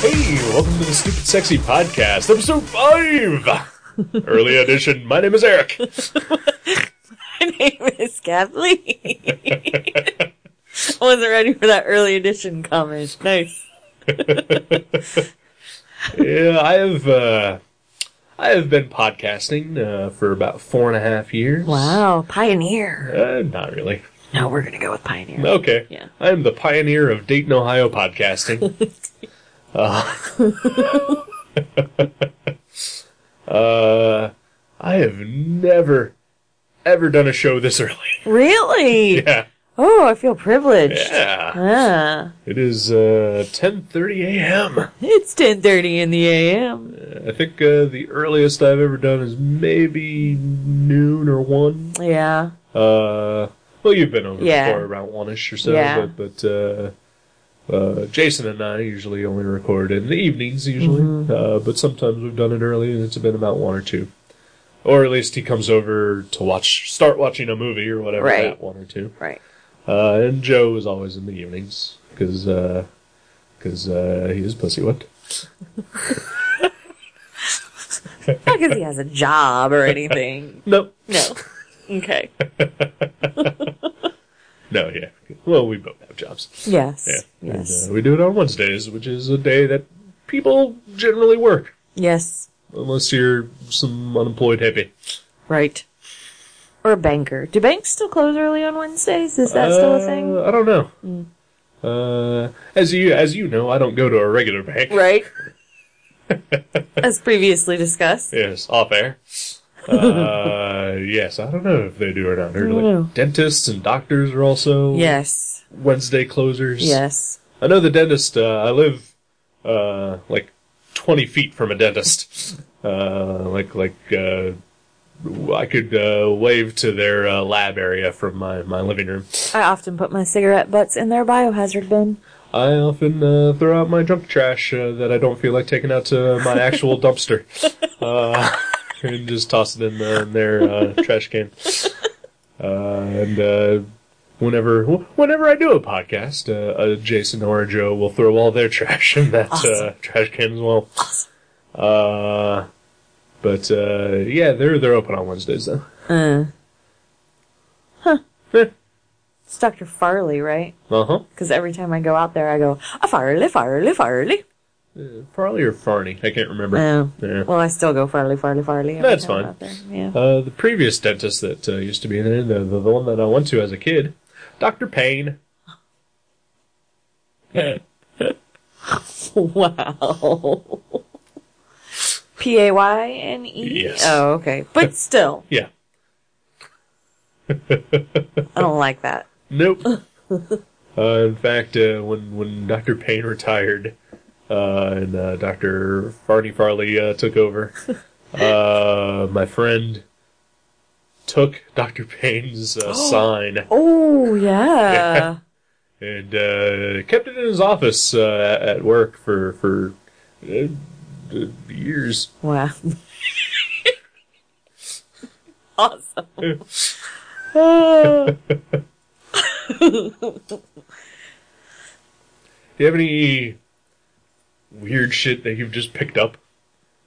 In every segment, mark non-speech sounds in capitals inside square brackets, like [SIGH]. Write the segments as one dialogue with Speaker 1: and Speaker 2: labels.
Speaker 1: Welcome to the Stupid Sexy Podcast, episode five, early edition. My name is Eric.
Speaker 2: [LAUGHS] My name is Kathleen. [LAUGHS] I wasn't ready for that early edition comment. Nice.
Speaker 1: Yeah, I have uh, I have been podcasting uh, for about four and a half years.
Speaker 2: Wow, pioneer.
Speaker 1: Uh, not really.
Speaker 2: No, we're gonna go with pioneer.
Speaker 1: Okay.
Speaker 2: Yeah.
Speaker 1: I am the pioneer of Dayton, Ohio
Speaker 2: [LAUGHS]
Speaker 1: podcasting. uh, [LAUGHS] uh, I have never, ever done a show this early. [LAUGHS]
Speaker 2: Really?
Speaker 1: yeah.
Speaker 2: Oh, I feel privileged.
Speaker 1: Yeah.
Speaker 2: Ah,
Speaker 1: It is uh, 10.30 a.m.
Speaker 2: it's ten thirty in the a.m.
Speaker 1: I think uh, the earliest I've ever done is maybe noon or 1.
Speaker 2: Yeah.
Speaker 1: Uh, well, you've been over
Speaker 2: Yeah.
Speaker 1: before around one-ish or so,
Speaker 2: Yeah.
Speaker 1: but, but uh, uh, Jason and I usually only record in the evenings, usually.
Speaker 2: Mm-hmm.
Speaker 1: Uh, but sometimes we've done it early, and it's been about one or two. Or at least he comes over to watch, start watching a movie or whatever
Speaker 2: Right.
Speaker 1: at one or two.
Speaker 2: Right.
Speaker 1: Uh, and Joe is always in the evenings because uh, 'cause, uh, he is pussy whipped.
Speaker 2: Not because he has a job or
Speaker 1: [LAUGHS]
Speaker 2: anything.
Speaker 1: No,
Speaker 2: No. Okay.
Speaker 1: no, yeah. Well, we both have jobs.
Speaker 2: Yes.
Speaker 1: Yeah. And,
Speaker 2: Yes.
Speaker 1: uh, we do it on Wednesdays, which is a day that people generally work,
Speaker 2: yes.
Speaker 1: unless you're some unemployed hippie.
Speaker 2: Right. Or a banker. Do banks still close early on Wednesdays? Is that still a thing? Mm.
Speaker 1: Uh, I don't know. Uh, as you as you know, I don't go to a regular bank.
Speaker 2: Right. [LAUGHS] As previously discussed.
Speaker 1: Yes, off air. uh, [LAUGHS] yes, I don't know if they do or not. They're
Speaker 2: don't
Speaker 1: like
Speaker 2: know.
Speaker 1: Dentists and doctors are also
Speaker 2: Yes.
Speaker 1: Wednesday closers.
Speaker 2: Yes.
Speaker 1: I know the dentist. Uh, I live uh, like twenty feet from a dentist. [LAUGHS] Uh, like like uh, I could uh, wave to their uh, lab area from my, my living room.
Speaker 2: I often put my cigarette butts in their biohazard bin.
Speaker 1: I often uh, throw out my junk trash uh, that I don't feel like taking out to my
Speaker 2: [LAUGHS]
Speaker 1: actual dumpster, uh, and just toss it in, the, in their uh, trash can. Uh, and uh, whenever wh- whenever I do a podcast, uh, uh, Jason or Joe will throw all their trash in that uh,
Speaker 2: Awesome.
Speaker 1: trash can as well. Uh, but uh, yeah, they're they're open on Wednesdays though.
Speaker 2: Uh,
Speaker 1: Eh,
Speaker 2: it's Dr. Farley, right?
Speaker 1: uh huh.
Speaker 2: Because every time I go out there, I go, a Farley, Farley, Farley.
Speaker 1: Farley or Farney, I can't remember.
Speaker 2: No.
Speaker 1: Yeah.
Speaker 2: Well, I still go Farley, Farley, Farley. every
Speaker 1: That's
Speaker 2: time I'm
Speaker 1: fine.
Speaker 2: out there. Yeah.
Speaker 1: Uh, the previous dentist that uh, used to be in there, the, the the one that I went to as a kid, Doctor Payne.
Speaker 2: [LAUGHS] Wow. P A Y N E?
Speaker 1: Yes.
Speaker 2: Oh, okay. But still,
Speaker 1: Yeah.
Speaker 2: I don't like [LAUGHS] that.
Speaker 1: Nope. uh, in fact, uh, when when Doctor Payne retired, uh, and uh, Doctor Farney Farley uh, took over, uh, my friend took Doctor Payne's uh, sign
Speaker 2: Oh, yeah.
Speaker 1: and uh, kept it in his office uh, at- at work for for uh, uh, years.
Speaker 2: Wow. awesome. Uh,
Speaker 1: Do you have any weird shit that you've just picked up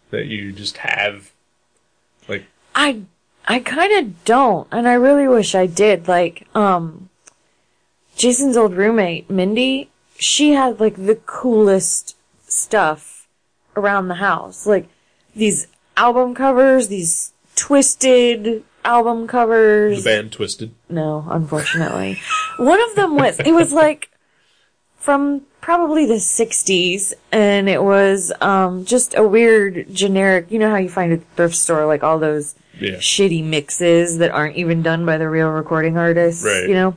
Speaker 1: that you just have? Like,
Speaker 2: I I kind of don't, and I really wish I did. Like, um, Jason's old roommate Mindy, she had like the coolest stuff around the house, like these album covers, these twisted album covers.
Speaker 1: the band Twisted.
Speaker 2: No, unfortunately. One of them was, it was like from probably the 60s and it was, um, just a weird generic, you know how you find at the thrift store, like all those
Speaker 1: Yeah.
Speaker 2: shitty mixes that aren't even done by the real recording artists,
Speaker 1: Right.
Speaker 2: you know?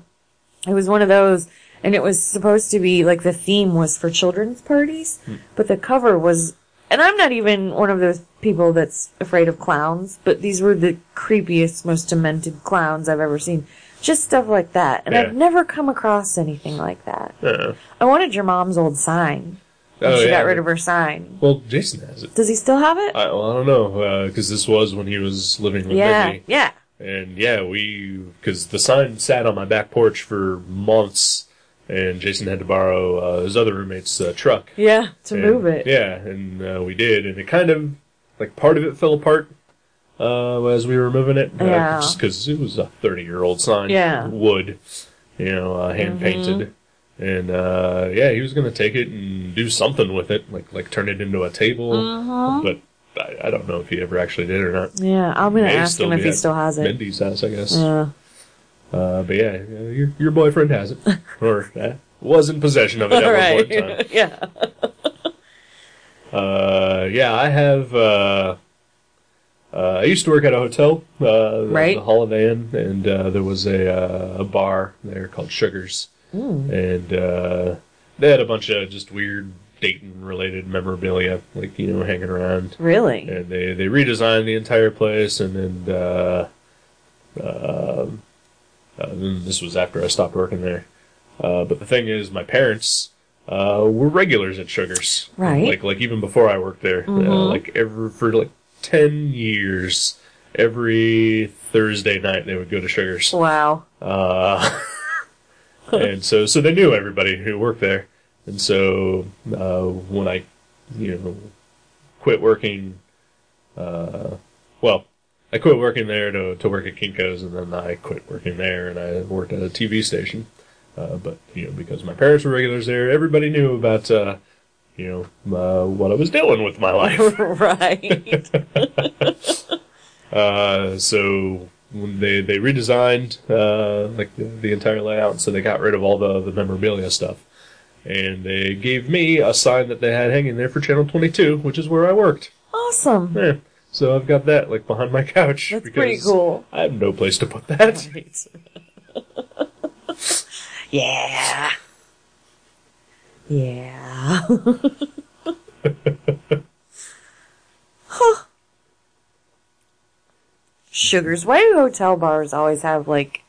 Speaker 2: It was one of those and it was supposed to be like the theme was for children's parties, but the cover was, and I'm not even one of those people that's afraid of clowns, but these were the creepiest, most demented clowns I've ever seen. Just stuff like that. And
Speaker 1: Yeah.
Speaker 2: I've never come across anything like that.
Speaker 1: Uh,
Speaker 2: I wanted your mom's old sign.
Speaker 1: Oh,
Speaker 2: and she
Speaker 1: yeah. Uh,
Speaker 2: got rid of her sign.
Speaker 1: well, Jason has it.
Speaker 2: Does he still have it?
Speaker 1: I, well, I don't know because this was when he was living with
Speaker 2: yeah.
Speaker 1: Mindy,
Speaker 2: Yeah.
Speaker 1: and yeah, we because the sign sat on my back porch for months and Jason had to borrow uh, his other roommate's uh, truck.
Speaker 2: Yeah, to
Speaker 1: And-
Speaker 2: move it.
Speaker 1: Yeah, and uh, we did, and it kind of like part of it fell apart uh, as we were moving it, uh,
Speaker 2: Yeah.
Speaker 1: just because it was a thirty-year-old sign,
Speaker 2: Yeah. Mm-hmm.
Speaker 1: wood, you know, uh, hand painted, and uh, yeah, he was gonna take it and do something with it, like like turn it into a table,
Speaker 2: Mm-hmm.
Speaker 1: but. I, I don't know if he ever actually did or not.
Speaker 2: Yeah, I'm gonna
Speaker 1: May
Speaker 2: ask
Speaker 1: still
Speaker 2: him
Speaker 1: be
Speaker 2: if he
Speaker 1: at
Speaker 2: still has it.
Speaker 1: Mindy's house, I guess.
Speaker 2: Yeah.
Speaker 1: Uh, but yeah, uh, your your boyfriend has
Speaker 2: [LAUGHS]
Speaker 1: it, or uh, was in possession of it at
Speaker 2: All
Speaker 1: one point in time.
Speaker 2: right. [LAUGHS] yeah.
Speaker 1: Uh, yeah, I have. Uh, uh, I used to work at a hotel, uh, the-
Speaker 2: Right.
Speaker 1: the Holiday Inn, and uh, there was a, uh, a bar there called Sugars, and uh, they had a bunch of just weird Dayton-related memorabilia, like you know, hanging around.
Speaker 2: Really?
Speaker 1: And they they redesigned the entire place, and then uh, uh, uh, then this was after I stopped working there. Uh, but the thing is, my parents uh, were regulars at Sugars,
Speaker 2: Right.
Speaker 1: Like like even before I worked there, uh, like every for like ten years, every Thursday night they would go to Sugars.
Speaker 2: Wow.
Speaker 1: Uh, [LAUGHS] and so, so they knew everybody who worked there. And so, uh, when I, you know, quit working, uh, well, I quit working there to, to work at Kinko's and then I quit working there and I worked at a TV station. Uh, but, you know, because my parents were regulars there, everybody knew about, uh, you know, uh, what I was doing with my [LAUGHS] life.
Speaker 2: [LAUGHS] right.
Speaker 1: Uh, so when they they redesigned uh, like the, the entire layout, so they got rid of all the the memorabilia stuff, and they gave me a sign that they had hanging there for Channel 22, which is where I worked.
Speaker 2: awesome.
Speaker 1: Yeah. So I've got that like behind my [LAUGHS] couch.
Speaker 2: That's pretty cool.
Speaker 1: [LAUGHS] I have no place to put
Speaker 2: [LAUGHS]
Speaker 1: that.
Speaker 2: yeah. Yeah. [LAUGHS] Huh. Sugars. Why do hotel bars always have like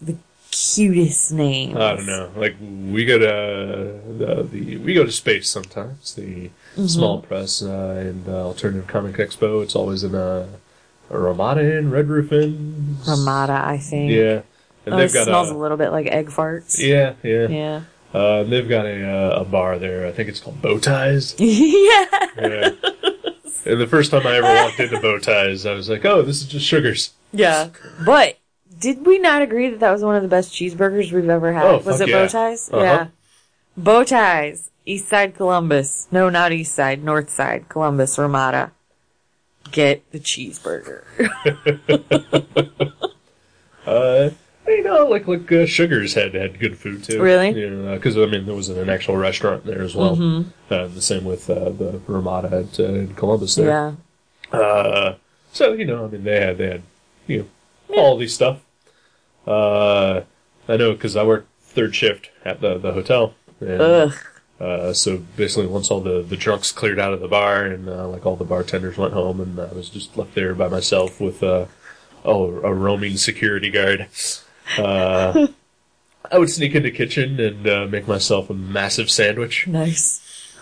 Speaker 2: the cutest names?
Speaker 1: I don't know. Like we go to the, the we go to space sometimes. The
Speaker 2: Mm-hmm.
Speaker 1: small press uh, and uh, alternative comic expo. It's always in a, a Ramada Inn, Red Roof Inn,
Speaker 2: Ramada, I think.
Speaker 1: Yeah, and
Speaker 2: Oh, it
Speaker 1: they've got
Speaker 2: smells a,
Speaker 1: a,
Speaker 2: little bit like egg farts.
Speaker 1: yeah, yeah.
Speaker 2: Yeah.
Speaker 1: Uh, and they've got a uh, a bar there. I think it's called Bow
Speaker 2: [LAUGHS]
Speaker 1: Ties.
Speaker 2: yeah.
Speaker 1: Yeah. and the first time I ever walked into Bow Ties, I was like, "Oh, this is just sugars."
Speaker 2: Yeah. But did we not agree that that was one of the best cheeseburgers we've ever had?
Speaker 1: Oh,
Speaker 2: was
Speaker 1: fuck
Speaker 2: it
Speaker 1: yeah.
Speaker 2: bow ties?
Speaker 1: Uh-huh.
Speaker 2: Yeah. Bow ties. East side Columbus. No, not east side, north side, Columbus, Ramada. Get the cheeseburger. [LAUGHS]
Speaker 1: Uh, you know, like like uh, sugars had had good food too.
Speaker 2: Really? Mm-hmm.
Speaker 1: Yeah, because I mean, there was an actual restaurant there as well. Uh, the same with uh, the Ramada at, uh, in Columbus there.
Speaker 2: yeah.
Speaker 1: Uh, so you know, I mean, they had they had you know all these stuff. Uh, I know because I worked third shift at the the hotel. And,
Speaker 2: Ugh.
Speaker 1: uh, so basically, once all the the drunks cleared out of the bar and uh, like all the bartenders went home, and I was just left there by myself with uh, oh a roaming security guard. Uh, [LAUGHS] I would sneak in the kitchen and uh, make myself a massive sandwich.
Speaker 2: Nice.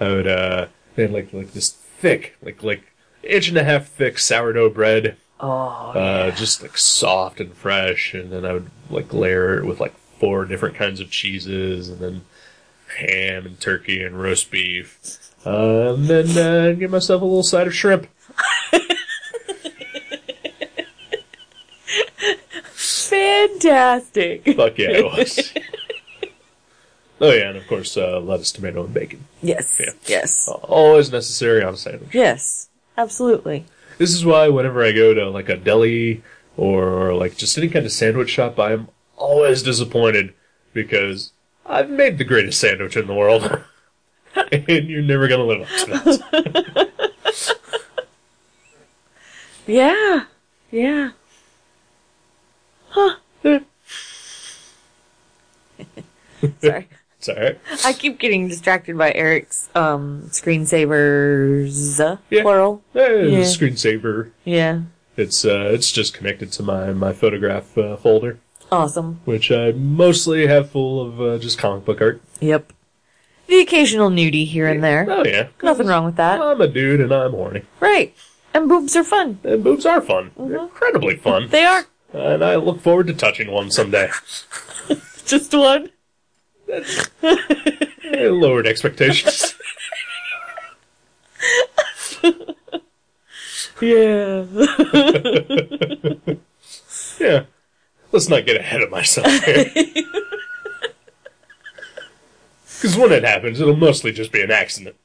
Speaker 1: I would uh they had like like this thick, like like inch and a half thick sourdough bread,
Speaker 2: Oh.
Speaker 1: uh just like soft and fresh, and then I would like layer it with like four different kinds of cheeses and then ham and turkey and roast beef. Uh, and then uh, give myself a little side of shrimp.
Speaker 2: Fantastic.
Speaker 1: [LAUGHS] Fuck yeah, it was. oh yeah, and of course uh, lettuce, tomato, and bacon.
Speaker 2: Yes.
Speaker 1: Yeah. Oh.
Speaker 2: Yes.
Speaker 1: Always necessary on a sandwich.
Speaker 2: Yes. Absolutely.
Speaker 1: This is why whenever I go to like a deli or, or like just any kind of sandwich shop, I'm always disappointed because I've made the greatest sandwich in the world, and you're never gonna live up to that.
Speaker 2: Yeah. Yeah. Huh. [LAUGHS] Sorry.
Speaker 1: It's all right.
Speaker 2: I keep getting distracted by Eric's um screensavers
Speaker 1: Yeah.
Speaker 2: plural.
Speaker 1: Hey,
Speaker 2: Yeah.
Speaker 1: Screensaver.
Speaker 2: Yeah.
Speaker 1: It's uh, it's just connected to my my photograph uh, folder,
Speaker 2: Awesome.
Speaker 1: which I mostly have full of uh, just comic book art.
Speaker 2: Yep. The occasional nudie here and there.
Speaker 1: Oh yeah,
Speaker 2: Nothing wrong with that.
Speaker 1: I'm a dude and I'm horny.
Speaker 2: Right. And boobs are fun.
Speaker 1: And boobs are fun. They're incredibly fun.
Speaker 2: They are.
Speaker 1: And I look forward to touching one someday.
Speaker 2: Just one?
Speaker 1: I lowered expectations.
Speaker 2: Yeah. [LAUGHS]
Speaker 1: yeah. Let's not get ahead of myself
Speaker 2: [LAUGHS]
Speaker 1: here. Because when it happens, it'll mostly just be an accident.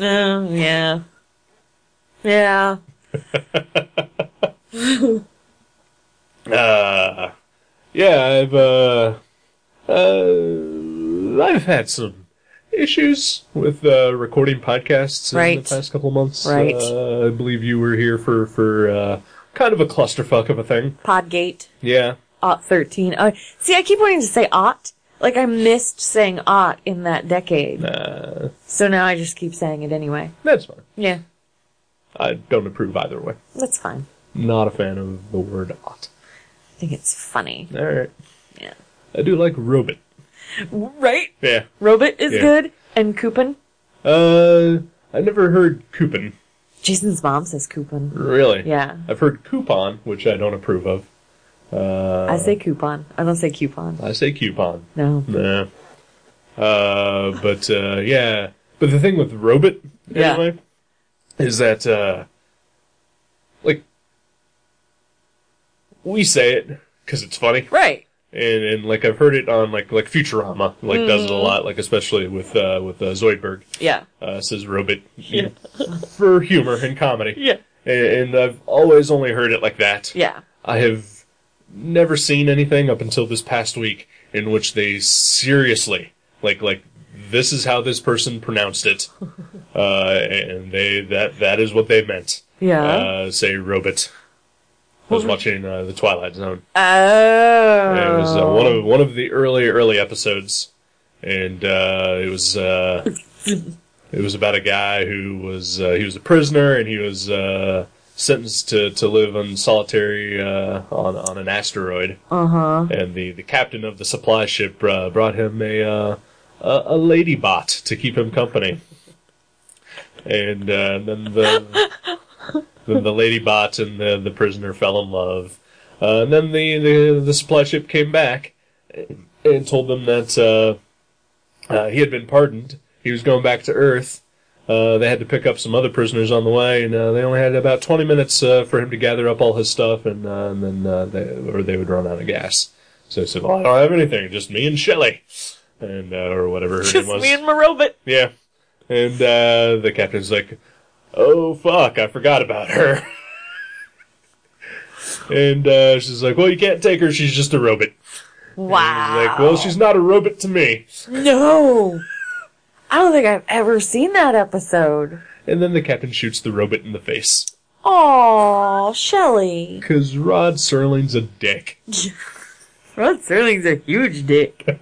Speaker 2: oh, yeah. Yeah.
Speaker 1: Uh, yeah, I've uh, uh, I've had some issues with uh, recording podcasts in
Speaker 2: Right.
Speaker 1: the past couple of months.
Speaker 2: Right.
Speaker 1: Uh, I believe you were here for for uh, kind of a clusterfuck of a thing.
Speaker 2: Podgate.
Speaker 1: Yeah.
Speaker 2: Ot 13. Uh, see, I keep wanting to say Ot. Like, I missed saying Ot in that decade.
Speaker 1: Uh,
Speaker 2: So now I just keep saying it anyway.
Speaker 1: that's fine.
Speaker 2: Yeah.
Speaker 1: I don't approve either way.
Speaker 2: That's fine.
Speaker 1: Not a fan of the word ought.
Speaker 2: I think it's funny.
Speaker 1: All right.
Speaker 2: Yeah.
Speaker 1: I do like robot.
Speaker 2: Right?
Speaker 1: Yeah.
Speaker 2: Robot is
Speaker 1: Yeah.
Speaker 2: good. And Coupon.
Speaker 1: Uh, I never heard coupon.
Speaker 2: Jason's mom says Coupon.
Speaker 1: Really?
Speaker 2: Yeah.
Speaker 1: I've heard coupon, which I don't approve of. Uh,
Speaker 2: I say coupon. I don't say coupon.
Speaker 1: I say coupon.
Speaker 2: No.
Speaker 1: Nah. Uh, but uh, yeah. But the thing with robot,
Speaker 2: Yeah.
Speaker 1: anyway, is that uh, like we say it because it's funny,
Speaker 2: Right.
Speaker 1: and and like I've heard it on like like Futurama, like does it
Speaker 2: Mm-hmm.
Speaker 1: a lot, like especially with uh, with uh, Zoidberg
Speaker 2: Yeah.
Speaker 1: uh, says robot you know, for humor and comedy.
Speaker 2: Yeah.
Speaker 1: And, and I've always only heard it like that.
Speaker 2: Yeah.
Speaker 1: I have never seen anything up until this past week in which they seriously like like this is how this person pronounced
Speaker 2: [LAUGHS]
Speaker 1: it, uh, and they that that is what they meant.
Speaker 2: Yeah.
Speaker 1: Uh, say robot. I was watching uh, the Twilight Zone.
Speaker 2: Oh.
Speaker 1: It was uh, one of one of the early early episodes, and uh, it was uh, it was about a guy who was uh, he was a prisoner and he was uh, sentenced to, to live on solitary uh, on on an asteroid.
Speaker 2: Uh huh.
Speaker 1: And the, the captain of the supply ship uh, brought him a, uh, a a lady bot to keep him company. And uh, then the then the lady bot and the, the prisoner fell in love. Uh, and then the, the the supply ship came back and told them that uh, uh, he had been pardoned. He was going back to Earth. Uh, they had to pick up some other prisoners on the way, and uh, they only had about 20 minutes uh, for him to gather up all his stuff, and, uh, and then uh, they, or they would run out of gas. So he said, "Well, I don't have anything, just me and Shelley, and uh, or whatever her name
Speaker 2: Just
Speaker 1: was."
Speaker 2: me and my robot.
Speaker 1: yeah, and uh, the captain's like, "Oh fuck, I forgot about her." [LAUGHS] and uh, she's like, "Well, you can't take her; she's just a robot."
Speaker 2: Wow.
Speaker 1: He's like, "Well, she's not a robot to me."
Speaker 2: no. I don't think I've ever seen that episode.
Speaker 1: And then the captain shoots the robot in the face.
Speaker 2: Oh, Shelly.
Speaker 1: Cause Rod Serling's a dick.
Speaker 2: Rod Serling's a huge dick.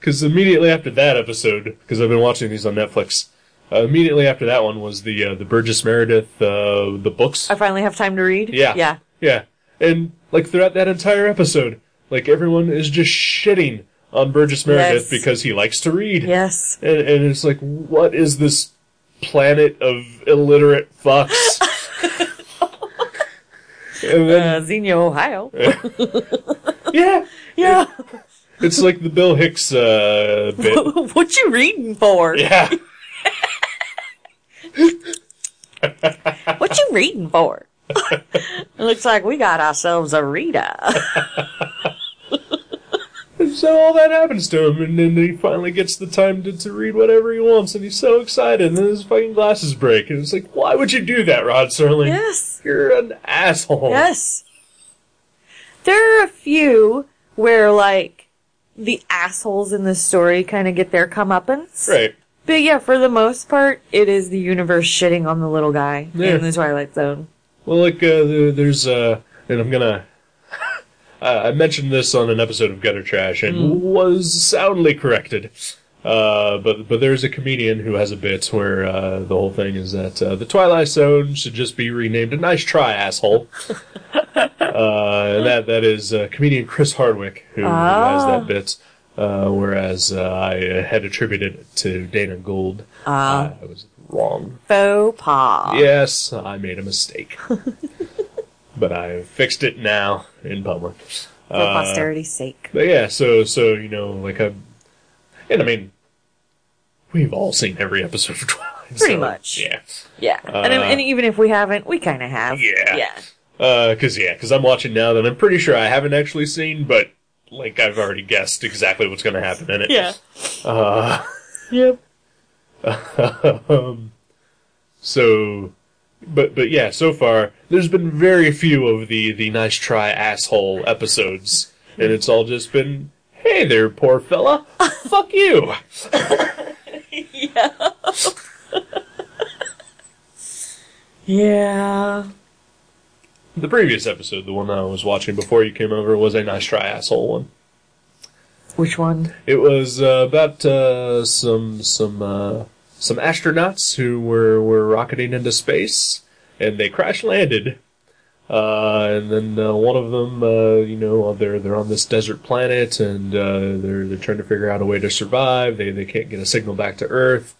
Speaker 1: Cause immediately after that episode, cause I've been watching these on Netflix, uh, immediately after that one was the uh, the Burgess Meredith uh, the books.
Speaker 2: I finally have time to read.
Speaker 1: Yeah,
Speaker 2: Yeah.
Speaker 1: yeah. And like throughout that entire episode, like everyone is just shitting on Burgess Meredith
Speaker 2: Yes.
Speaker 1: because he likes to read.
Speaker 2: Yes.
Speaker 1: And, and it's like, what is this planet of illiterate
Speaker 2: [LAUGHS]
Speaker 1: fucks? and then,
Speaker 2: Uh, Xenia, Ohio. Uh.
Speaker 1: yeah,
Speaker 2: yeah. [LAUGHS]
Speaker 1: it's like the Bill Hicks uh, bit.
Speaker 2: [LAUGHS] what you reading for?
Speaker 1: Yeah.
Speaker 2: What you
Speaker 1: [LAUGHS]
Speaker 2: reading for? Looks like we got ourselves
Speaker 1: [LAUGHS]
Speaker 2: a Rita.
Speaker 1: And so all that happens to him, and then he finally gets the time to, to read whatever he wants, and he's so excited, and then his fucking glasses break, and it's like, why would you do that, Rod Serling?
Speaker 2: Yes.
Speaker 1: You're an asshole.
Speaker 2: Yes. There are a few where, like, the assholes in the story kind of get their comeuppance.
Speaker 1: Right.
Speaker 2: But yeah, for the most part, it is the universe shitting on the little guy
Speaker 1: Yeah.
Speaker 2: in the Twilight Zone.
Speaker 1: Well, like, uh, there- there's, uh, and I'm gonna, [LAUGHS] uh, I mentioned this on an episode of Gutter Trash, and
Speaker 2: Hmm.
Speaker 1: was soundly corrected. Uh, but but there's a comedian who has a bit where uh, the whole thing is that uh, the Twilight Zone should just be renamed a nice try
Speaker 2: [LAUGHS]
Speaker 1: asshole. uh, and that that is uh, comedian Chris Hardwick who, who has
Speaker 2: Ah.
Speaker 1: that bit. Uh, whereas uh, I uh, had attributed it to Dana Gould.
Speaker 2: Ah.
Speaker 1: I was wrong.
Speaker 2: Faux pas.
Speaker 1: Yes, [LAUGHS] I made a mistake. but I fixed it now in public. Uh,
Speaker 2: for posterity's sake.
Speaker 1: But yeah, so so you know, like I, and I mean, we've all seen every episode of Twilight.
Speaker 2: Pretty
Speaker 1: so,
Speaker 2: much.
Speaker 1: Yeah.
Speaker 2: Yeah, and, I-
Speaker 1: Uh,
Speaker 2: and even if we haven't, we kind of have.
Speaker 1: Yeah.
Speaker 2: yeah,
Speaker 1: Because Uh, yeah, because I'm watching now that I'm pretty sure I haven't actually seen, but like I've already guessed exactly what's going to happen in it.
Speaker 2: yeah.
Speaker 1: Uh,
Speaker 2: Yep.
Speaker 1: um, so, but but yeah, so far there's been very few of the the nice try asshole episodes, and it's all just been hey there, poor fella, fuck you.
Speaker 2: Yeah. yeah.
Speaker 1: The previous episode, the one that I was watching before you came over, was a nice try asshole one.
Speaker 2: Which one?
Speaker 1: It was uh, about uh, some some uh, some astronauts who were were rocketing into space, and they crash landed. Uh, and then uh, one of them, uh, you know, they're they're on this desert planet, and uh, they're they're trying to figure out a way to survive. They they can't get a signal back to Earth.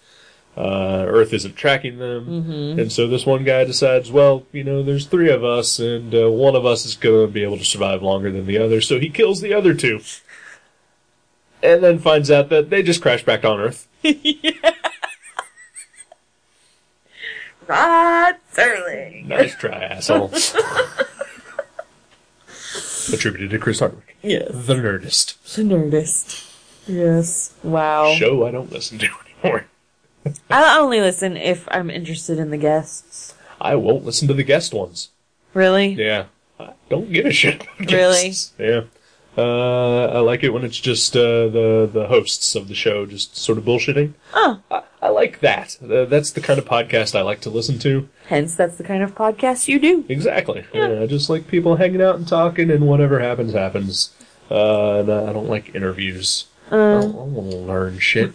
Speaker 1: Uh, Earth isn't tracking them,
Speaker 2: Mm-hmm.
Speaker 1: and so this one guy decides, well, you know, there's three of us, and uh, one of us is going to be able to survive longer than the other, so he kills the other two and then finds out that they just crashed back on Earth.
Speaker 2: Rod Serling.
Speaker 1: Nice try, [LAUGHS] asshole. Attributed to Chris Hardwick,
Speaker 2: Yes.
Speaker 1: the Nerdist.
Speaker 2: The Nerdist. Yes. Wow.
Speaker 1: Show I don't listen to anymore.
Speaker 2: I only listen if I'm interested in the guests.
Speaker 1: I won't listen to the guest ones.
Speaker 2: Really?
Speaker 1: Yeah, I don't give a shit. About
Speaker 2: Really?
Speaker 1: guests. Yeah. Uh, I like it when it's just uh, the the hosts of the show just sort of bullshitting.
Speaker 2: Oh.
Speaker 1: I, I like that. Uh, that's the kind of podcast I like to listen to.
Speaker 2: Hence, that's the kind of podcast you do.
Speaker 1: Exactly.
Speaker 2: Yeah.
Speaker 1: Yeah. I just like people hanging out and talking, and whatever happens, happens. Uh, and I don't like interviews. I don't, want to learn shit.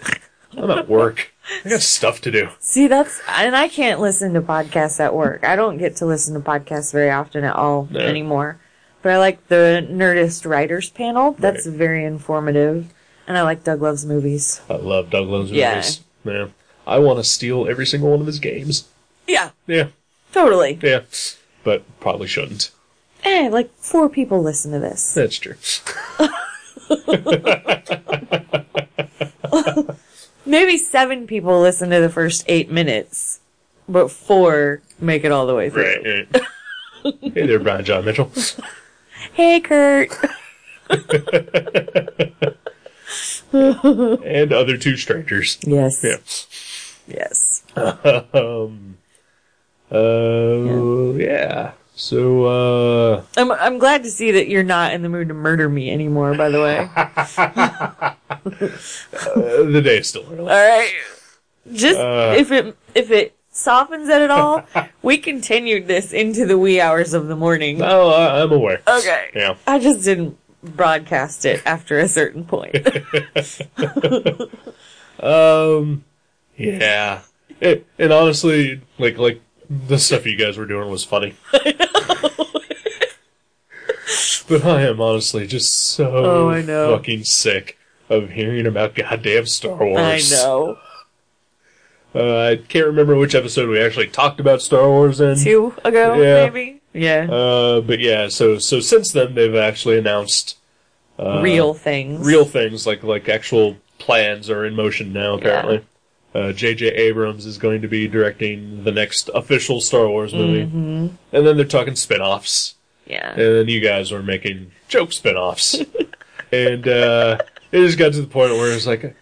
Speaker 1: I'm at work. I got stuff to do.
Speaker 2: See, that's and I can't listen to podcasts at work. I don't get to listen to podcasts very often at all
Speaker 1: No.
Speaker 2: anymore. But I like the Nerdist writers panel. That's very informative, and I like Doug Loves Movies.
Speaker 1: I love Doug Love's
Speaker 2: Yeah.
Speaker 1: movies. Yeah. I want to steal every single one of his games.
Speaker 2: Yeah,
Speaker 1: Yeah,
Speaker 2: totally.
Speaker 1: yeah. But probably shouldn't.
Speaker 2: Hey, like four people listen to this.
Speaker 1: That's [LAUGHS] true.
Speaker 2: Maybe seven people listen to the first eight minutes, but four make it all the way through.
Speaker 1: Right. right. hey there, Brian John Mitchell.
Speaker 2: Hey, Kurt.
Speaker 1: And other two strangers.
Speaker 2: Yes.
Speaker 1: Yeah.
Speaker 2: Yes.
Speaker 1: Um, uh, yeah. So, uh,
Speaker 2: I'm I'm glad to see that you're not in the mood to murder me anymore.
Speaker 1: [LAUGHS]
Speaker 2: By the way.
Speaker 1: uh, the day is still early.
Speaker 2: All right. Just
Speaker 1: Uh.
Speaker 2: if it if it softens it
Speaker 1: [LAUGHS]
Speaker 2: at all, we continued this into the wee hours of the morning.
Speaker 1: Oh, I, I'm aware.
Speaker 2: Okay.
Speaker 1: Yeah.
Speaker 2: I just didn't broadcast it after a certain point.
Speaker 1: Um. Yeah. It, and honestly, like like the stuff you guys were doing was
Speaker 2: [LAUGHS]
Speaker 1: funny. but I am honestly just so
Speaker 2: Oh, I know.
Speaker 1: fucking sick of hearing about goddamn Star
Speaker 2: [LAUGHS] I
Speaker 1: Wars.
Speaker 2: know.
Speaker 1: Uh, I can't remember which episode we actually talked about Star Wars in.
Speaker 2: Two ago,
Speaker 1: Yeah.
Speaker 2: maybe. Yeah.
Speaker 1: Uh, but yeah, so so since then they've actually announced uh,
Speaker 2: real things.
Speaker 1: real things like like actual plans are in motion now apparently uh jj abrams is going to be directing the next official star wars movie
Speaker 2: Mm-hmm.
Speaker 1: and then they're talking spin-offs
Speaker 2: Yeah.
Speaker 1: and then you guys are making joke spin-offs
Speaker 2: [LAUGHS]
Speaker 1: and uh it just got to the point where it's like it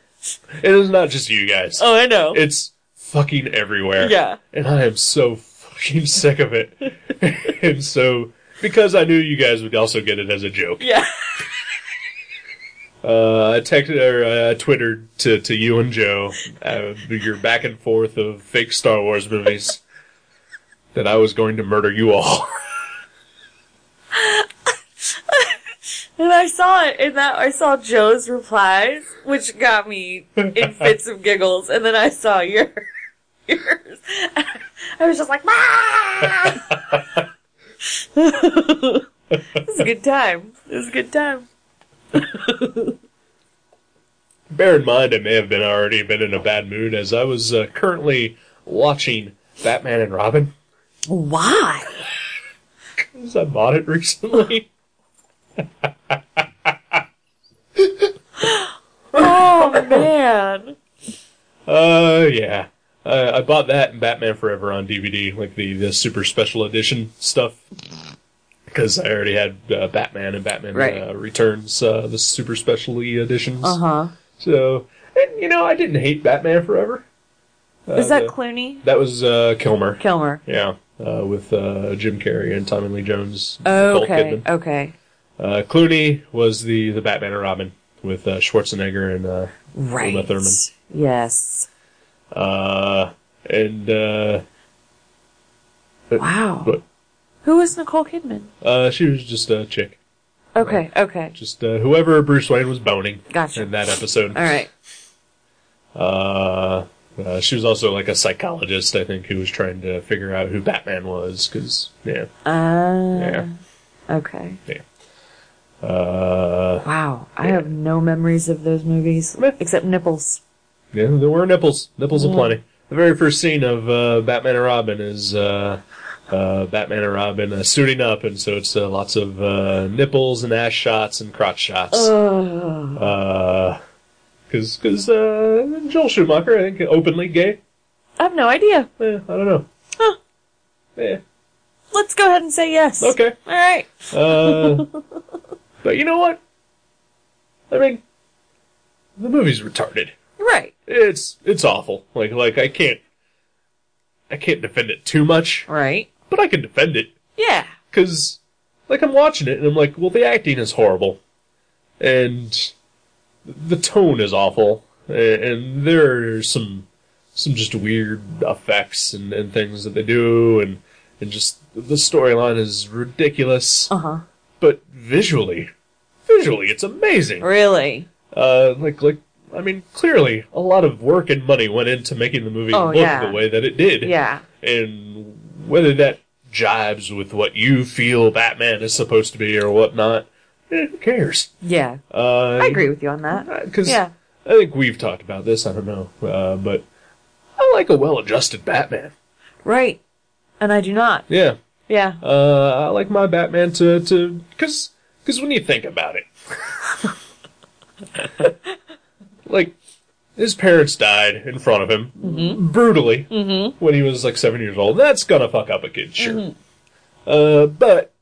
Speaker 1: is not just you guys
Speaker 2: [LAUGHS] Oh, I know.
Speaker 1: it's fucking everywhere
Speaker 2: Yeah.
Speaker 1: and i am so fucking sick of it [LAUGHS] and so because i knew you guys would also get it as a joke
Speaker 2: yeah.
Speaker 1: uh, I texted or uh, Twittered to, to you and Joe uh, your back and forth of fake Star Wars movies that I was going to murder you all. [LAUGHS]
Speaker 2: And I saw it, and that I saw Joe's replies, which got me
Speaker 1: [LAUGHS]
Speaker 2: in fits of giggles, and then I saw your, yours. I was just like, "Ah!" it was a good time. It was a good time.
Speaker 1: Bear in mind, I may have been already been in a bad mood as I was uh, currently watching Batman and Robin
Speaker 2: Why?
Speaker 1: [LAUGHS] because I bought it recently.
Speaker 2: Oh man.
Speaker 1: Uh, yeah. I, I bought that and Batman Forever on DVD, like the, the super special edition stuff. Because I already had uh, Batman and Batman
Speaker 2: Right.
Speaker 1: uh, Returns, uh, the super specialty editions.
Speaker 2: Uh huh.
Speaker 1: So, and you know, I didn't hate Batman Forever. Uh,
Speaker 2: Is that
Speaker 1: the-
Speaker 2: Clooney?
Speaker 1: that was uh, Kilmer.
Speaker 2: Kilmer.
Speaker 1: yeah, uh, with uh, Jim Carrey and Tommy Lee Jones. Nicole
Speaker 2: Oh, Okay.
Speaker 1: Kidman.
Speaker 2: Okay.
Speaker 1: Uh, Clooney was the, the Batman and Robin with uh, Schwarzenegger and uh, Uma
Speaker 2: Right.
Speaker 1: Thurman.
Speaker 2: Yes.
Speaker 1: Uh, and uh,
Speaker 2: Wow.
Speaker 1: But-
Speaker 2: Who was Nicole Kidman?
Speaker 1: uh, she was just a chick.
Speaker 2: Okay. Okay.
Speaker 1: Just uh, whoever Bruce Wayne was boning
Speaker 2: Gotcha.
Speaker 1: in that episode.
Speaker 2: All right.
Speaker 1: Uh, uh, she was also like a psychologist, I think, who was trying to figure out who Batman was. Because, yeah,
Speaker 2: Uh,
Speaker 1: yeah,
Speaker 2: Okay.
Speaker 1: yeah. Uh,
Speaker 2: Wow. I have no memories of those movies
Speaker 1: Meh.
Speaker 2: except nipples.
Speaker 1: yeah, there were nipples. Nipples
Speaker 2: Mm-hmm.
Speaker 1: aplenty. The very first scene of uh, Batman and Robin is uh, uh, Batman and Robin uh, suiting up, and so it's uh, lots of uh, nipples and ass shots and crotch shots.
Speaker 2: Ugh.
Speaker 1: because because uh, Joel Schumacher, I think, openly gay.
Speaker 2: I have no idea.
Speaker 1: Eh, I don't know.
Speaker 2: Huh.
Speaker 1: Eh,
Speaker 2: Let's go ahead and say yes.
Speaker 1: okay.
Speaker 2: All right. [LAUGHS]
Speaker 1: Uh, but you know what? I mean, the movie's retarded.
Speaker 2: Right.
Speaker 1: It's it's awful. Like like I can't I can't defend it too much,
Speaker 2: Right.
Speaker 1: but I can defend it
Speaker 2: Yeah.
Speaker 1: because like I'm watching it and I'm like, well, the acting is horrible, and the tone is awful, a- and there are some some just weird effects and, and things that they do, and and just the storyline is ridiculous,
Speaker 2: Uh huh.
Speaker 1: but visually, visually, it's amazing.
Speaker 2: Really?
Speaker 1: Uh, like like. I mean, clearly, a lot of work and money went into making the movie
Speaker 2: Oh,
Speaker 1: look
Speaker 2: yeah.
Speaker 1: the way that it did
Speaker 2: Yeah.
Speaker 1: and whether that jives with what you feel Batman is supposed to be or whatnot, eh, who cares?
Speaker 2: Yeah.
Speaker 1: Uh,
Speaker 2: I agree with you on that.
Speaker 1: Because
Speaker 2: Yeah.
Speaker 1: I think we've talked about this. I don't know, uh, but I like a well-adjusted Batman.
Speaker 2: Right. And I do not.
Speaker 1: Yeah,
Speaker 2: Yeah.
Speaker 1: uh, I like my Batman to to because because when you think about
Speaker 2: [LAUGHS]
Speaker 1: it, like his parents died in front of him
Speaker 2: Mm-hmm.
Speaker 1: brutally when he was like seven years old. That's gonna fuck up a kid, sure.
Speaker 2: Mm-hmm.
Speaker 1: Uh, but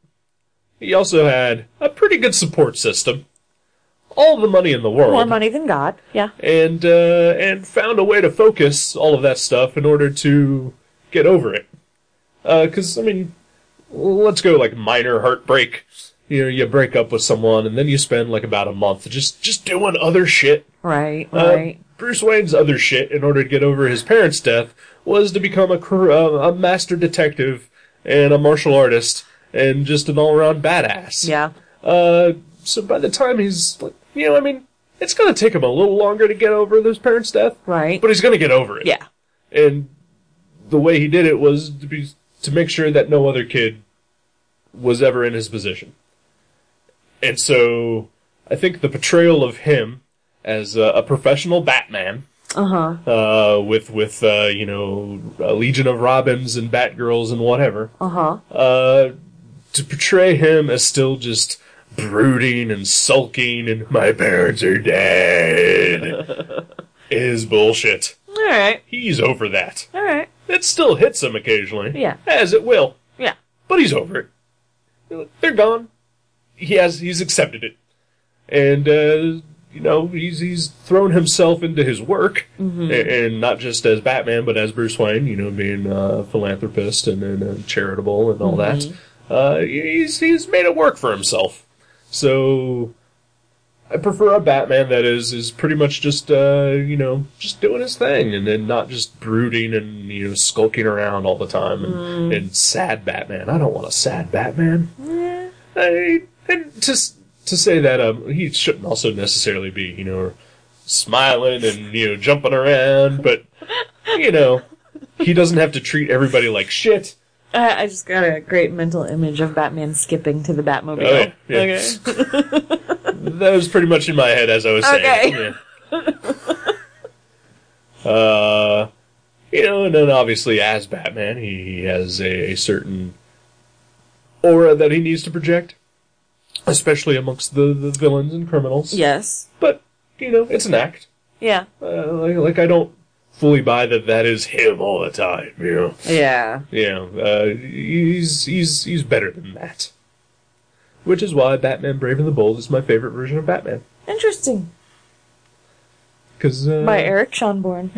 Speaker 1: he also had a pretty good support system, all the money in the world,
Speaker 2: More money than God. Yeah.
Speaker 1: and uh, and found a way to focus all of that stuff in order to get over it. Because I mean, let's go like minor heartbreak. You know, you break up with someone, and then you spend like about a month just just doing other shit.
Speaker 2: Right.
Speaker 1: Uh,
Speaker 2: Right.
Speaker 1: Bruce Wayne's other shit in order to get over his parents' death was to become a cor- uh, a master detective and a martial artist and just an all around badass.
Speaker 2: yeah.
Speaker 1: Uh, so by the time he's, like, you know, I mean, it's gonna take him a little longer to get over his parents' death,
Speaker 2: Right.
Speaker 1: but he's gonna get over it.
Speaker 2: yeah.
Speaker 1: And the way he did it was to be to make sure that no other kid was ever in his position. And so I think the portrayal of him as a, a professional Batman
Speaker 2: Uh huh.
Speaker 1: uh, with with uh, you know a legion of robins and Batgirls and whatever
Speaker 2: Uh huh.
Speaker 1: uh, to portray him as still just brooding and sulking and my parents are dead is bullshit.
Speaker 2: All right.
Speaker 1: He's over that.
Speaker 2: All right.
Speaker 1: It still hits him occasionally.
Speaker 2: Yeah.
Speaker 1: As it will.
Speaker 2: Yeah.
Speaker 1: But he's over it. They're gone. He has he's accepted it. And uh you know, he's he's thrown himself into his work, a- and not just as Batman, but as Bruce Wayne. You know, being a philanthropist and, and uh, charitable and all that. Uh, he's he's made it work for himself. So I prefer a Batman that is is pretty much just uh, you know just doing his thing and then not just brooding and you know skulking around all the time and, and sad Batman. I don't want a sad Batman. I, and to s- to say that um, he shouldn't also necessarily be you know smiling and you know jumping around, but you know he doesn't have to treat everybody like shit.
Speaker 2: I, I just got a great mental image of Batman skipping to the Batmobile.
Speaker 1: Oh, yeah.
Speaker 2: Okay.
Speaker 1: that was pretty much in my head as I was saying.
Speaker 2: Okay.
Speaker 1: it, yeah. [LAUGHS] uh, you know, and then obviously as Batman, he, he has a, a certain aura that he needs to project. especially amongst the, the villains and criminals.
Speaker 2: Yes.
Speaker 1: But you know, it's an act.
Speaker 2: Yeah.
Speaker 1: Uh, like, like I don't fully buy that that is him all the time. You know.
Speaker 2: Yeah.
Speaker 1: Yeah, uh, he's he's he's better than that. Which is why Batman: Brave and the Bold is my favorite version of Batman.
Speaker 2: Interesting.
Speaker 1: Because uh,
Speaker 2: By Eric Schonborn.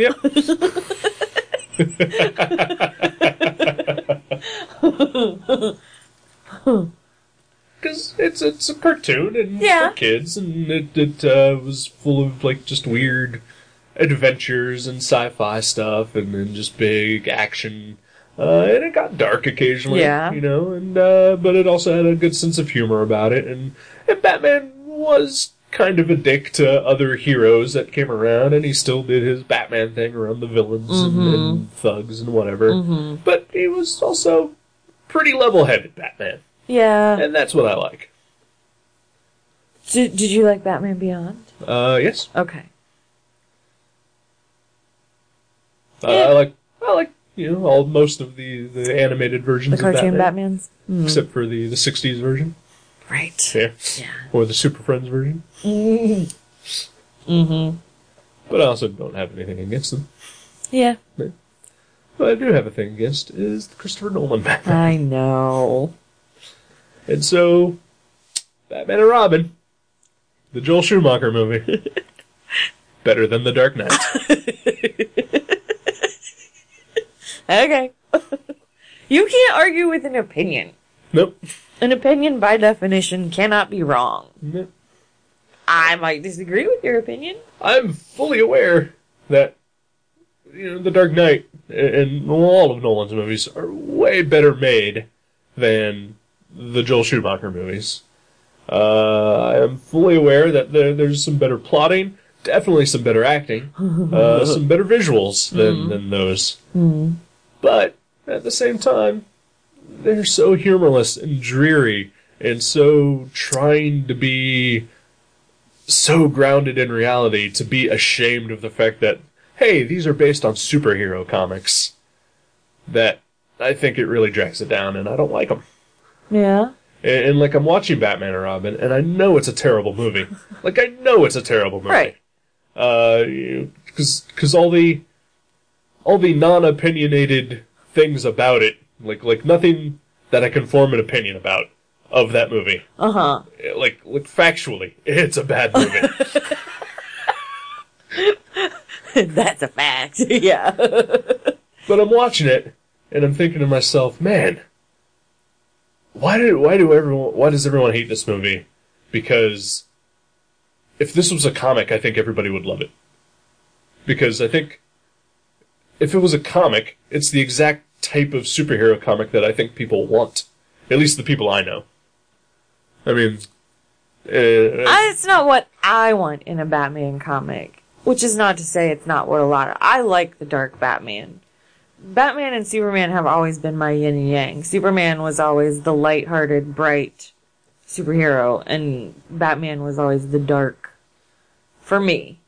Speaker 2: [LAUGHS]
Speaker 1: [LAUGHS] Yep. Because it's it's a cartoon and
Speaker 2: Yeah.
Speaker 1: for kids, and it it uh, was full of like just weird adventures and sci-fi stuff, and then just big action. Uh, and it got dark occasionally,
Speaker 2: Yeah.
Speaker 1: you know, and uh, but it also had a good sense of humor about it, and and Batman was kind of a dick to other heroes that came around, and he still did his Batman thing around the villains
Speaker 2: Mm-hmm.
Speaker 1: and, and thugs and whatever, but he was also pretty level-headed Batman,
Speaker 2: Yeah.
Speaker 1: and that's what I like.
Speaker 2: Did, did you like Batman Beyond?
Speaker 1: Uh, yes.
Speaker 2: Okay.
Speaker 1: I, I like I like you know all most of the, the animated
Speaker 2: The
Speaker 1: versions of
Speaker 2: cartoon mm.
Speaker 1: Batman,
Speaker 2: Batman's?
Speaker 1: except for the the '60s version,
Speaker 2: Right.
Speaker 1: yeah,
Speaker 2: Yeah.
Speaker 1: or the Super Friends version.
Speaker 2: Mm-hmm.
Speaker 1: But I also don't have anything against them.
Speaker 2: Yeah.
Speaker 1: What I do have a thing against is the Christopher Nolan
Speaker 2: [LAUGHS]
Speaker 1: Batman,
Speaker 2: I know.
Speaker 1: and so Batman and Robin, the Joel Schumacher movie, [LAUGHS] better than the Dark Knight.
Speaker 2: Okay. [LAUGHS] you can't argue with an opinion.
Speaker 1: nope.
Speaker 2: An opinion, by definition, cannot be wrong.
Speaker 1: Nope.
Speaker 2: I might disagree with your opinion.
Speaker 1: I'm fully aware that you know the Dark Knight and all of Nolan's movies are way better made than the Joel Schumacher movies. Uh, I am fully aware that there, there's some better plotting, definitely some better acting, uh, some better visuals than than those. But at the same time, they're so humorless and dreary, and so trying to be so grounded in reality to be ashamed of the fact that, hey, these are based on superhero comics. That I think it really drags it down, and I don't like them.
Speaker 2: Yeah.
Speaker 1: And, and, like, I'm watching Batman and Robin, and I know it's a terrible movie. like, I know it's a terrible movie.
Speaker 2: Right.
Speaker 1: Uh, because because all the all the non-opinionated things about it, like like nothing that I can form an opinion about of that movie
Speaker 2: Uh huh.
Speaker 1: like like factually, it's a bad movie.
Speaker 2: [LAUGHS] That's a fact. [LAUGHS] yeah.
Speaker 1: but I'm watching it and I'm thinking to myself, man, why do why do everyone why does everyone hate this movie? Because if this was a comic, I think everybody would love it. Because I think if it was a comic, it's the exact type of superhero comic that I think people want. At least the people I know. I mean, uh,
Speaker 2: I, it's not what I want in a Batman comic, which is not to say it's not what a lot of. I like the dark Batman. Batman and Superman have always been my yin and yang. Superman was always the light-hearted, bright superhero, and Batman was always the dark. For me.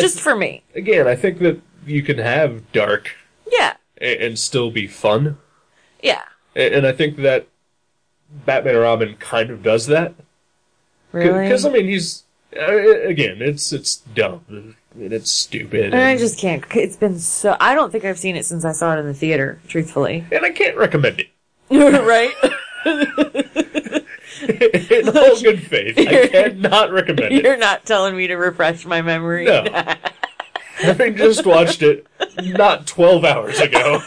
Speaker 2: Just for me.
Speaker 1: again, I think that you can have dark
Speaker 2: Yeah.
Speaker 1: a- and still be fun.
Speaker 2: Yeah.
Speaker 1: A- And I think that Batman and Robin kind of does that.
Speaker 2: Really?
Speaker 1: Because, I mean, he's. uh, Again, it's it's dumb. And it's stupid.
Speaker 2: And I
Speaker 1: And,
Speaker 2: just can't. It's been so. I don't think I've seen it since I saw it in the theater, truthfully. [LAUGHS]
Speaker 1: and I can't recommend it. [LAUGHS]
Speaker 2: right? [LAUGHS]
Speaker 1: In all good faith, I cannot recommend it.
Speaker 2: You're not telling me to refresh my memory.
Speaker 1: No.
Speaker 2: [LAUGHS]
Speaker 1: Having just watched it not 12 hours ago,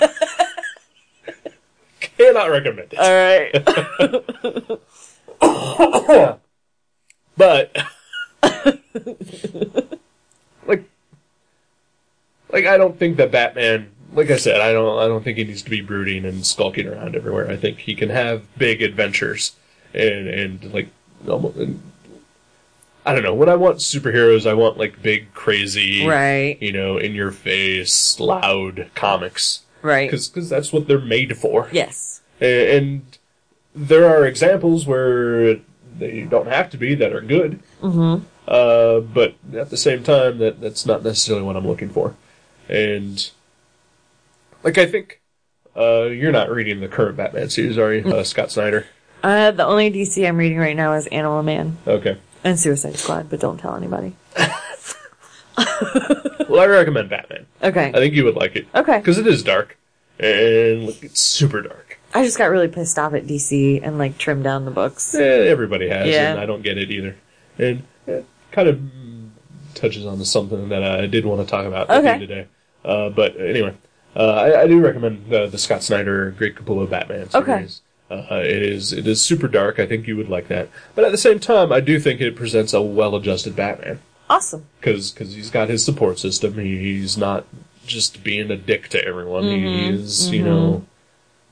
Speaker 2: [LAUGHS]
Speaker 1: cannot recommend it.
Speaker 2: All right. [LAUGHS]
Speaker 1: But like like I don't think that Batman like I said, I don't I don't think he needs to be brooding and skulking around everywhere. I think he can have big adventures and and like almost, and, I don't know. When I want superheroes, I want like big crazy
Speaker 2: right.
Speaker 1: you know, in your face, loud comics
Speaker 2: Right.
Speaker 1: cuz cuz that's what they're made for.
Speaker 2: Yes.
Speaker 1: A- Uh, And there are examples where they don't have to be that are good. Mm-hmm. Uh, but at the same time, that that's not necessarily what I'm looking for. And like I think uh, you're not reading the current Batman series, are you, uh, Scott Snyder?
Speaker 2: Uh, the only DC I'm reading right now is Animal Man
Speaker 1: Okay.
Speaker 2: and Suicide Squad, but don't tell anybody.
Speaker 1: Well, I recommend Batman.
Speaker 2: Okay.
Speaker 1: I think you would like it.
Speaker 2: Okay.
Speaker 1: Because it is dark. And like, it's super dark.
Speaker 2: I just got really pissed off at DC and like trimmed down the books.
Speaker 1: Eh, everybody has,
Speaker 2: Yeah.
Speaker 1: and I don't get it either. And it kind of mm, touches on to something that I did want to talk about with you
Speaker 2: Okay.
Speaker 1: today. Uh, but anyway, uh, I, I do recommend uh, the Scott Snyder Great Capullo Batman
Speaker 2: Okay.
Speaker 1: series. Uh, it is it is super dark. I think you would like that. But at the same time, I do think it presents a well-adjusted Batman.
Speaker 2: Awesome.
Speaker 1: because cause he's got his support system. He, he's not just being a dick to everyone. He
Speaker 2: Mm-hmm.
Speaker 1: is, you know,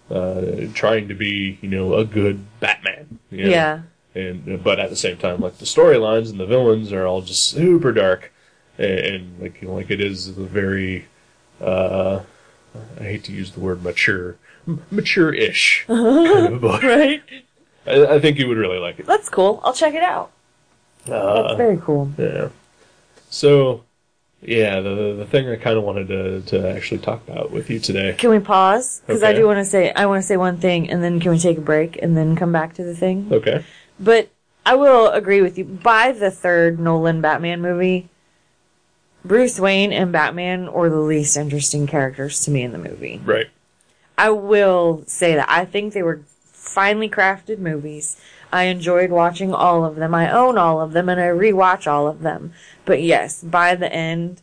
Speaker 1: uh, trying to be, you know, a good Batman. you know?
Speaker 2: Yeah.
Speaker 1: And but at the same time, like the storylines and the villains are all just super dark, and, and like you know, like it is a very, uh, I hate to use the word mature, m- mature-ish [LAUGHS] kind of a book.
Speaker 2: [LAUGHS] Right?
Speaker 1: I, I think you would really like it.
Speaker 2: That's cool. I'll check it out.
Speaker 1: Uh,
Speaker 2: That's very cool.
Speaker 1: Yeah. So, yeah, the the thing I kind of wanted to to actually talk about with you today.
Speaker 2: Can we pause? Because I
Speaker 1: Okay.
Speaker 2: do want to say I want to say one thing, and then can we take a break and then come back to the thing?
Speaker 1: Okay.
Speaker 2: But I will agree with you. By the third Nolan Batman movie, Bruce Wayne and Batman are the least interesting characters to me in the movie.
Speaker 1: Right.
Speaker 2: I will say that I think they were finely crafted movies. I enjoyed watching all of them. I own all of them and I rewatch all of them. But yes, by the end,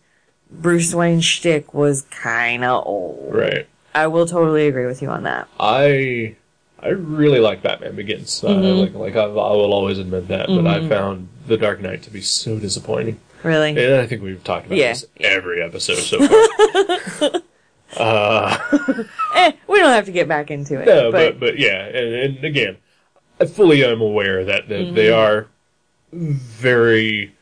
Speaker 2: Bruce Wayne's shtick was kinda old.
Speaker 1: Right.
Speaker 2: I will totally agree with you on that.
Speaker 1: I I really like Batman Begins. I,
Speaker 2: Mm-hmm.
Speaker 1: like like I, I will always admit that, but I found The Dark Knight to be so disappointing,
Speaker 2: Really?
Speaker 1: and I think we've talked about
Speaker 2: Yeah.
Speaker 1: this every episode
Speaker 2: [LAUGHS]
Speaker 1: so far.
Speaker 2: Eh, we don't have to get back into it.
Speaker 1: no,
Speaker 2: but,
Speaker 1: but, but yeah, and, and again, I fully am aware that, that they
Speaker 2: Mm-hmm.
Speaker 1: are very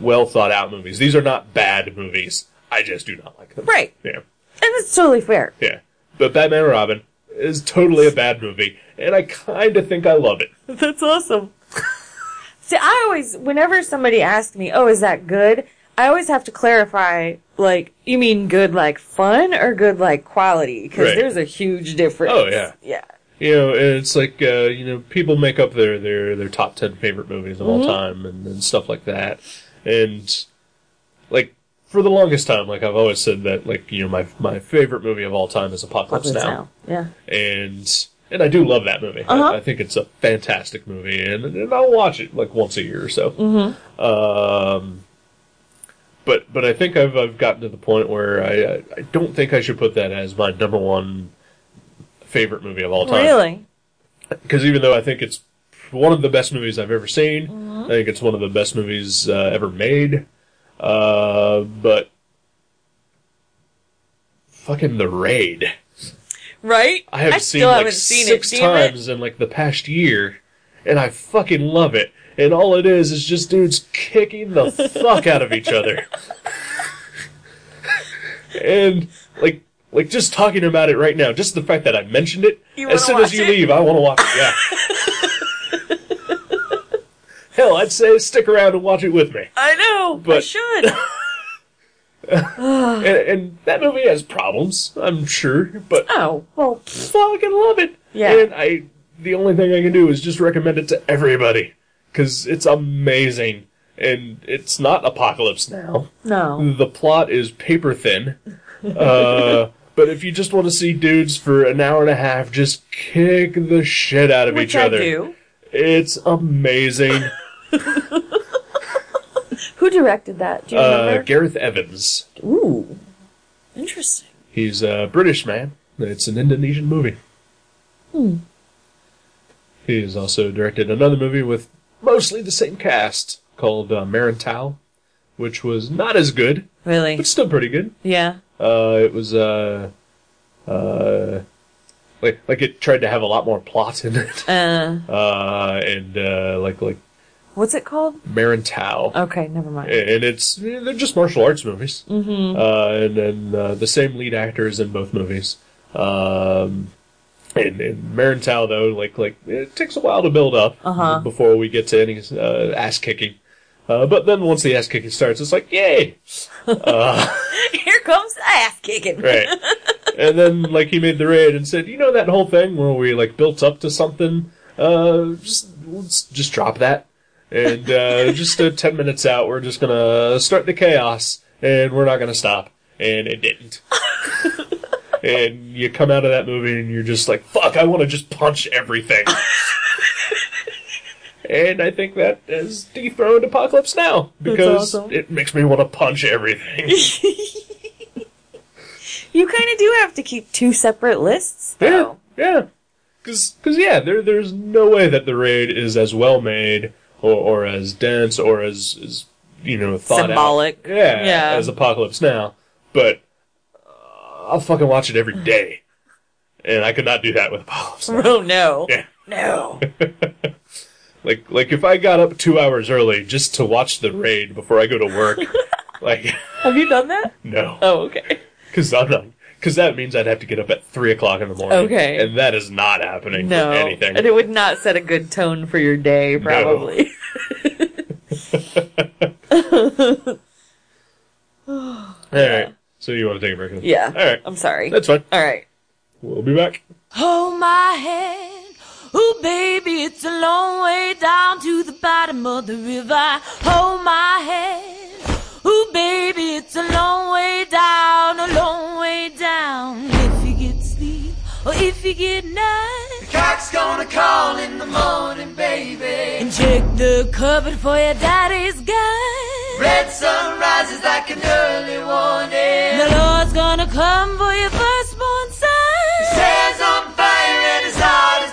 Speaker 1: well thought out movies. These are not bad movies. I just do not like them.
Speaker 2: Right.
Speaker 1: Yeah.
Speaker 2: and it's totally fair.
Speaker 1: Yeah. But Batman and Robin is totally a bad movie, and I kind of think I love it.
Speaker 2: [LAUGHS] That's awesome. See, I always, whenever somebody asks me, oh, is that good? I always have to clarify, like, you mean good like fun or good like quality? Because
Speaker 1: Right.
Speaker 2: there's a huge difference.
Speaker 1: Oh, yeah.
Speaker 2: Yeah.
Speaker 1: You know, and it's like uh, you know, people make up their their their top ten favorite movies of all
Speaker 2: Mm-hmm.
Speaker 1: time and, and stuff like that. And like for the longest time, like I've always said that like you know my my favorite movie of all time is Apocalypse,
Speaker 2: Apocalypse
Speaker 1: now.
Speaker 2: Now. Yeah.
Speaker 1: and and I do love that movie. I-
Speaker 2: Uh-huh.
Speaker 1: I, think it's a fantastic movie, and, and I'll watch it like once a year or so.
Speaker 2: Mm-hmm.
Speaker 1: Um, but but I think I've I've gotten to the point where I I- I don't think I should put that as my number one favorite movie of all time
Speaker 2: Really?
Speaker 1: because even though I think it's one of the best movies I've ever seen, I think it's one of the best movies uh, ever made. Uh, but fucking the raid.
Speaker 2: Right?
Speaker 1: I have seen
Speaker 2: still
Speaker 1: like
Speaker 2: haven't seen
Speaker 1: six
Speaker 2: it. damn it.
Speaker 1: times in like the past year, and I fucking love it. And all it is is just dudes kicking the fuck out of each other, and like like just talking about it right now. Just the fact that I mentioned it.
Speaker 2: You wanna
Speaker 1: as soon as
Speaker 2: watch
Speaker 1: you
Speaker 2: it?
Speaker 1: leave, I want to watch it. Yeah.
Speaker 2: [LAUGHS]
Speaker 1: Hell, I'd say stick around and watch it with me.
Speaker 2: I know. I
Speaker 1: But- [LAUGHS]
Speaker 2: should. Oh.
Speaker 1: And, and that movie has problems, I'm sure, but
Speaker 2: oh, well,
Speaker 1: fucking love it.
Speaker 2: Yeah.
Speaker 1: And I, the only thing I can do is just recommend it to everybody because it's amazing and it's not apocalypse now.
Speaker 2: no.
Speaker 1: The plot is paper
Speaker 2: [LAUGHS]
Speaker 1: thin. Uh, but if you just want to see dudes for an hour and a half, just kick the shit out of
Speaker 2: Which
Speaker 1: each
Speaker 2: I
Speaker 1: other.
Speaker 2: do.
Speaker 1: It's amazing.
Speaker 2: Who directed that? Do you
Speaker 1: uh,
Speaker 2: remember?
Speaker 1: Gareth Evans.
Speaker 2: Ooh. Interesting.
Speaker 1: He's a British man. It's an Indonesian movie. Hmm. He has also directed another movie with mostly the same cast called uh, Marantau, which was not as good,
Speaker 2: Really?
Speaker 1: but still pretty good.
Speaker 2: Yeah.
Speaker 1: Uh, it was uh, uh, like like it tried to have a lot more plot in it, [LAUGHS]
Speaker 2: Uh,
Speaker 1: uh, and uh, like like
Speaker 2: what's it called?
Speaker 1: Marantau
Speaker 2: Okay, never mind.
Speaker 1: and it's they're just martial arts movies. Mm-hmm. Uh, and then uh, the same lead actor is in both movies. Um, and, and Marintow though, like like it takes a while to build up
Speaker 2: Uh-huh.
Speaker 1: before we get to any uh, ass kicking. Uh, but then once the ass kicking starts, it's like yay,
Speaker 2: Here comes the ass kicking.
Speaker 1: [LAUGHS] right? and then like he made the raid and said, you know that whole thing where we like built up to something. uh, just let's just drop that. And uh, just uh, ten minutes out, we're just gonna start the chaos, and we're not gonna stop. And it didn't. and you come out of that movie, and you're just like, "Fuck! I want to just punch everything." and I think that has dethroned Apocalypse Now because
Speaker 2: awesome.
Speaker 1: it makes me want to punch everything.
Speaker 2: You kind of do have to keep two separate lists,
Speaker 1: Yeah,
Speaker 2: though.
Speaker 1: yeah. Because, cause, yeah, there, there's no way that the raid is as well made or, or as dense or as, as you know, thought
Speaker 2: Symbolic.
Speaker 1: out. Yeah,
Speaker 2: Yeah.
Speaker 1: As Apocalypse Now, but uh, I'll fucking watch
Speaker 2: [LAUGHS]
Speaker 1: it every day, and I could not do that with Apocalypse. Now. [LAUGHS]
Speaker 2: Oh no,
Speaker 1: Yeah. [LAUGHS]
Speaker 2: no.
Speaker 1: Like, like if I got up two hours early just to watch the raid before I go to
Speaker 2: [LAUGHS]
Speaker 1: work, like, [LAUGHS]
Speaker 2: have you done that?
Speaker 1: no.
Speaker 2: Oh, okay.
Speaker 1: Because I'm not. Because that means I'd have to get up at three o'clock in the morning.
Speaker 2: Okay.
Speaker 1: And that is not happening for
Speaker 2: No,
Speaker 1: anything.
Speaker 2: and it would not set a good tone for your day, probably. [LAUGHS]
Speaker 1: All right. So you want to take a break? then?
Speaker 2: yeah.
Speaker 1: All right.
Speaker 2: I'm sorry.
Speaker 1: That's fine.
Speaker 2: All right.
Speaker 1: We'll be back.
Speaker 3: Hold my hand. Oh, baby, it's a long way down to the bottom of the river. Hold my hand. Oh, baby, it's a long way down, a long way down. If you get sleep or if you get none.
Speaker 4: Cock's gonna call in the morning, baby.
Speaker 3: And check the cupboard for your daddy's gun.
Speaker 4: Red sun rises like an early warning.
Speaker 3: The Lord's gonna come for your firstborn son.
Speaker 4: Hair's on fire and his heart is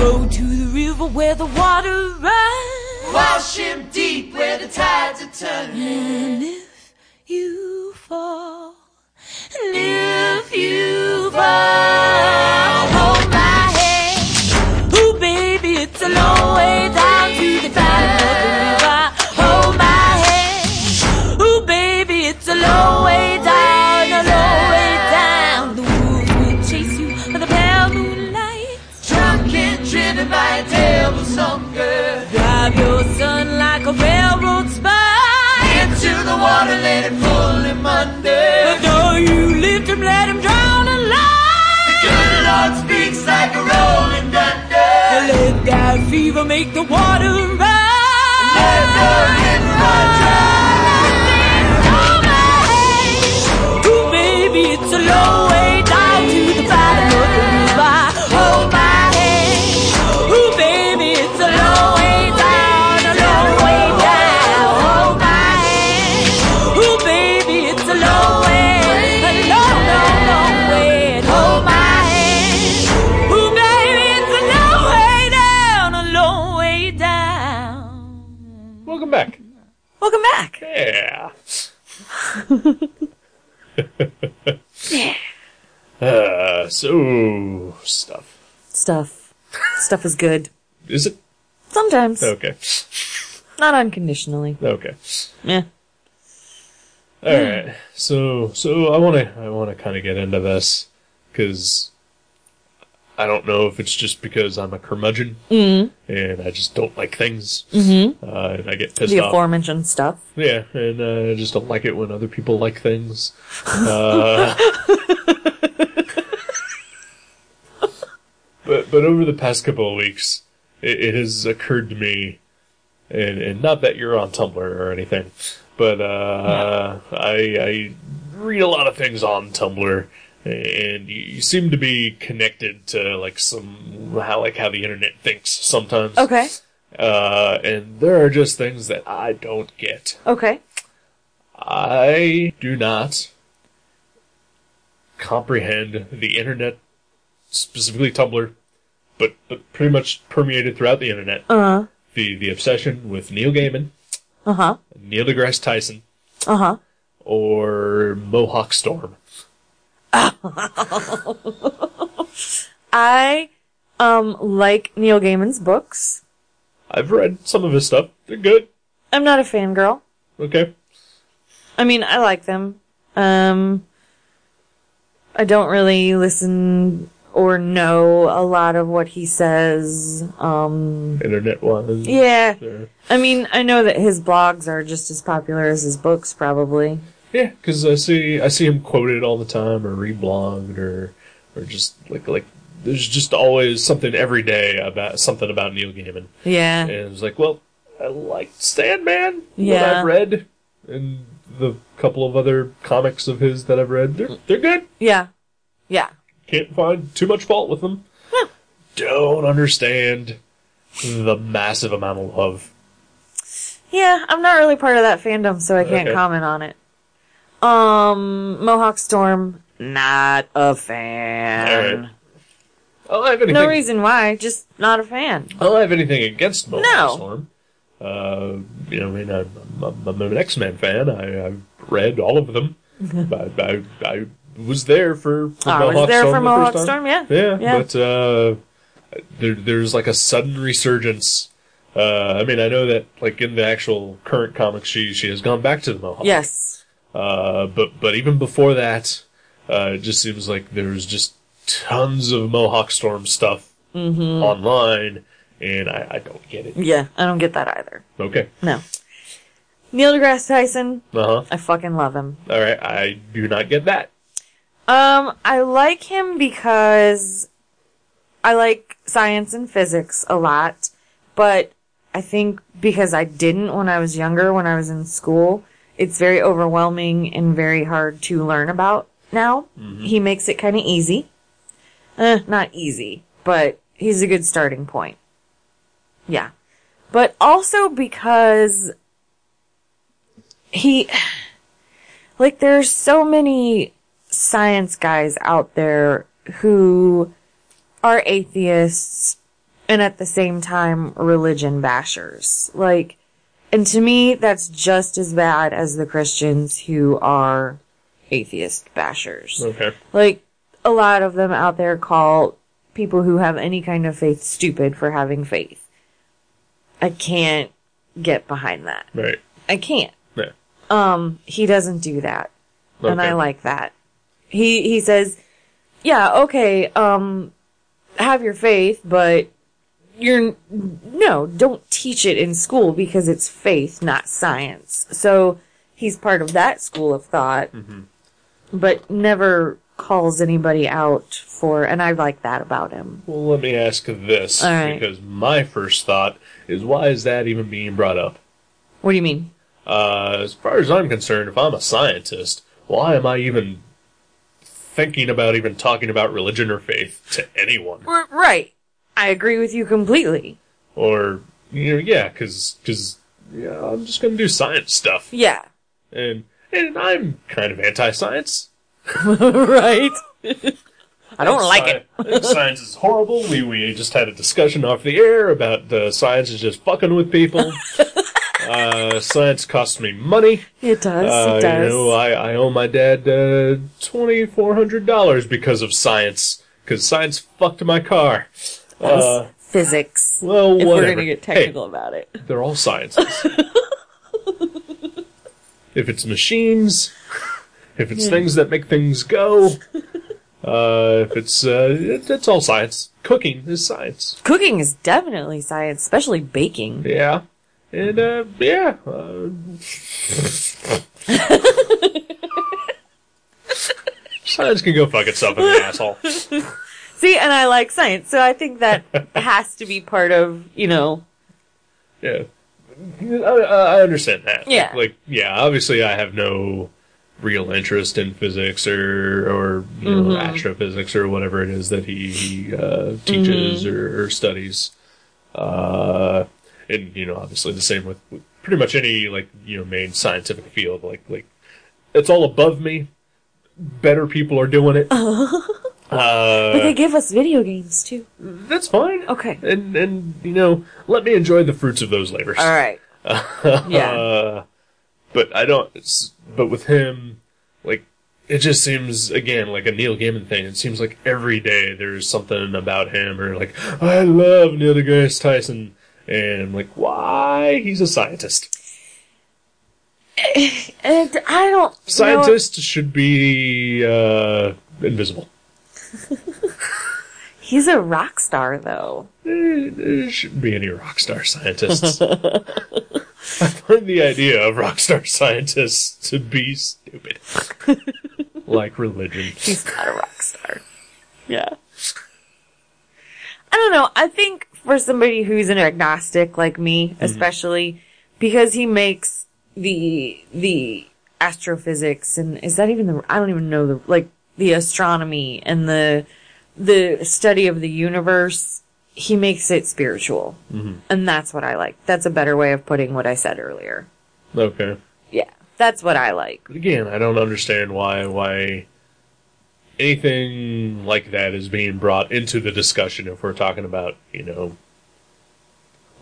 Speaker 4: burning.
Speaker 3: go to the river where the water runs.
Speaker 4: Wash him deep where the tides are turning.
Speaker 3: And if you fall, and if you fall, hold my hand. Ooh, baby, it's a long way down to the bottom of the river. Hold my hand. Ooh, baby, it's a long way down, a long way down. The wolf will chase you by the pale moonlight.
Speaker 4: Drunk and driven by a tailsome girl.
Speaker 3: Drive your son like a railroad spike.
Speaker 4: Into the water, let it pull him under.
Speaker 3: But though you lift him, let him drown alive.
Speaker 4: The good Lord speaks like a rolling
Speaker 3: To
Speaker 4: thunder.
Speaker 3: Let that fever make the water rise.
Speaker 4: Let the river run
Speaker 3: Over head. Ooh, baby, it's a long way down to the bottom of the river. Hold my hand. Ooh, baby, it's a long way down, a long way down. Hold my hand. Ooh, baby, it's a long way, a long, long, long way. And hold my hand. Ooh, baby, it's a long way down, a long way down.
Speaker 1: Welcome back.
Speaker 2: Welcome back.
Speaker 1: Yeah. [LAUGHS] uh, so stuff.
Speaker 2: Stuff. Stuff is good.
Speaker 1: Is it
Speaker 2: Sometimes.
Speaker 1: okay?
Speaker 2: Not unconditionally.
Speaker 1: Okay.
Speaker 2: Yeah. Hmm.
Speaker 1: All right. So so I want to I want to kind of get into this because I don't know if it's just because I'm a curmudgeon
Speaker 2: Mm-hmm.
Speaker 1: and I just don't like things uh, and I get pissed
Speaker 2: The
Speaker 1: off.
Speaker 2: aforementioned stuff.
Speaker 1: Yeah, and uh, I just don't like it when other people like things. Uh, but but over the past couple of weeks, it, it has occurred to me, and, and not that you're on Tumblr or anything, but uh, I, I read a lot of things on Tumblr, and you, you seem to be connected to like some how like how the internet thinks sometimes.
Speaker 2: Okay.
Speaker 1: Uh, and there are just things that I don't get.
Speaker 2: Okay.
Speaker 1: I do not comprehend the internet, specifically Tumblr, but, but pretty much permeated throughout the internet.
Speaker 2: Uh huh.
Speaker 1: The the obsession with Neil Gaiman,
Speaker 2: Uh huh.
Speaker 1: Neil deGrasse Tyson,
Speaker 2: Uh huh.
Speaker 1: or Mohawk Storm.
Speaker 2: I um like Neil Gaiman's books.
Speaker 1: I've read some of his stuff. They're good.
Speaker 2: I'm not a fangirl.
Speaker 1: Okay.
Speaker 2: I mean, I like them. Um, I don't really listen or know a lot of what he says. Um,
Speaker 1: Internet wise.
Speaker 2: yeah.
Speaker 1: Sure.
Speaker 2: I mean, I know that his blogs are just as popular as his books, probably.
Speaker 1: Yeah, because I see I see him quoted all the time, or reblogged, or or just like like there's just always something every day about something about Neil Gaiman.
Speaker 2: Yeah.
Speaker 1: And it was like, well, I liked Sandman. What
Speaker 2: Yeah.
Speaker 1: I've read and the couple of other comics of his that I've read, they're they're good.
Speaker 2: Yeah. Yeah.
Speaker 1: Can't find too much fault with them. Don't understand the massive amount of love.
Speaker 2: Yeah, I'm not really part of that fandom, so I can't
Speaker 1: Okay.
Speaker 2: comment on it. Um, Mohawk Storm, not a fan.
Speaker 1: Alright. I don't have anything.
Speaker 2: No reason why, just not a fan.
Speaker 1: I don't have anything against Mobile
Speaker 2: No.
Speaker 1: Storm. Uh, you know, I mean, I'm, I'm, I'm an X Men fan. I, I've read all of
Speaker 2: [LAUGHS]
Speaker 1: them. I, I, I was there for, for
Speaker 2: I was
Speaker 1: Mohawk
Speaker 2: there
Speaker 1: Storm
Speaker 2: for
Speaker 1: the
Speaker 2: Mohawk
Speaker 1: first time.
Speaker 2: Storm, yeah.
Speaker 1: Yeah,
Speaker 2: Yeah.
Speaker 1: but uh, there, there's like a sudden resurgence. Uh, I mean, I know that like in the actual current comics, she she has gone back to the Mohawk.
Speaker 2: Yes.
Speaker 1: Uh, but but even before that, uh, it just seems like there's just tons of Mohawk Storm stuff
Speaker 2: Mm-hmm.
Speaker 1: online, and I, I don't get it.
Speaker 2: Yeah, I don't get that either.
Speaker 1: Okay.
Speaker 2: No. Neil deGrasse Tyson,
Speaker 1: Uh huh.
Speaker 2: I fucking love him.
Speaker 1: All right. I do not get that.
Speaker 2: Um, I like him because I like science and physics a lot, but I think because I didn't when I was younger, when I was in school, it's very overwhelming and very hard to learn about now. He makes it kind of easy. Eh, not easy, but he's a good starting point. Yeah. But also because he, like, there's so many science guys out there who are atheists and at the same time religion bashers. Like, and to me, that's just as bad as the Christians who are atheist bashers.
Speaker 1: Okay.
Speaker 2: Like, a lot of them out there call people who have any kind of faith stupid for having faith. I can't get behind that.
Speaker 1: Right.
Speaker 2: I can't.
Speaker 1: Yeah.
Speaker 2: Um, he doesn't do that and
Speaker 1: Okay.
Speaker 2: I like that. He he says, "Yeah, okay, um have your faith, but you're no, don't teach it in school because it's faith, not science." So he's part of that school of thought, but never calls anybody out for, and I like that about him.
Speaker 1: Well, let me ask this
Speaker 2: All right.
Speaker 1: because my first thought is why is that even being brought up?
Speaker 2: What do you mean?
Speaker 1: Uh, as far as I'm concerned, if I'm a scientist, why am I even thinking about even talking about religion or faith to anyone?
Speaker 2: R- right, I agree with you completely.
Speaker 1: Or you know, yeah, because because yeah, I'm just gonna do science stuff,
Speaker 2: Yeah,
Speaker 1: and and I'm kind of anti-science.
Speaker 2: [LAUGHS] right. [LAUGHS] I don't like it.
Speaker 1: it. [LAUGHS] science is horrible. We we just had a discussion off the air about uh, science is just fucking with
Speaker 2: [LAUGHS]
Speaker 1: people. uh, science costs me money.
Speaker 2: It does.
Speaker 1: Uh,
Speaker 2: it does.
Speaker 1: You know, I, I owe my dad uh, twenty four hundred dollars because of science. Because science fucked my car. Uh,
Speaker 2: physics.
Speaker 1: well,
Speaker 2: if
Speaker 1: whatever.
Speaker 2: we're gonna get technical about it.
Speaker 1: Hey, they're all sciences. if it's machines, if it's things that make things go, uh, if it's uh, it, it's all science. Cooking is science.
Speaker 2: Cooking is definitely science, especially baking.
Speaker 1: Yeah. And, uh, yeah. Uh... Science can go fuck itself in the asshole.
Speaker 2: See, and I like science, so I
Speaker 1: [LAUGHS]
Speaker 2: think that has to be part of, you know,
Speaker 1: Yeah. I, I understand that.
Speaker 2: Yeah.
Speaker 1: Like, yeah, obviously I have no real interest in physics or, or you
Speaker 2: Mm-hmm.
Speaker 1: know, astrophysics or whatever it is that he, he uh, teaches
Speaker 2: Mm-hmm.
Speaker 1: or, or studies. Uh, and, you know, obviously the same with, with pretty much any, like, you know, main scientific field. Like, like, it's all above me. Better people are doing
Speaker 2: [LAUGHS]
Speaker 1: it.
Speaker 2: Uh, but
Speaker 1: uh,
Speaker 2: they give us video games too.
Speaker 1: that's fine.
Speaker 2: Okay.
Speaker 1: And, and, you know, let me enjoy the fruits of those labors.
Speaker 2: All
Speaker 1: [LAUGHS]
Speaker 2: right. yeah.
Speaker 1: Uh, but I don't. s- But with him, like it just seems again like a Neil Gaiman thing. It seems like every day there's something about him, or like I love Neil deGrasse Tyson, and I'm like why he's a scientist.
Speaker 2: And I don't know-
Speaker 1: Scientists should be uh, invisible.
Speaker 2: he's a rock star though.
Speaker 1: Eh, There shouldn't be any rock star
Speaker 2: [LAUGHS]
Speaker 1: scientists. [LAUGHS] I find the idea of rock star scientists to be
Speaker 2: [LAUGHS]
Speaker 1: stupid, like religion.
Speaker 2: He's not a rock star. Yeah. I don't know. I think for somebody who's an agnostic like me,
Speaker 1: Mm-hmm.
Speaker 2: especially because he makes the the astrophysics and is that even the I don't even know the like the astronomy and the the study of the universe. He makes it spiritual,
Speaker 1: Mm-hmm.
Speaker 2: and that's what I like. That's a better way of putting what I said earlier.
Speaker 1: Okay.
Speaker 2: Yeah, that's what I like.
Speaker 1: But again, I don't understand why why anything like that is being brought into the discussion if we're talking about, you know,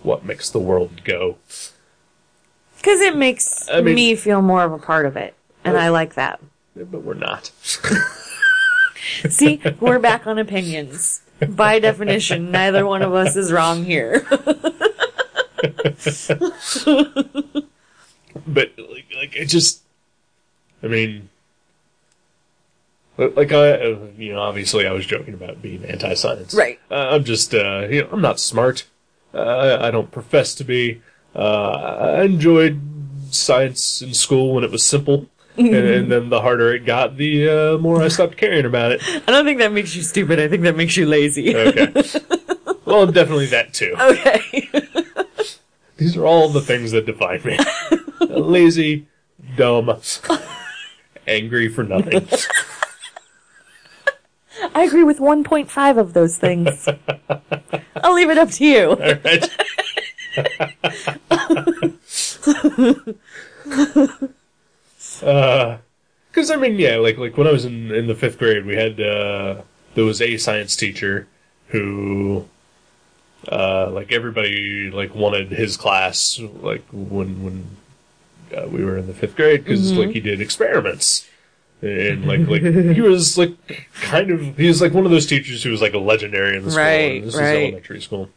Speaker 1: what makes the world go.
Speaker 2: Because it makes
Speaker 1: I mean-
Speaker 2: me feel more of a part of it, and I like that.
Speaker 1: But we're not.
Speaker 2: See, we're back on opinions. By definition, neither one of us is wrong here. [LAUGHS]
Speaker 1: but like, like it just i mean li- like i uh, you know obviously i was joking about being anti-science
Speaker 2: Right.
Speaker 1: uh, i'm just uh you know i'm not smart uh, I, I don't profess to be uh i enjoyed science in school when it was simple and, and then the harder it got the uh, more i stopped caring about it
Speaker 2: I don't think that makes you stupid. I think that makes you lazy.
Speaker 1: okay well definitely that too
Speaker 2: [LAUGHS] Oh. Okay.
Speaker 1: These are all the things that define me. Lazy, dumb, angry for nothing.
Speaker 2: I agree with 1.5 of those things. I'll leave it up to you.
Speaker 1: Right? [LAUGHS] Because I mean, yeah, like like when I was in in the fifth grade, we had uh, there was a science teacher who. Uh, like everybody like wanted his class like when when uh, we were in the fifth grade because
Speaker 2: Mm-hmm.
Speaker 1: like he did experiments and like
Speaker 2: [LAUGHS]
Speaker 1: like he was like kind of he was like one of those teachers who was like a legendary in the school.
Speaker 2: Right,
Speaker 1: this
Speaker 2: right.
Speaker 1: is elementary school.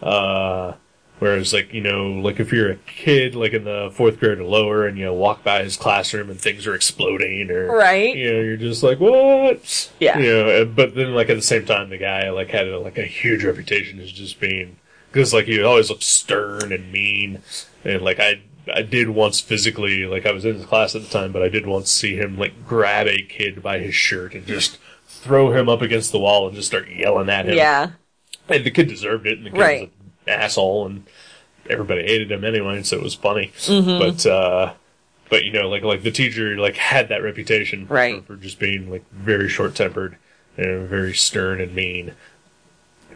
Speaker 1: Uh, whereas like you know like if you're a kid like in the fourth grade or lower and you know, walk by his classroom and things are exploding or
Speaker 2: Right.
Speaker 1: you know you're just like what
Speaker 2: Yeah.
Speaker 1: you know and- but then like at the same time the guy like had a, like a huge reputation as just being because like he always looked stern and mean and like I I did once physically like I was in his class at the time but I did once see him like grab a kid by his shirt and just throw him up against the wall and just start yelling at him
Speaker 2: Yeah.
Speaker 1: and the kid deserved it, and the kid was
Speaker 2: Right.
Speaker 1: an asshole, and everybody hated him anyway, so it was funny.
Speaker 2: Mm-hmm.
Speaker 1: But uh, but you know, like like the teacher like had that reputation for-
Speaker 2: Right.
Speaker 1: for, just being like very short tempered and very stern and mean.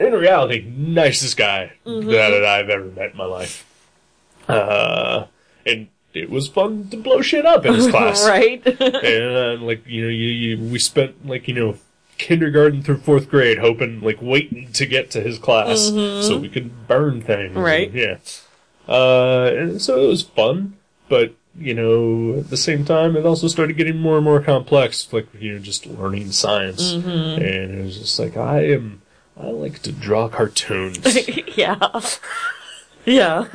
Speaker 1: In reality, nicest guy
Speaker 2: Mm-hmm.
Speaker 1: that, that I've ever met in my life. Uh, and it was fun to blow shit up in
Speaker 2: [LAUGHS]
Speaker 1: his class
Speaker 2: Right?
Speaker 1: and uh, like you know you, you we spent like you know kindergarten through fourth grade hoping like waiting to get to his class so we could burn things
Speaker 2: Right.
Speaker 1: And, yeah uh and so it was fun but you know at the same time it also started getting more and more complex like you know just learning science and it was just like i am i like to draw cartoons
Speaker 2: yeah. Yeah.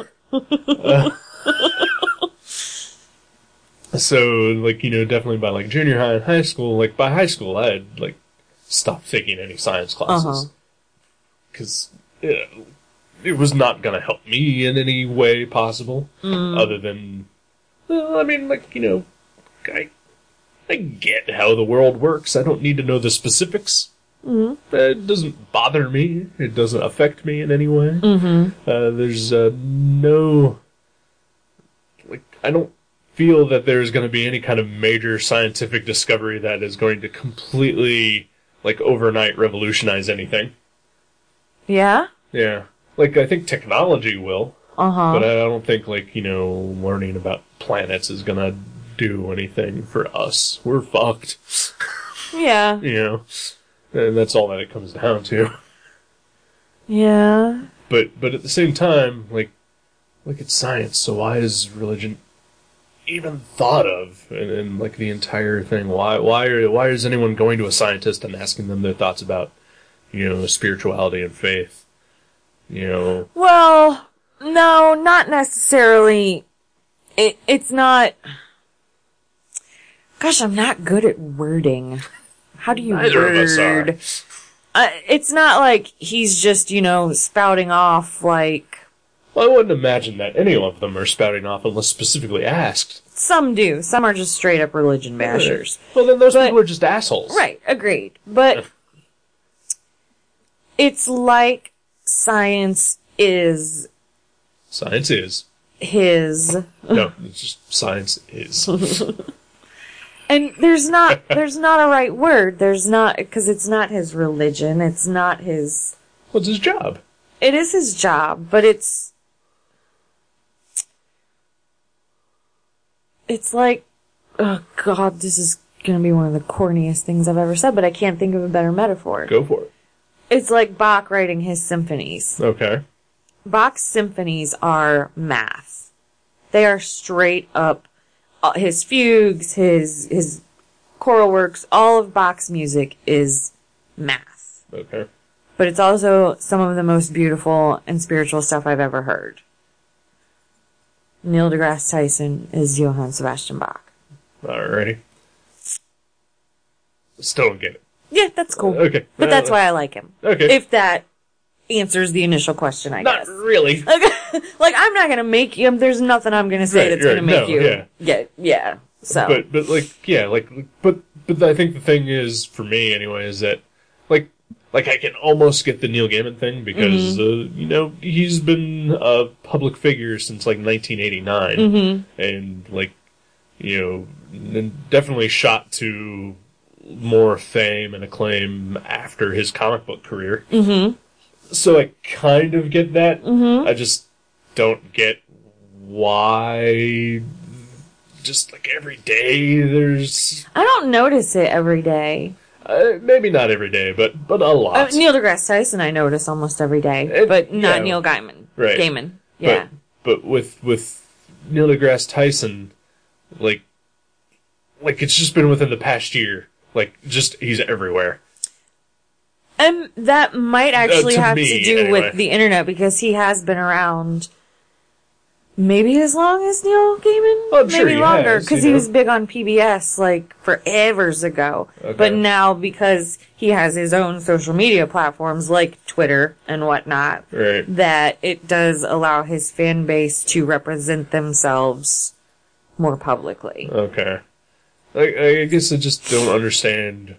Speaker 1: so like you know definitely by like junior high and high school like by high school i had like stopped taking any science classes because it was not going to help me in any way possible other than well, i mean like you know i i get how the world works i don't need to know the specifics Uh, it doesn't bother me it doesn't affect me in any way uh, there's uh, no like I don't feel that there's going to be any kind of major scientific discovery that is going to completely like overnight revolutionize anything.
Speaker 2: Yeah?
Speaker 1: Yeah. Like I think technology will,
Speaker 2: Uh huh.
Speaker 1: but I don't think like, you know, learning about planets is going to do anything for us. We're fucked,
Speaker 2: Yeah.
Speaker 1: you know. And that's all that it comes down to.
Speaker 2: Yeah.
Speaker 1: But but at the same time, like like it's science, so why is religion even thought of? And, and like the entire thing, why why are, why is anyone going to a scientist and asking them their thoughts about you know spirituality and faith? You know,
Speaker 2: Well, no, not necessarily. It, it's not. Gosh, I'm not good at wording. How do you
Speaker 1: neither
Speaker 2: word?
Speaker 1: of us are.
Speaker 2: Uh, it's not like he's just, you know, spouting off like
Speaker 1: Well, I wouldn't imagine that any of them are spouting off unless specifically asked.
Speaker 2: some do. Some are just straight up religion bashers.
Speaker 1: Well, then those
Speaker 2: But-
Speaker 1: people are just assholes.
Speaker 2: Right, agreed. But it's like science is
Speaker 1: Science is.
Speaker 2: his.
Speaker 1: No, it's just science is.
Speaker 2: And there's not there's not a right word. There's not because it's not his religion. It's not his.
Speaker 1: What's his job?
Speaker 2: It is his job, but it's it's like oh god, this is gonna be one of the corniest things I've ever said, but I can't think of a better metaphor.
Speaker 1: Go for it.
Speaker 2: It's like Bach writing his symphonies.
Speaker 1: Okay.
Speaker 2: Bach's symphonies are math. They are straight up uh, his fugues, his his choral works, all of Bach's music is math.
Speaker 1: Okay.
Speaker 2: But it's also some of the most beautiful and spiritual stuff I've ever heard. Neil deGrasse Tyson is Johann Sebastian Bach.
Speaker 1: Alrighty. Still don't get it.
Speaker 2: Yeah, that's cool.
Speaker 1: Okay.
Speaker 2: But
Speaker 1: Uh,
Speaker 2: that's why I like him.
Speaker 1: Okay.
Speaker 2: If that answers the initial question, I
Speaker 1: Not
Speaker 2: guess.
Speaker 1: really.
Speaker 2: [LAUGHS] like I'm not gonna make you. um, There's nothing I'm gonna say
Speaker 1: Right,
Speaker 2: that's
Speaker 1: right,
Speaker 2: gonna
Speaker 1: no,
Speaker 2: make you.
Speaker 1: yeah.
Speaker 2: yeah, yeah. So
Speaker 1: But but like yeah like but but I think the thing is for me anyway is that like like I can almost get the Neil Gaiman thing because uh, you know he's been a public figure since like 1989 and like you know n- definitely shot to more fame and acclaim after his comic book career. Mm-hmm. So I kind of get that. I just don't get why just like every day there's
Speaker 2: I don't notice it every day.
Speaker 1: uh, maybe not every day but but a
Speaker 2: Uh,
Speaker 1: lot
Speaker 2: Neil deGrasse Tyson I notice almost every day,
Speaker 1: It-
Speaker 2: but not
Speaker 1: yeah.
Speaker 2: Neil Gaiman.
Speaker 1: Right.
Speaker 2: Gaiman.
Speaker 1: but
Speaker 2: Yeah.
Speaker 1: but with with Neil deGrasse Tyson like like it's just been within the past year like just he's everywhere
Speaker 2: and Um, that might actually
Speaker 1: Uh, to
Speaker 2: have
Speaker 1: me,
Speaker 2: to do
Speaker 1: anyway.
Speaker 2: with the internet because he has been around maybe as long as Neil Gaiman,
Speaker 1: Oh, I'm
Speaker 2: maybe
Speaker 1: sure he
Speaker 2: longer
Speaker 1: has,
Speaker 2: because
Speaker 1: you
Speaker 2: he
Speaker 1: know.
Speaker 2: was big on PBS like forevers ago.
Speaker 1: Okay.
Speaker 2: But now because he has his own social media platforms like Twitter and whatnot,
Speaker 1: right
Speaker 2: that it does allow his fan base to represent themselves more publicly.
Speaker 1: okay I, I guess I just don't understand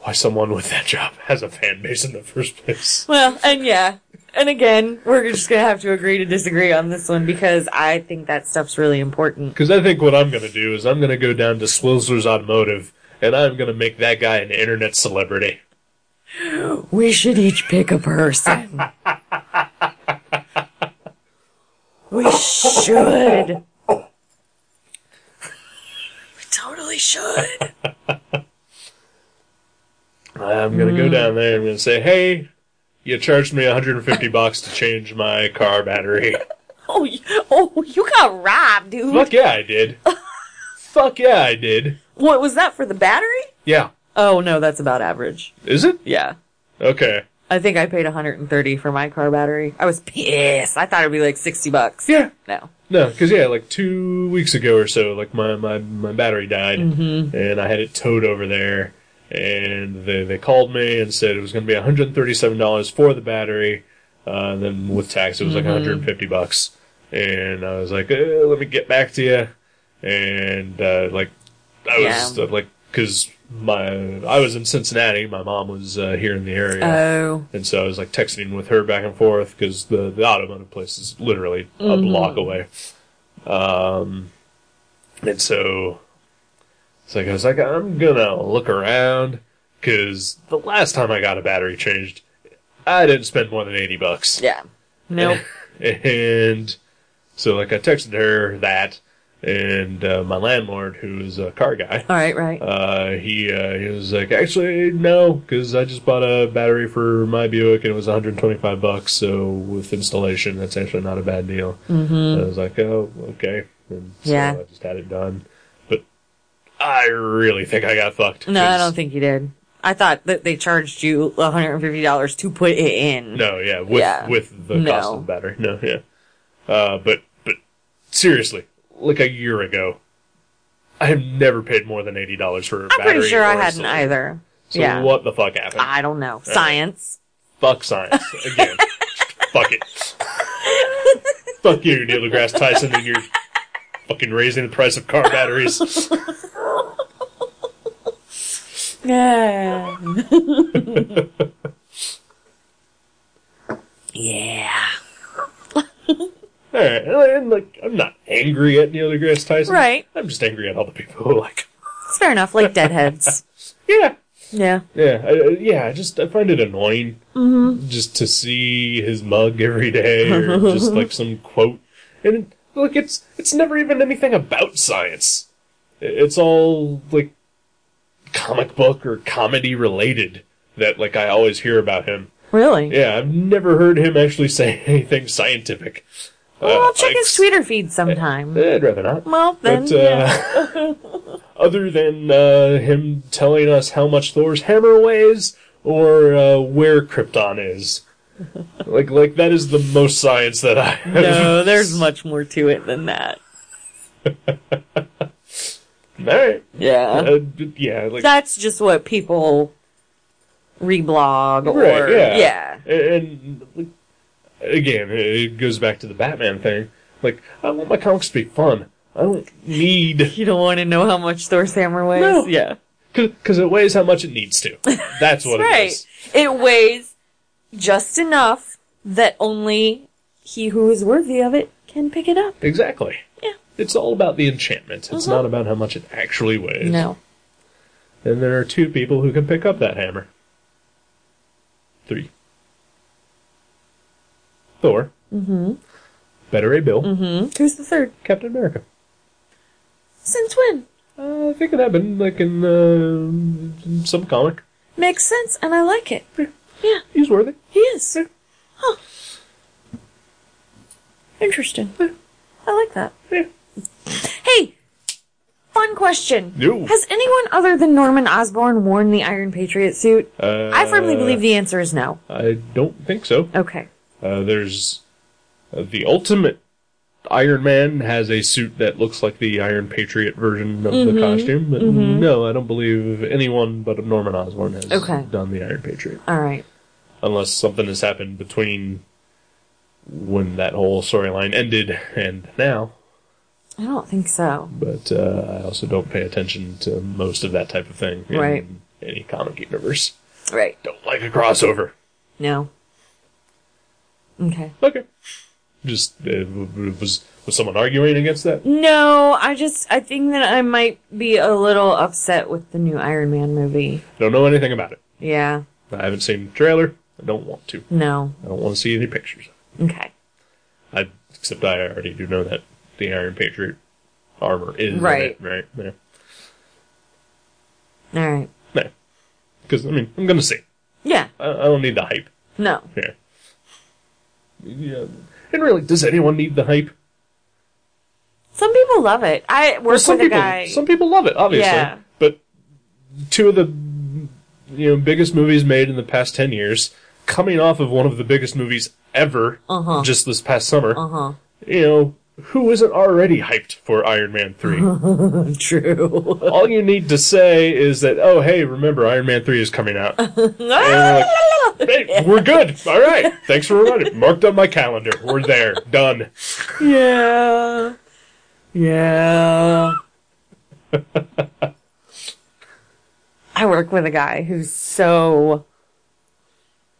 Speaker 1: why someone with that job has a fan base in the first place
Speaker 2: Well, and yeah. And again, we're just gonna have to agree to disagree on this one because I think that stuff's really important.
Speaker 1: Because I think what I'm going to do is I'm going to go down to Swizzler's Automotive and I'm going to make that guy an internet celebrity.
Speaker 2: We should each pick a person. we should. We totally should.
Speaker 1: I'm going to go down there and I'm going to say, hey, you charged me 150 bucks to change my car battery.
Speaker 2: Oh, y- oh, you got robbed, dude.
Speaker 1: Fuck yeah, I did. Fuck yeah, I did.
Speaker 2: What was that for the battery?
Speaker 1: Yeah.
Speaker 2: Oh no, that's about average.
Speaker 1: Is it?
Speaker 2: Yeah.
Speaker 1: Okay.
Speaker 2: I think I paid 130 for my car battery. I was pissed. I thought it'd be like 60 bucks.
Speaker 1: Yeah.
Speaker 2: No.
Speaker 1: No, because yeah, like two weeks ago or so, like my my, my battery died,
Speaker 2: Mm-hmm.
Speaker 1: and I had it towed over there, and they they called me and said it was going to be one hundred thirty seven dollars for the battery, uh, and then with tax it
Speaker 2: Mm-hmm.
Speaker 1: was like one hundred and fifty bucks, and I was like, eh, let me get back to you, and uh, like I was
Speaker 2: Yeah.
Speaker 1: uh, like because my I was in Cincinnati, my mom was uh, here in the area.
Speaker 2: Oh.
Speaker 1: And so I was like texting with her back and forth because the, the automotive place is literally a block away. Um, and so it's like I was like, I'm gonna look around because the last time I got a battery changed, I didn't spend more than eighty bucks.
Speaker 2: Yeah. Nope.
Speaker 1: [LAUGHS] And so like I texted her that, and uh, my landlord, who is a car guy,
Speaker 2: All right, right.
Speaker 1: uh, he uh, he was like, actually no, because I just bought a battery for my Buick and it was 125 bucks. So with installation, that's actually not a bad deal. I was like, oh, okay. And so
Speaker 2: Mm-hmm. Yeah.
Speaker 1: I just had it done, but I really think I got fucked.
Speaker 2: no, I
Speaker 1: 'cause-
Speaker 2: don't think you did. I thought that they charged you $150 to put it in.
Speaker 1: No, yeah, with
Speaker 2: Yeah.
Speaker 1: with the cost
Speaker 2: No.
Speaker 1: of the battery. No, yeah. Uh, but but seriously, like a year ago, I have never paid more than eighty dollars for a
Speaker 2: I'm
Speaker 1: battery.
Speaker 2: pretty sure I
Speaker 1: or a
Speaker 2: hadn't
Speaker 1: cylinder.
Speaker 2: either.
Speaker 1: So
Speaker 2: yeah.
Speaker 1: what the fuck happened?
Speaker 2: I don't know.
Speaker 1: [LAUGHS]
Speaker 2: Science.
Speaker 1: fuck science again. fuck it. fuck you, Neil deGrasse Tyson, and you're fucking raising the price of car batteries.
Speaker 2: Yeah.
Speaker 1: angry at Neil deGrasse Tyson.
Speaker 2: Right.
Speaker 1: I'm just angry at all the people who like. him.
Speaker 2: It's fair enough,
Speaker 1: [LAUGHS]
Speaker 2: like deadheads.
Speaker 1: Yeah.
Speaker 2: yeah.
Speaker 1: Yeah, I, I- yeah. I just I find it annoying
Speaker 2: Mm-hmm.
Speaker 1: just to see his mug every day, or just like
Speaker 2: [LAUGHS]
Speaker 1: some quote. And look, it's it's never even anything about science. I- It's all like comic book or comedy related that like I always hear about him.
Speaker 2: Really?
Speaker 1: Yeah, I've never heard him actually [LAUGHS] say anything scientific.
Speaker 2: Well,
Speaker 1: Uh,
Speaker 2: I'll check his
Speaker 1: ex-
Speaker 2: Twitter feed
Speaker 1: [LAUGHS]
Speaker 2: sometime.
Speaker 1: Eh, I'd rather not.
Speaker 2: well, then,
Speaker 1: But
Speaker 2: yeah.
Speaker 1: uh, [LAUGHS] other than uh, him telling us how much Thor's hammer weighs or uh, where Krypton
Speaker 2: [LAUGHS]
Speaker 1: is, like like that is the most science that I.
Speaker 2: No, there's much more to it than that.
Speaker 1: [LAUGHS] All right.
Speaker 2: Yeah.
Speaker 1: Uh, d- yeah. Like
Speaker 2: That's just what people reblog or
Speaker 1: right. Yeah.
Speaker 2: yeah.
Speaker 1: And, and like, again, it goes back to the Batman thing. Like I want my comics to be fun. I don't need
Speaker 2: You don't want to know how much Thor's hammer weighs.
Speaker 1: No.
Speaker 2: Yeah.
Speaker 1: because it weighs how much it needs
Speaker 2: [LAUGHS]
Speaker 1: to. That's what it
Speaker 2: Right.
Speaker 1: is.
Speaker 2: It weighs just enough that only he who is worthy of it can pick it up.
Speaker 1: Exactly.
Speaker 2: Yeah. Uh-huh.
Speaker 1: It's all about the enchantment. It's not about how much it actually weighs.
Speaker 2: No.
Speaker 1: And there are two people who can pick up that hammer. Three. Thor. Mm-hmm. Better A Bill.
Speaker 2: Mm-hmm. Hmm? Who's the third?
Speaker 1: Captain America.
Speaker 2: Since when?
Speaker 1: Uh, I think it happened like in, uh, in some comic.
Speaker 2: Makes sense, and I like it. Yeah,
Speaker 1: He's worthy.
Speaker 2: he is. Huh. Interesting. I like that.
Speaker 1: Yeah.
Speaker 2: Hey, fun question.
Speaker 1: No.
Speaker 2: Has anyone other than Norman Osborn worn the Iron Patriot suit?
Speaker 1: Uh,
Speaker 2: I firmly believe the answer is no.
Speaker 1: I don't think so.
Speaker 2: Okay.
Speaker 1: Uh, there's uh, the ultimate Iron Man has a suit that looks like the Iron Patriot version of
Speaker 2: Mm-hmm.
Speaker 1: the costume. But No, I don't believe anyone but Norman Osborn has
Speaker 2: Okay.
Speaker 1: done the Iron Patriot,
Speaker 2: All right.
Speaker 1: unless something has happened between when that whole storyline ended and now.
Speaker 2: I don't think so.
Speaker 1: But uh, I also don't pay attention to most of that type of thing in
Speaker 2: Right.
Speaker 1: any comic universe.
Speaker 2: Right.
Speaker 1: Don't like a crossover.
Speaker 2: No. Okay.
Speaker 1: Okay. Just uh, w- w- was was someone arguing against that?
Speaker 2: No, I just I think that I might be a little upset with the new Iron Man movie.
Speaker 1: Don't know anything about it.
Speaker 2: Yeah.
Speaker 1: I haven't seen the trailer. I don't want to.
Speaker 2: No.
Speaker 1: I don't want to see any pictures.
Speaker 2: Okay.
Speaker 1: I except I already do know that the Iron Patriot armor is in
Speaker 2: Right.
Speaker 1: it, right? Yeah.
Speaker 2: All right.
Speaker 1: No. Because I mean, I'm gonna see. it.
Speaker 2: Yeah.
Speaker 1: I, I don't need the hype.
Speaker 2: No.
Speaker 1: Yeah. Yeah. And really, does anyone need the hype?
Speaker 2: Some people love it. I work
Speaker 1: some
Speaker 2: with a
Speaker 1: people,
Speaker 2: guy.
Speaker 1: some people love it, obviously.
Speaker 2: Yeah.
Speaker 1: But two of the you know biggest movies made in the past ten years, coming off of one of the biggest movies ever,
Speaker 2: Uh-huh.
Speaker 1: just this past summer.
Speaker 2: Uh huh.
Speaker 1: you know, who isn't already hyped for Iron Man
Speaker 2: Uh-huh.
Speaker 1: 3?
Speaker 2: [LAUGHS] True.
Speaker 1: All you need to say is that, oh, hey, remember, Iron Man 3 is coming out. And we're
Speaker 2: [LAUGHS]
Speaker 1: like, hey, we're good. All right. Thanks for reminding. Marked up my calendar. We're there. Done.
Speaker 2: yeah. Yeah. I work with a guy who's so.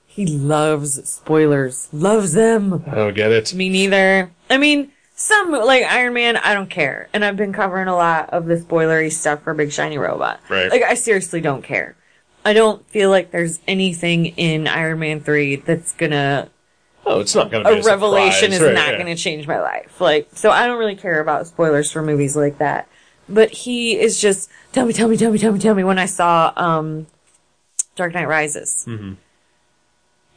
Speaker 2: He loves spoilers. Loves them.
Speaker 1: I don't get it.
Speaker 2: Me neither. I mean, some like Iron Man, I don't care. And I've been covering a lot of the spoilery stuff for Big Shiny Robot.
Speaker 1: Right.
Speaker 2: Like I seriously don't care. I don't feel like there's anything in Iron Man 3 that's gonna
Speaker 1: Oh, it's not going to
Speaker 2: a
Speaker 1: be a,
Speaker 2: revelation is
Speaker 1: surprise. Right,
Speaker 2: not
Speaker 1: yeah.
Speaker 2: gonna change my life. Like so I don't really care about spoilers for movies like that. But he is just tell me, tell me, tell me, tell me, tell me when I saw um Dark Knight Rises.
Speaker 1: Mm-hmm.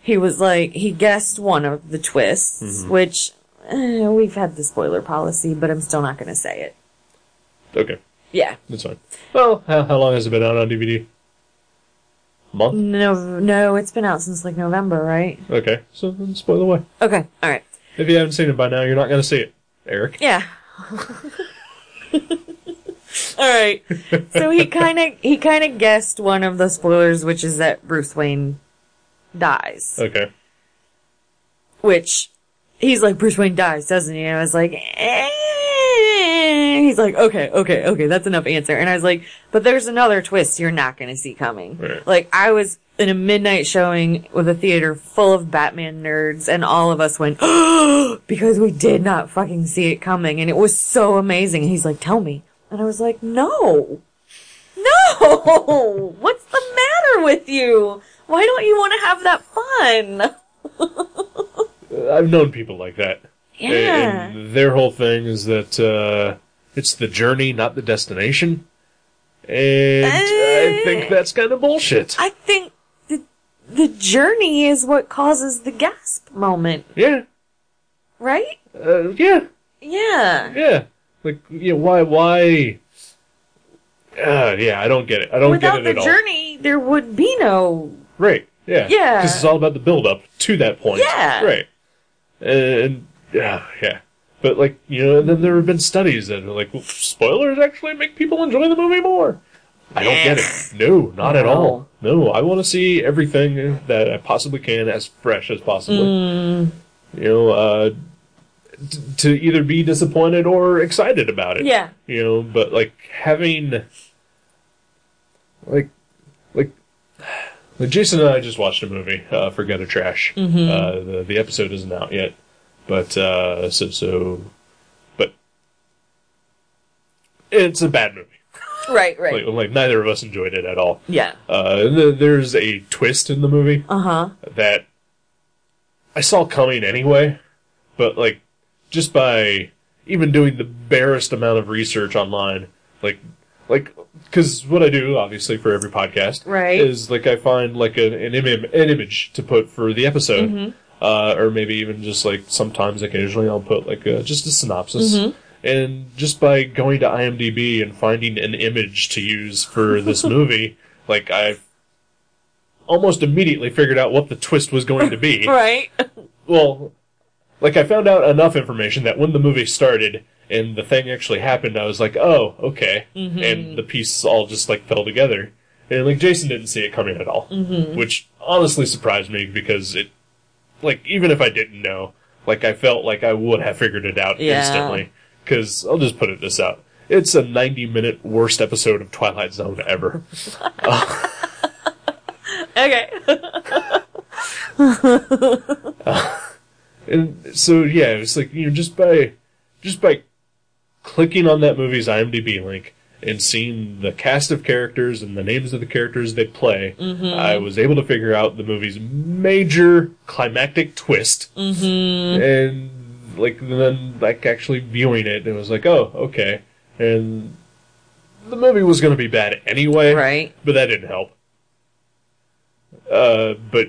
Speaker 2: He was like, he guessed one of the twists,
Speaker 1: Mm-hmm.
Speaker 2: which eh, we've had the spoiler policy, but I'm still not going to say it.
Speaker 1: Okay.
Speaker 2: Yeah.
Speaker 1: That's fine. Well, how, how long has it been out on DVD? Month?
Speaker 2: No, no, it's been out since like November, right?
Speaker 1: Okay. So then spoil away.
Speaker 2: Okay. All right.
Speaker 1: If you haven't seen it by now, you're not going to see it, Eric.
Speaker 2: Yeah. [LAUGHS] All right. So he kind of he kind of guessed one of the spoilers, which is that Bruce Wayne dies.
Speaker 1: Okay.
Speaker 2: which he's like Bruce Wayne dies, doesn't he? And I was like, eh. he's like, okay, okay, okay, that's enough answer. And I was like, but there's another twist you're not going to see coming.
Speaker 1: Right.
Speaker 2: Like I was in a midnight showing with a theater full of Batman nerds, and all of us went, [GASPS] oh, because we did not fucking see it coming, and it was so amazing. And he's like, tell me. And I was like, no. No! [LAUGHS] What's the matter with you? Why don't you want to have that fun?
Speaker 1: I've known people like that.
Speaker 2: Yeah.
Speaker 1: And their whole thing is that uh, it's the journey, not the destination. And I think that's kind of bullshit.
Speaker 2: Uh. I think the, the journey is what causes the gasp moment,
Speaker 1: Yeah.
Speaker 2: right?
Speaker 1: Uh, yeah.
Speaker 2: Yeah.
Speaker 1: Yeah. Like, you know, why, why? Uh, yeah, I don't get it. I don't
Speaker 2: Without
Speaker 1: get it
Speaker 2: the
Speaker 1: at
Speaker 2: journey, there would be no.
Speaker 1: all. Right. Yeah.
Speaker 2: Yeah.
Speaker 1: Because it's all about the build up to that point.
Speaker 2: Yeah.
Speaker 1: Right. And, yeah, yeah. But, like, you know, and then there have been studies that are like, well, spoilers actually make people enjoy the movie more. I don't get it. No, not at all. No, I want to see everything that I possibly can as fresh as possible. You know, uh, t- to either be disappointed or excited about it.
Speaker 2: Yeah.
Speaker 1: You know, but like having, like, like, like Jason and I just watched a movie, uh, Forget a Trash.
Speaker 2: Mm-hmm.
Speaker 1: Uh, the the episode isn't out yet, but uh, so so, but it's a bad movie.
Speaker 2: Right, right.
Speaker 1: Like, like neither of us enjoyed it at all.
Speaker 2: Yeah.
Speaker 1: Uh, th- there's a twist in the movie
Speaker 2: Uh huh.
Speaker 1: that I saw coming anyway, but like just by even doing the barest amount of research online, like like because what I do obviously for every podcast
Speaker 2: Right.
Speaker 1: is like I find like an an, Im- an image to put for the episode. Uh, or maybe even just like sometimes occasionally I'll put like a, just a synopsis and just by going to IMDb and finding an image to use for this movie like I almost immediately figured out what the twist was going to be.
Speaker 2: Right. [LAUGHS]
Speaker 1: Well, like I found out enough information that when the movie started and the thing actually happened, I was like, "Oh, okay," and the pieces all just like fell together. And like Jason didn't see it coming at all, which honestly surprised me because it, like, even if I didn't know, like I felt like I would have figured it out
Speaker 2: Yeah.
Speaker 1: instantly. Because I'll just put it this out: it's a ninety-minute worst episode of Twilight Zone ever.
Speaker 2: Okay.
Speaker 1: And so yeah, it was like you know just by just by clicking on that movie's IMDb link and seeing the cast of characters and the names of the characters they play, I was able to figure out the movie's major climactic twist. Mm-hmm. And like then like actually viewing it, it was like oh okay, and the movie was going to be bad anyway,
Speaker 2: Right.
Speaker 1: But that didn't help. Uh, but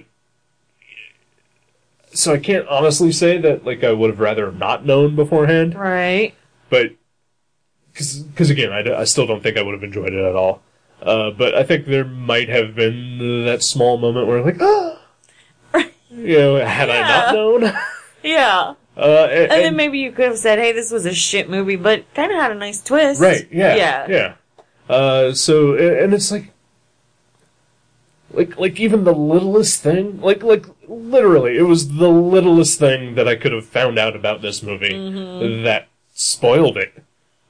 Speaker 1: so I can't honestly say that like I would have rather not known beforehand,
Speaker 2: right.
Speaker 1: but because again I, d- I still don't think I would have enjoyed it at all. Uh, but I think there might have been that small moment where like, [GASPS] ah, you know, had I
Speaker 2: Yeah.
Speaker 1: not known, [LAUGHS]
Speaker 2: Yeah.
Speaker 1: uh, and,
Speaker 2: And then
Speaker 1: and-
Speaker 2: maybe you could have said, hey, this was a shit movie, but kind of had a nice twist.
Speaker 1: Right. Yeah.
Speaker 2: Yeah.
Speaker 1: Yeah. Uh, so a- and it's like, like like even the littlest thing, like like literally, it was the littlest thing that I could have found out about this movie
Speaker 2: Mm-hmm.
Speaker 1: that spoiled it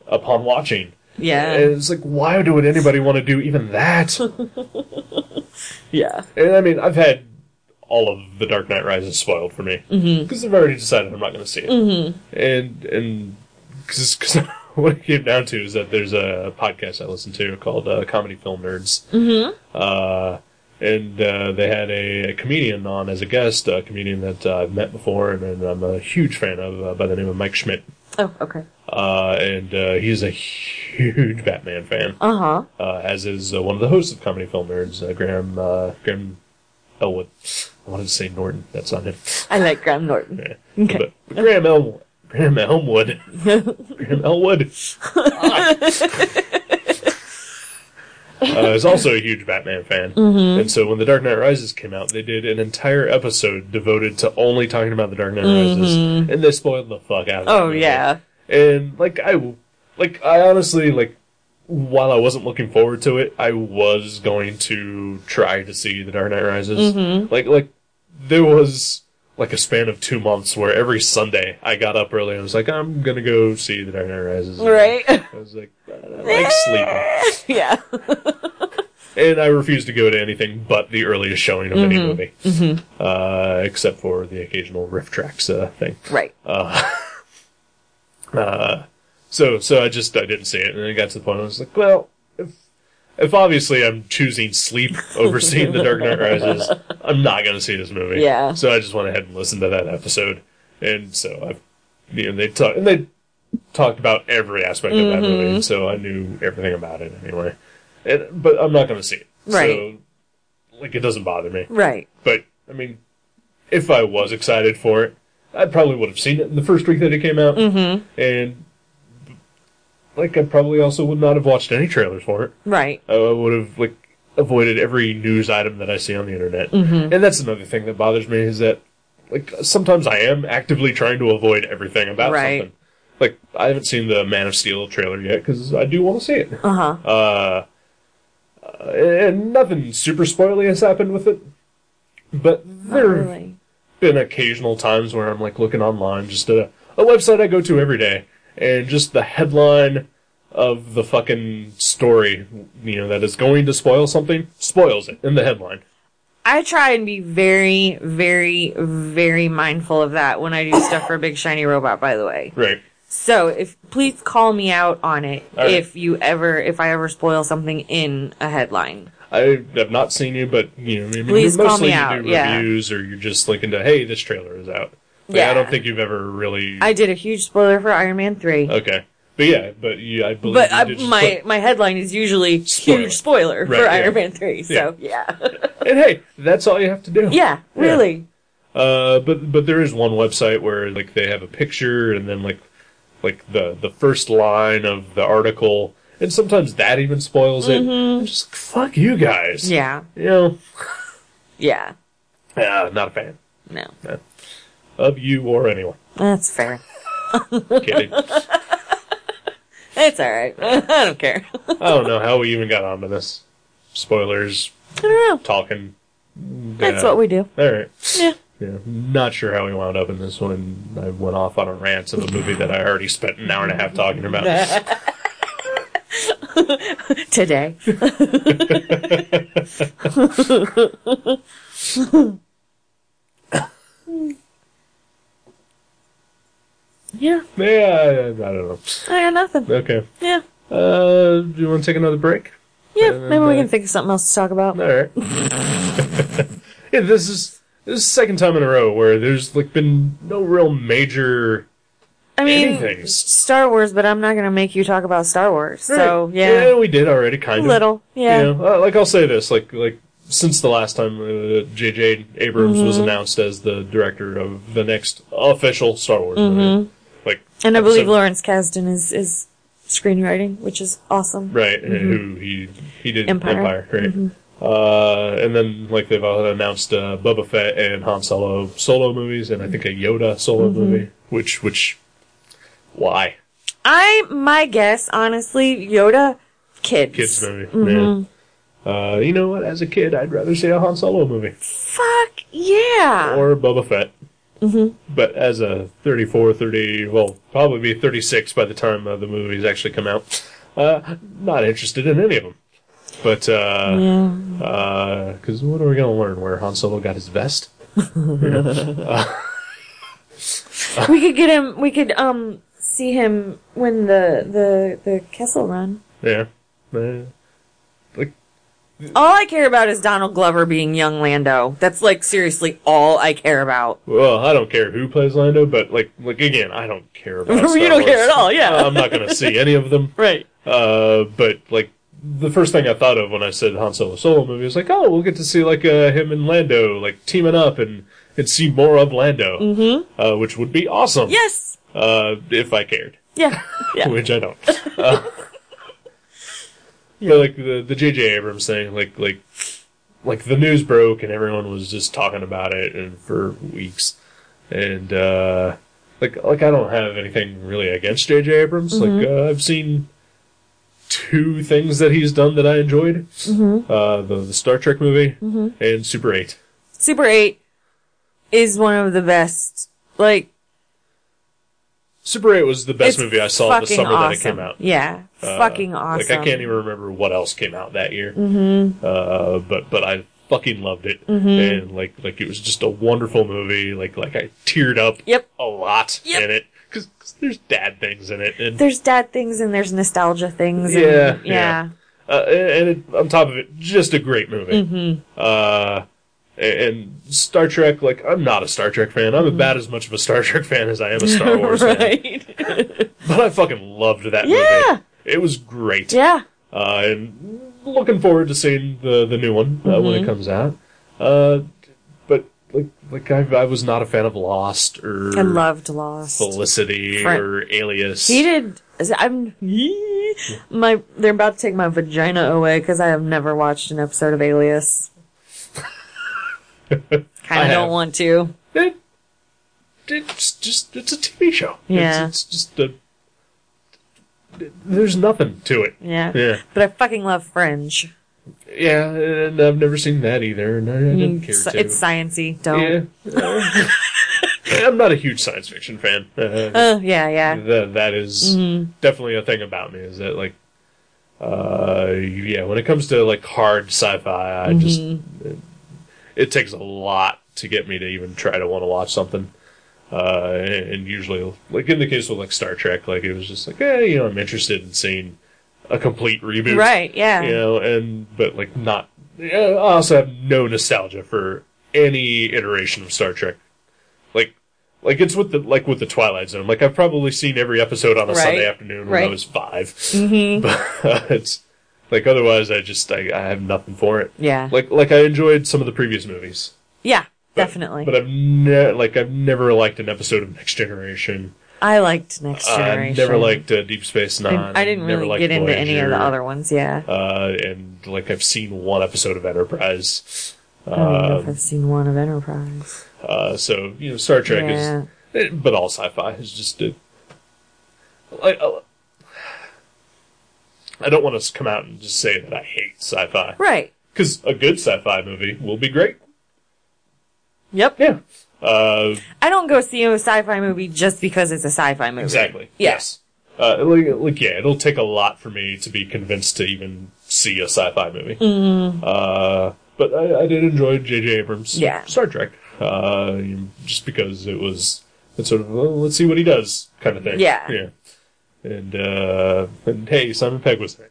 Speaker 1: upon watching.
Speaker 2: Yeah.
Speaker 1: And it's like, why would anybody want to do even
Speaker 2: [LAUGHS]
Speaker 1: that?
Speaker 2: yeah.
Speaker 1: and I mean, I've had all of The Dark Knight Rises spoiled for me because I've already decided I'm not going to see it. And and because [LAUGHS] what it came down to is that there's a podcast I listen to called uh, Comedy Film Nerds, mm-hmm. uh, and uh, they had a, a comedian on as a guest, a comedian that uh, I've met before and, and I'm a huge fan of uh, by the name of Mike Schmidt.
Speaker 2: Oh, okay.
Speaker 1: Uh, and uh, he's a huge Batman fan
Speaker 2: Uh huh.
Speaker 1: uh, as is uh, one of the hosts of Comedy Film Nerds, uh, Graham uh, Graham Elwood. I wanted to say Norton. That's on him.
Speaker 2: I like Graham Norton. Okay.
Speaker 1: But, but Graham El Graham
Speaker 2: [LAUGHS]
Speaker 1: Elmwood. Graham Elwood God. uh, is also a huge Batman fan,
Speaker 2: Mm-hmm.
Speaker 1: and so when The Dark Knight Rises came out, they did an entire episode devoted to only talking about The Dark Knight Rises, and they spoiled the fuck out of it.
Speaker 2: Mm-hmm. Oh, yeah.
Speaker 1: And like I, w- like I honestly like, while I wasn't looking forward to it, I was going to try to see The Dark Knight Rises. Like like there was like a span of two months where every Sunday I got up early and was like, I'm gonna go see The
Speaker 2: [LAUGHS]
Speaker 1: Dark Knight Rises.
Speaker 2: Right?
Speaker 1: I was like, I like sleeping.
Speaker 2: yeah.
Speaker 1: and I refuse to go to anything but the earliest showing of any movie, uh, except for the occasional riff tracks uh, thing.
Speaker 2: Right.
Speaker 1: So so I just I didn't see it, and then it got to the point where I was like, well, if if obviously I'm choosing sleep [LAUGHS] over seeing The Dark Knight Rises, I'm not going to see this movie.
Speaker 2: Yeah.
Speaker 1: So I just went ahead and listened to that episode, and so I, you know, they talked and they talked about every aspect of that
Speaker 2: Mm-hmm.
Speaker 1: movie, so I knew everything about it anyway. And but I'm not going to see it,
Speaker 2: Right.
Speaker 1: So, like it doesn't bother me,
Speaker 2: right.
Speaker 1: but I mean, if I was excited for it, I probably would have seen it in the first week that it came out, mm-hmm. and like I probably also would not have watched any trailers for it.
Speaker 2: Right.
Speaker 1: I would have like avoided every news item that I see on the internet,
Speaker 2: Mm-hmm.
Speaker 1: and that's another thing that bothers me is that like sometimes I am actively trying to avoid everything about
Speaker 2: Right.
Speaker 1: something. Like I haven't seen the Man of Steel trailer yet because I do want to see it
Speaker 2: Uh huh.
Speaker 1: and nothing super spoily has happened with it. But there have
Speaker 2: really.
Speaker 1: been occasional times where I'm like looking online, just at a, a website I go to every day, and just the headline of the fucking story, you know, that is going to spoil something, spoils it in the headline.
Speaker 2: I try and be very, very, very mindful of that when I do stuff for Big Shiny Robot, by the way.
Speaker 1: Right.
Speaker 2: So if please call me out on it
Speaker 1: All right.
Speaker 2: if you ever if I ever spoil something in a headline.
Speaker 1: I have not seen you, but you know, I mean,
Speaker 2: Please
Speaker 1: you're
Speaker 2: call
Speaker 1: mostly
Speaker 2: me
Speaker 1: you
Speaker 2: out,
Speaker 1: do
Speaker 2: yeah.
Speaker 1: reviews, or you're just linking to, hey, this trailer is out. Like, I
Speaker 2: Yeah.
Speaker 1: don't think you've ever really.
Speaker 2: I did a huge spoiler for Iron Man three.
Speaker 1: okay, but yeah, but Oh, you, I believe.
Speaker 2: but
Speaker 1: you
Speaker 2: I,
Speaker 1: did just
Speaker 2: my my headline is usually
Speaker 1: Spoiler.
Speaker 2: huge spoiler
Speaker 1: Right,
Speaker 2: for
Speaker 1: yeah.
Speaker 2: Iron Man three. So yeah. [LAUGHS] Yeah,
Speaker 1: put- and hey, that's all you have to do.
Speaker 2: really.
Speaker 1: Uh, but but there is one website where like they have a picture and then like like the the first line of the article, and sometimes that even spoils it. I'm just like, fuck you guys.
Speaker 2: Mm-hmm. Yeah.
Speaker 1: You know,
Speaker 2: Yeah.
Speaker 1: uh, not a fan
Speaker 2: No.
Speaker 1: of you or anyone.
Speaker 2: That's fair. [LAUGHS]
Speaker 1: Kidding. I
Speaker 2: It's alright. [LAUGHS] I don't care. I
Speaker 1: don't know how we even got onto this. Spoilers,
Speaker 2: don't know.
Speaker 1: talking.
Speaker 2: That's what we do.
Speaker 1: All right.
Speaker 2: Yeah.
Speaker 1: Yeah, not sure how we wound up in this one. I went off on a rant of a movie that I already spent an hour and a half talking about.
Speaker 2: [LAUGHS]
Speaker 1: [LAUGHS] [LAUGHS]
Speaker 2: Today. yeah.
Speaker 1: Yeah, I, I don't know.
Speaker 2: I got nothing.
Speaker 1: Okay.
Speaker 2: Yeah.
Speaker 1: Uh, do you want to take another break?
Speaker 2: Yeah.
Speaker 1: then,
Speaker 2: Maybe we
Speaker 1: uh,
Speaker 2: can think of something else to talk about.
Speaker 1: All
Speaker 2: [LAUGHS]
Speaker 1: right. yeah, this is this is the second time in a row where there's like been no real major.
Speaker 2: I mean,
Speaker 1: anything.
Speaker 2: Star Wars, but I'm not going to make you talk about Star Wars. So,
Speaker 1: Right.
Speaker 2: yeah.
Speaker 1: we did already
Speaker 2: A
Speaker 1: kind of
Speaker 2: little. Yeah.
Speaker 1: You know, uh, like I'll say this, like like since the last time uh, J.J. Abrams
Speaker 2: Mm-hmm.
Speaker 1: was announced as the director of the next official Star Wars movie, like
Speaker 2: Mm-hmm. And I
Speaker 1: episode-
Speaker 2: believe Lawrence Kasdan is, is screenwriting, which is awesome.
Speaker 1: right uh, who he he did
Speaker 2: Empire.
Speaker 1: Empire, right? Uh, and then like they've all announced uh, Boba Fett and Han Solo solo movies, and I think a Yoda solo movie, which which why
Speaker 2: I, my guess, honestly, Yoda, kids.
Speaker 1: kids movie? man. Uh, you know what? As a kid, I'd rather see a Han Solo movie.
Speaker 2: Fuck yeah.
Speaker 1: or Boba Fett.
Speaker 2: Mm-hmm.
Speaker 1: But as a 34, 30, well, probably be 36 by the time uh, the movies actually come out, uh, not interested in any of them. But, uh,
Speaker 2: yeah.
Speaker 1: because what are we going to learn? Where Han Solo got his vest?
Speaker 2: We could get him. We could um see him win the the the Kessel Run.
Speaker 1: Yeah. Uh, like,
Speaker 2: All I care about is Donald Glover being young Lando. That's like seriously all I care about.
Speaker 1: well, I don't care who plays Lando, but, like, like again, I don't care about
Speaker 2: [LAUGHS] You
Speaker 1: Star
Speaker 2: don't care
Speaker 1: Wars. Um,
Speaker 2: at all, yeah.
Speaker 1: I'm not going to see any of
Speaker 2: [LAUGHS]
Speaker 1: them.
Speaker 2: Right.
Speaker 1: Uh, but like the first thing I thought of when I said Han Solo solo movie was like, oh, we'll get to see like uh, him and Lando like teaming up and and see more of Lando, mm-hmm. uh, which would be awesome.
Speaker 2: Yes.
Speaker 1: Uh, if I cared,
Speaker 2: Yeah.
Speaker 1: [LAUGHS]
Speaker 2: Yeah.
Speaker 1: which I don't. Uh,
Speaker 2: [LAUGHS]
Speaker 1: But like the the J.J. Abrams thing, like like like the news broke and everyone was just talking about it and for weeks, and uh, like like I don't have anything really against J.J. Abrams. Like
Speaker 2: Mm-hmm.
Speaker 1: uh, I've seen two things that he's done that I enjoyed:
Speaker 2: Mm-hmm.
Speaker 1: uh, the the Star Trek movie and Super Eight.
Speaker 2: Super Eight is one of the best. Like
Speaker 1: Super 8 was the best movie I saw the
Speaker 2: fucking
Speaker 1: summer that it
Speaker 2: awesome.
Speaker 1: came out.
Speaker 2: Yeah,
Speaker 1: Uh,
Speaker 2: fucking awesome.
Speaker 1: Like I can't even remember what else came out that year. Mm-hmm. Uh, but but I fucking loved it,
Speaker 2: Mm-hmm.
Speaker 1: and like like it was just a wonderful movie. Like like I teared up.
Speaker 2: Yep.
Speaker 1: A lot
Speaker 2: Yep.
Speaker 1: in it because there's dad things in it, and
Speaker 2: There's dad things and there's nostalgia things. and-
Speaker 1: Yeah,
Speaker 2: yeah.
Speaker 1: yeah. uh, and it, on top of it, just a great movie.
Speaker 2: Mm-hmm.
Speaker 1: Uh, and Star Trek, like I'm not a Star Trek fan. I'm about as much of a Star Trek fan as I am a
Speaker 2: [LAUGHS]
Speaker 1: Star Wars fan.
Speaker 2: Mm-hmm. right.
Speaker 1: But I fucking loved that
Speaker 2: Yeah.
Speaker 1: movie. It was great.
Speaker 2: yeah.
Speaker 1: Uh, and looking forward to seeing the the new one uh, when
Speaker 2: Mm-hmm.
Speaker 1: it comes out. Uh, but like like I, I was not a fan of Lost or
Speaker 2: I loved Lost.
Speaker 1: Felicity
Speaker 2: Fran-
Speaker 1: or Alias.
Speaker 2: He did. is- I'm [LAUGHS] my. They're about to take my vagina away because I have never watched an episode of
Speaker 1: [LAUGHS]
Speaker 2: Alias. kind
Speaker 1: I
Speaker 2: of
Speaker 1: have.
Speaker 2: don't want to.
Speaker 1: It- it's just it's a TV show.
Speaker 2: Yeah.
Speaker 1: it's, it's just a. There's nothing to it.
Speaker 2: Yeah.
Speaker 1: Yeah,
Speaker 2: But I fucking love Fringe.
Speaker 1: yeah, and I've never seen that either, and I, I didn't care
Speaker 2: It's,
Speaker 1: to.
Speaker 2: Mm, it's sciency.
Speaker 1: yeah. [LAUGHS]
Speaker 2: Don't.
Speaker 1: Uh, I'm not a huge science fiction fan. Uh,
Speaker 2: Uh, yeah. Yeah. Mm-hmm.
Speaker 1: that that is definitely a thing about me is that like uh yeah when it comes to like hard sci-fi i
Speaker 2: Mm-hmm.
Speaker 1: just it, it takes a lot to get me to even try to want to watch something uh and, and usually like in the case with like star trek like it was just like hey you know i'm interested in seeing a complete reboot
Speaker 2: Right. Yeah.
Speaker 1: you know and but like not i also have no nostalgia for any iteration of star trek like like it's with the like with the twilight zone like i've probably seen every episode on a
Speaker 2: Right.
Speaker 1: sunday afternoon when i
Speaker 2: Right. Mm-hmm.
Speaker 1: was 5 [LAUGHS] but it's like otherwise i just I, I have nothing for it
Speaker 2: Yeah.
Speaker 1: like like i enjoyed some of the previous movies
Speaker 2: Yeah,
Speaker 1: but-
Speaker 2: Definitely.
Speaker 1: but i've ne- like i've never liked an episode of next generation,
Speaker 2: I liked Next Generation.
Speaker 1: i've never liked uh, deep space
Speaker 2: I,
Speaker 1: nine
Speaker 2: I didn't
Speaker 1: never
Speaker 2: really
Speaker 1: liked
Speaker 2: get into any of the
Speaker 1: Voyager
Speaker 2: other ones. Yeah.
Speaker 1: uh, and like I've seen one episode of Enterprise.
Speaker 2: I don't even know if
Speaker 1: Um,
Speaker 2: I've seen one of Enterprise.
Speaker 1: uh, so you know, Star Trek
Speaker 2: Yeah.
Speaker 1: is, eh, but all sci-fi is just uh, a. Like, uh, I don't want to come out and just say that I hate sci-fi
Speaker 2: Right.
Speaker 1: because a good sci-fi movie will be great.
Speaker 2: Yep.
Speaker 1: Yeah. Uh,
Speaker 2: I don't go see a sci-fi movie just because it's a sci-fi movie.
Speaker 1: exactly.
Speaker 2: Yeah.
Speaker 1: Yes. Uh, like, like, yeah, it'll take a lot for me to be convinced to even see a sci-fi movie.
Speaker 2: Mm-hmm.
Speaker 1: Uh, but I, I did enjoy J.J. Abrams'
Speaker 2: Yeah.
Speaker 1: Star Trek, uh, you know, just because it was it's sort of well, let's see what he does kind of thing.
Speaker 2: Yeah.
Speaker 1: yeah. And uh, and hey, Simon Pegg was there.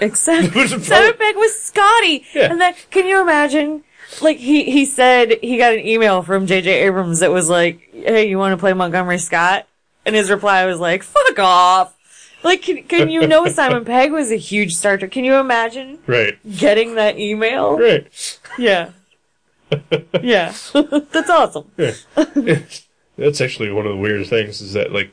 Speaker 2: Except
Speaker 1: It was a
Speaker 2: Simon
Speaker 1: problem.
Speaker 2: Pegg was Scotty.
Speaker 1: Yeah.
Speaker 2: And then can you imagine? Like he he said he got an email from JJ Abrams that was like, "Hey, you want to play Montgomery Scott?" And his reply was like, "Fuck off." Like can, can you know Simon Pegg was a huge Star Trek? Can you imagine
Speaker 1: Right,
Speaker 2: getting
Speaker 1: [LAUGHS]
Speaker 2: that email?
Speaker 1: right.
Speaker 2: Yeah. yeah. [LAUGHS] That's awesome. [LAUGHS]
Speaker 1: That's actually one of the weirdest things is that like.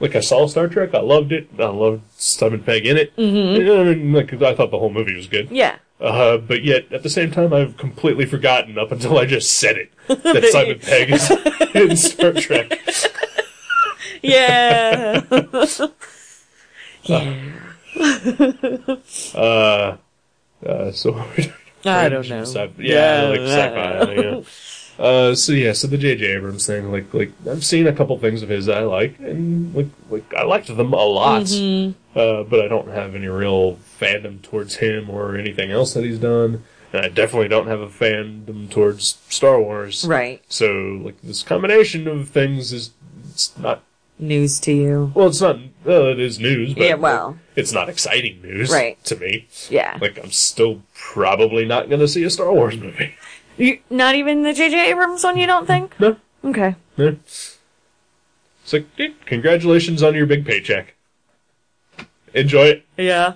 Speaker 1: Like I saw Star Trek, I loved it. I loved Simon Pegg in it. Mm-hmm. Like I thought the whole movie was good.
Speaker 2: Yeah.
Speaker 1: Uh, but yet, at the same time, I've completely forgotten up until I just said
Speaker 2: [LAUGHS]
Speaker 1: it that Simon Pegg is in Star Trek.
Speaker 2: Yeah. yeah.
Speaker 1: Uh, uh, so [LAUGHS]
Speaker 2: I don't know.
Speaker 1: Sci- yeah,
Speaker 2: Yeah,
Speaker 1: like sci-fi.
Speaker 2: [LAUGHS]
Speaker 1: yeah. Uh, so yeah, so the J.J. Abrams thing, like, like I've seen a couple things of his that I like, and like, like I liked them a lot.
Speaker 2: Mm-hmm.
Speaker 1: Uh, but I don't have any real fandom towards him or anything else that he's done. And I definitely don't have a fandom towards Star Wars.
Speaker 2: Right.
Speaker 1: So like this combination of things is it's not
Speaker 2: News to you.
Speaker 1: well, it's not well, it is news, but
Speaker 2: Yeah, well.
Speaker 1: like, it's not exciting news
Speaker 2: Right.
Speaker 1: to me.
Speaker 2: Yeah.
Speaker 1: Like I'm still probably not going to see a Star Wars movie. [LAUGHS]
Speaker 2: You, not even the J.J. Abrams one, you don't think?
Speaker 1: No.
Speaker 2: Okay.
Speaker 1: no. It's like, eh, congratulations on your big paycheck. Enjoy it.
Speaker 2: Yeah.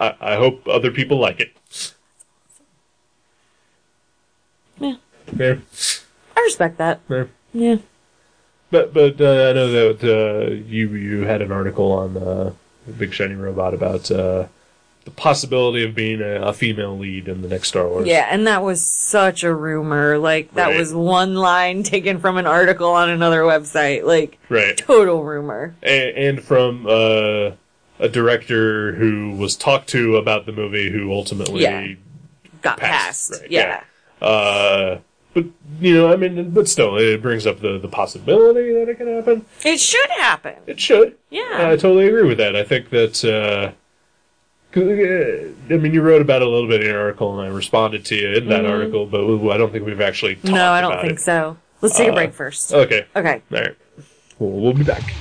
Speaker 1: I, I hope other people like it.
Speaker 2: Yeah.
Speaker 1: Yeah,
Speaker 2: I respect that.
Speaker 1: yeah.
Speaker 2: Yeah.
Speaker 1: But but uh, I know that uh, you you had an article on uh, the Big Shiny Robot about uh, the possibility of being a, a female lead in the next Star Wars.
Speaker 2: Yeah, and that was such a rumor. Like, that
Speaker 1: Right.
Speaker 2: was one line taken from an article on another website. Like,
Speaker 1: Right.
Speaker 2: total rumor.
Speaker 1: and, and from uh, a director who was talked to about the movie, who ultimately
Speaker 2: Yeah. Got
Speaker 1: passed.
Speaker 2: passed.
Speaker 1: right,
Speaker 2: Yeah.
Speaker 1: Uh, But you know, I mean, but still, it brings up the the possibility that it can happen.
Speaker 2: It should happen.
Speaker 1: It should.
Speaker 2: Yeah.
Speaker 1: I totally agree with that. I think that. Uh, 'cause, uh, I mean, you wrote about it a little bit in your article, and I responded to you in that article, but I don't think we've actually talked
Speaker 2: Mm-hmm. No, I don't
Speaker 1: about
Speaker 2: think
Speaker 1: it.
Speaker 2: so. Let's take a
Speaker 1: Uh,
Speaker 2: break first.
Speaker 1: Okay.
Speaker 2: Okay.
Speaker 1: All right. Well, we'll be back.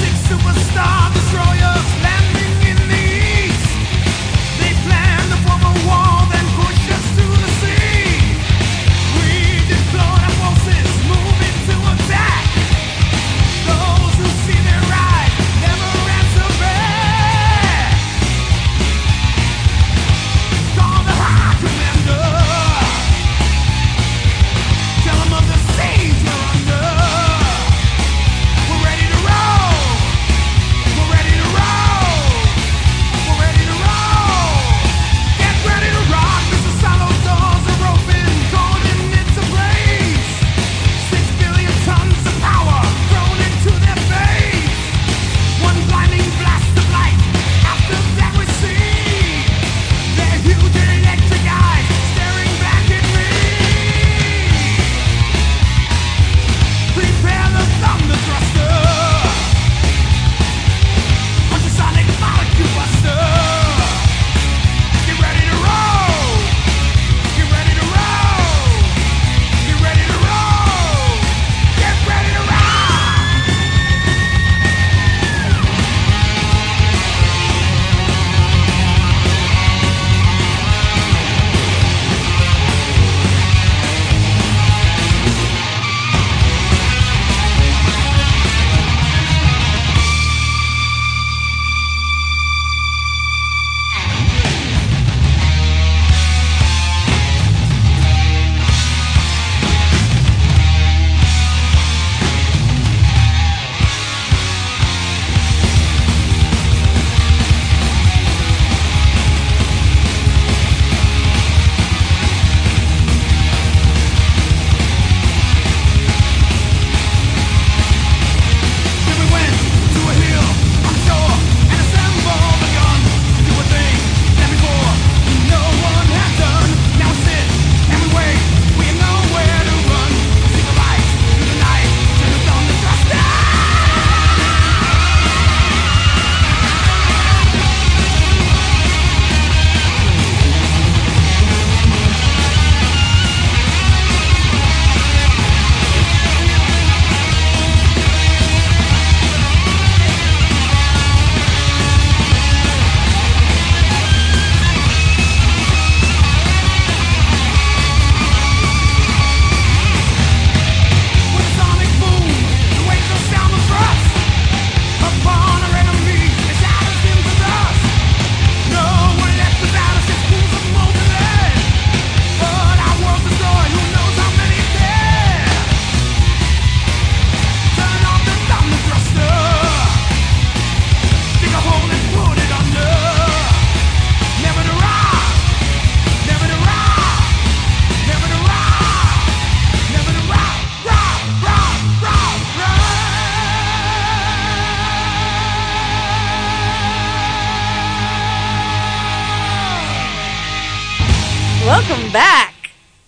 Speaker 5: Six superstar destroyers landing in the east. They plan to form a wall, then push us to the sea. We deploy our forces, moving to attack. Those who see their right never answer back. Call the high commander. Tell 'em of the siege we're under. We're ready to roll. We're ready to roll. We're ready to roll. Get ready to rock. Mr. Solo doors are open, going into place. Six billion tons of power thrown into their face. One blinding blast of light. After that we see their huge and electric eyes staring back at me. Prepare the thunder thruster. Punch a sonic molecule buster. Get ready to roll. Get ready to roll. Get ready to roll. Get ready to roll. Then we went to a hill on the shore and assembled a gun to do a thing that before no one had done. Now we sit and we wait. We have nowhere to run. See the light through the night. Turn the thunder thruster. With a sonic boom, the waves of sound will thrust upon our enemy and shatters them to dust. No one left the battleships, pools of molten lead. But our world's destroyed. Who knows how many dead? Turn off the thunder thruster. Dig a hole and put it under. Never to rock, never to rock, never to rock. Never to rock, rock, rock, rock, rock.
Speaker 2: Welcome back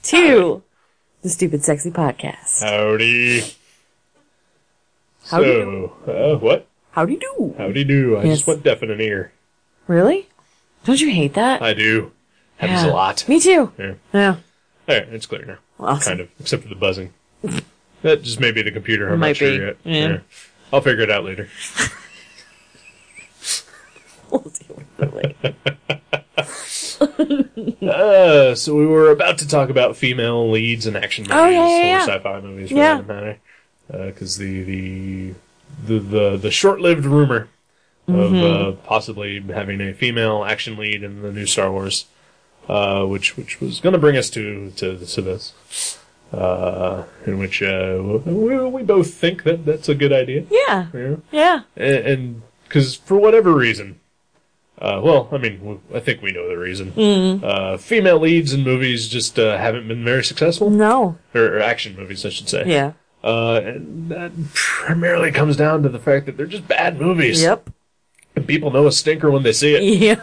Speaker 2: to the Stupid Sexy Podcast.
Speaker 1: Howdy.
Speaker 2: Howdy
Speaker 1: so, uh, what?
Speaker 2: Howdy do.
Speaker 1: Howdy do. I
Speaker 2: Yes.
Speaker 1: just went deaf in an ear.
Speaker 2: Really? Don't you hate that?
Speaker 1: I do. Happens
Speaker 2: Yeah.
Speaker 1: a lot.
Speaker 2: Me too.
Speaker 1: Yeah. [LAUGHS]
Speaker 2: Yeah.
Speaker 1: All right, it's clear now.
Speaker 2: Well, awesome.
Speaker 1: Kind of, except for the
Speaker 2: [LAUGHS]
Speaker 1: buzzing. that just may be the computer. I'm
Speaker 2: Might
Speaker 1: not sure
Speaker 2: be,
Speaker 1: yet.
Speaker 2: yeah.
Speaker 1: I'll figure it out later.
Speaker 2: We'll deal with it later.
Speaker 1: Uh, so we were about to talk about female leads in action movies
Speaker 2: Oh, yeah, yeah,
Speaker 1: or
Speaker 2: yeah.
Speaker 1: sci-fi movies, for
Speaker 2: Yeah.
Speaker 1: that matter, because the, the the the the short-lived rumor
Speaker 2: Mm-hmm.
Speaker 1: of uh, possibly having a female action lead in the new Star Wars uh, which which was going to bring us to to, to this, uh, in which uh, we, we both think that that's a good idea.
Speaker 2: Yeah.
Speaker 1: Yeah.
Speaker 2: Yeah.
Speaker 1: and because for whatever reason, uh, well, I mean, w- I think we know the reason.
Speaker 2: Mm-hmm.
Speaker 1: Uh, female leads in movies just uh, haven't been very successful,
Speaker 2: No.
Speaker 1: or, or action movies, I should say.
Speaker 2: Yeah.
Speaker 1: Uh, and that primarily comes down to the fact that they're just bad movies.
Speaker 2: Yep. [LAUGHS]
Speaker 1: And people know a stinker when they see it.
Speaker 2: Yep.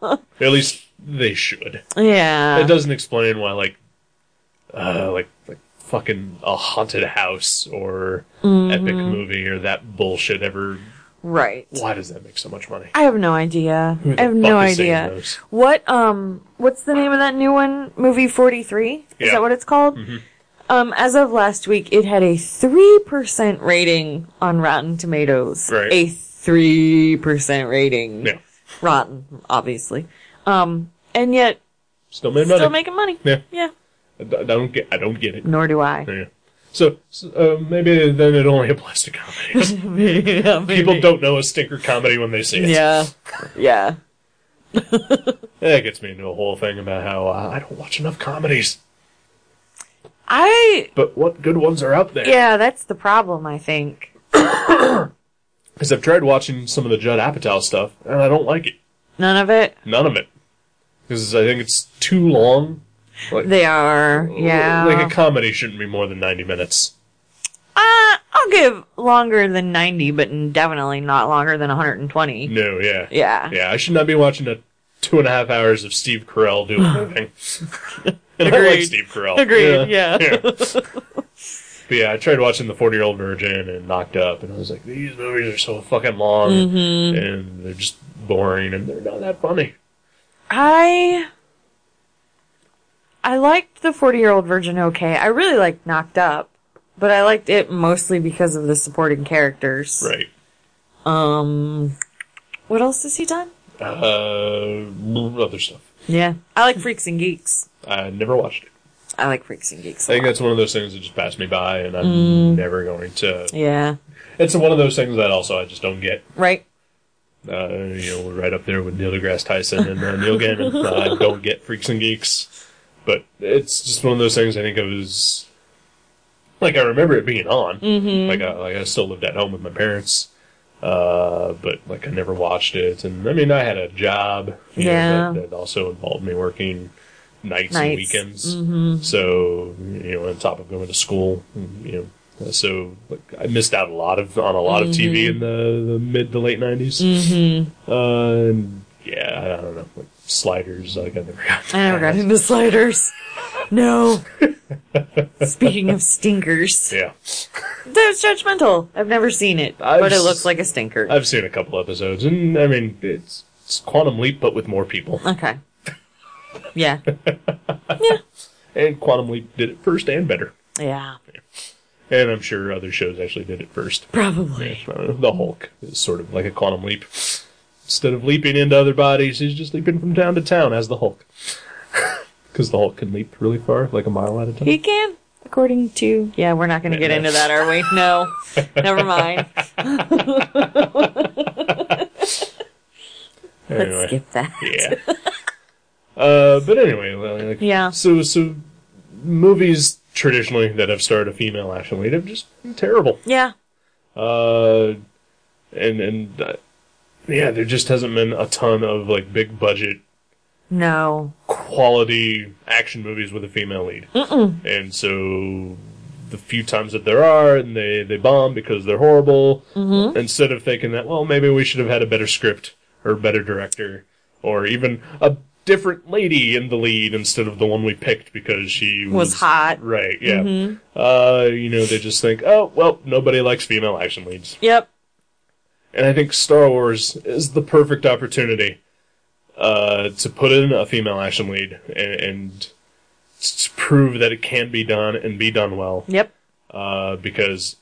Speaker 1: At least they should.
Speaker 2: Yeah.
Speaker 1: It doesn't explain why, like, uh, like, like fucking a haunted house or
Speaker 2: Mm-hmm.
Speaker 1: epic movie or that bullshit ever.
Speaker 2: Right.
Speaker 1: Why does that make so much money?
Speaker 2: I have no idea.
Speaker 1: Who the
Speaker 2: I have
Speaker 1: Hmm. fuck
Speaker 2: no
Speaker 1: is saying
Speaker 2: idea.
Speaker 1: those?
Speaker 2: What um what's the name of that new one? Movie 43? Is
Speaker 1: Yeah. Mm-hmm.
Speaker 2: that what it's called? Um as of last week it had a 3% rating on Rotten Tomatoes.
Speaker 1: Right.
Speaker 2: A 3% rating.
Speaker 1: Yeah,
Speaker 2: Rotten, obviously. Um and yet
Speaker 1: still made
Speaker 2: still
Speaker 1: money.
Speaker 2: making money.
Speaker 1: yeah,
Speaker 2: Yeah.
Speaker 1: I d- I don't get. I don't get it.
Speaker 2: Nor do I.
Speaker 1: Yeah. So, so uh, maybe then it only applies to
Speaker 2: [LAUGHS]
Speaker 1: comedies.
Speaker 2: Yeah,
Speaker 1: People
Speaker 2: maybe.
Speaker 1: don't know a stinker comedy when they see it.
Speaker 2: [LAUGHS] Yeah. Yeah.
Speaker 1: That gets me into a whole thing about how uh, I don't watch enough comedies,
Speaker 2: I
Speaker 1: but what good ones are out there?
Speaker 2: yeah, that's the problem, I think.
Speaker 1: Because I've tried watching some of the Judd Apatow stuff, and I don't like it.
Speaker 2: None of it.
Speaker 1: None of it. Because I think it's too long. Like,
Speaker 2: They are. Yeah.
Speaker 1: Like a comedy shouldn't be more than 90 minutes.
Speaker 2: Uh, I'll give longer than 90, but definitely not longer than 120.
Speaker 1: No, yeah.
Speaker 2: Yeah.
Speaker 1: Yeah, I should not be watching a two and a half hours of Steve Carell doing nothing. [LAUGHS] and I like
Speaker 2: Agreed.
Speaker 1: Steve Carell.
Speaker 2: Agreed, yeah.
Speaker 1: yeah. But yeah, I tried watching The 40 Year Old Virgin and Knocked Up, and I was like, these movies are so fucking long, and they're just boring, and they're not that funny.
Speaker 2: I. I liked the 40 year old virgin okay. I really liked Knocked Up, but I liked it mostly because of the supporting characters.
Speaker 1: Right.
Speaker 2: Um. What else has he done?
Speaker 1: Uh, other stuff.
Speaker 2: Yeah. I like Freaks and Geeks.
Speaker 1: I never watched it.
Speaker 2: I like Freaks and Geeks.
Speaker 1: I
Speaker 2: A
Speaker 1: think
Speaker 2: lot.
Speaker 1: that's one of those things that just passed me by, and I'm never going to.
Speaker 2: Yeah.
Speaker 1: It's one of those things that also I just don't get.
Speaker 2: Right?
Speaker 1: Uh, you know, we're right up there with Neil deGrasse Tyson and uh, Neil Gaiman.
Speaker 2: [LAUGHS]
Speaker 1: Uh, I don't get Freaks and Geeks, but it's just one of those things. I think it was like I remember it being on. Mm-hmm. Like, I, like I still lived at home with my parents, uh, but like I never watched it. And I mean, I had a job you know,
Speaker 2: Yeah.
Speaker 1: that, that also involved me working nights, and
Speaker 2: Nights. Mm-hmm.
Speaker 1: weekends. So you know, on top of going to school, you know, so like I missed out a lot of on a lot of TV
Speaker 2: Mm-hmm.
Speaker 1: in the, the mid to late 90s Uh, and yeah, I don't know, like sliders. Like I never got.
Speaker 2: I never got into sliders. No. Speaking of stinkers.
Speaker 1: Yeah,
Speaker 2: That's judgmental. I've never seen it,
Speaker 1: I've
Speaker 2: but it
Speaker 1: s-
Speaker 2: looks like a stinker.
Speaker 1: I've seen a couple episodes, and I mean, it's, it's Quantum Leap, but with more people.
Speaker 2: okay. Yeah.
Speaker 1: And Quantum Leap did it first and better.
Speaker 2: Yeah.
Speaker 1: And I'm sure other shows actually did it first.
Speaker 2: Probably.
Speaker 1: I don't know, the Hulk is sort of like a quantum leap. Instead of leaping into other bodies, he's just leaping from town to town as the Hulk. [LAUGHS] Because the Hulk can leap really far, like a mile at a time.
Speaker 2: He can, according to. Yeah, we're not going to get into that, are [LAUGHS] we? No. Never mind.
Speaker 1: [LAUGHS]
Speaker 2: Let's skip that.
Speaker 1: yeah. uh, but anyway, well, like,
Speaker 2: Yeah.
Speaker 1: So, so movies traditionally that have starred a female action lead have just been terrible.
Speaker 2: Yeah.
Speaker 1: Uh, and and uh, yeah, there just hasn't been a ton of like big budget
Speaker 2: No.
Speaker 1: quality action movies with a female lead. And so the few times that there are, and they, they bomb because they're horrible, instead of thinking that, well, maybe we should have had a better script or a better director or even a different lady in the lead instead of the one we picked because she was,
Speaker 2: Was hot.
Speaker 1: Right, yeah. Uh, you know, they just think, oh, well, nobody likes female action leads.
Speaker 2: Yep.
Speaker 1: And I think Star Wars is the perfect opportunity uh, to put in a female action lead and, and to prove that it can be done and be done well.
Speaker 2: Yep.
Speaker 1: Uh, because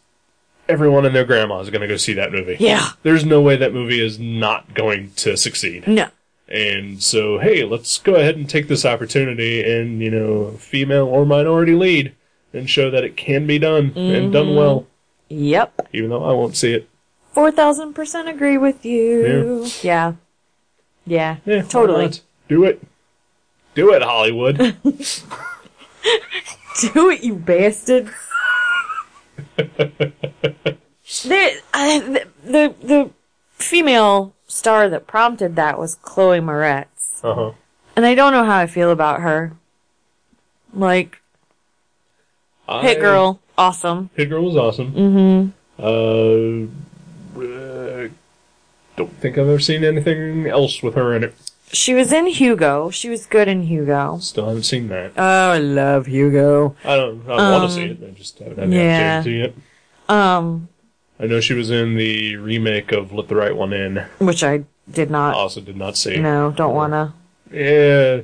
Speaker 1: everyone and their grandma is going to go see that movie.
Speaker 2: Yeah.
Speaker 1: There's no way that movie is not going to succeed.
Speaker 2: No.
Speaker 1: And so, hey, let's go ahead and take this opportunity and, you know, female or minority lead and show that it can be done and done well,
Speaker 2: Yep.
Speaker 1: even though I won't see it.
Speaker 2: 4,000% agree with you. Yeah. Yeah.
Speaker 1: Yeah, why
Speaker 2: totally.
Speaker 1: not? Do it. Do it, Hollywood.
Speaker 2: [LAUGHS] Do it, you bastard.
Speaker 1: Uh-huh.
Speaker 2: the, uh, the, the the female star that prompted that was Chloe Moretz,
Speaker 1: Uh huh.
Speaker 2: and I don't know how I feel about her. Like, hit girl, awesome.
Speaker 1: Hit Girl was awesome. Mm-hmm. Uh, uh, don't think I've ever seen anything else with her in it.
Speaker 2: She was in Hugo. She was good in Hugo.
Speaker 1: Still haven't seen that.
Speaker 2: Oh, I love Hugo.
Speaker 1: I don't. I want to see it. I just haven't had the
Speaker 2: Um, yeah.
Speaker 1: opportunity yet.
Speaker 2: Um,
Speaker 1: I know she was in the remake of Let the Right One In.
Speaker 2: which I did not.
Speaker 1: Also, did not see.
Speaker 2: No, don't wanna.
Speaker 1: Yeah.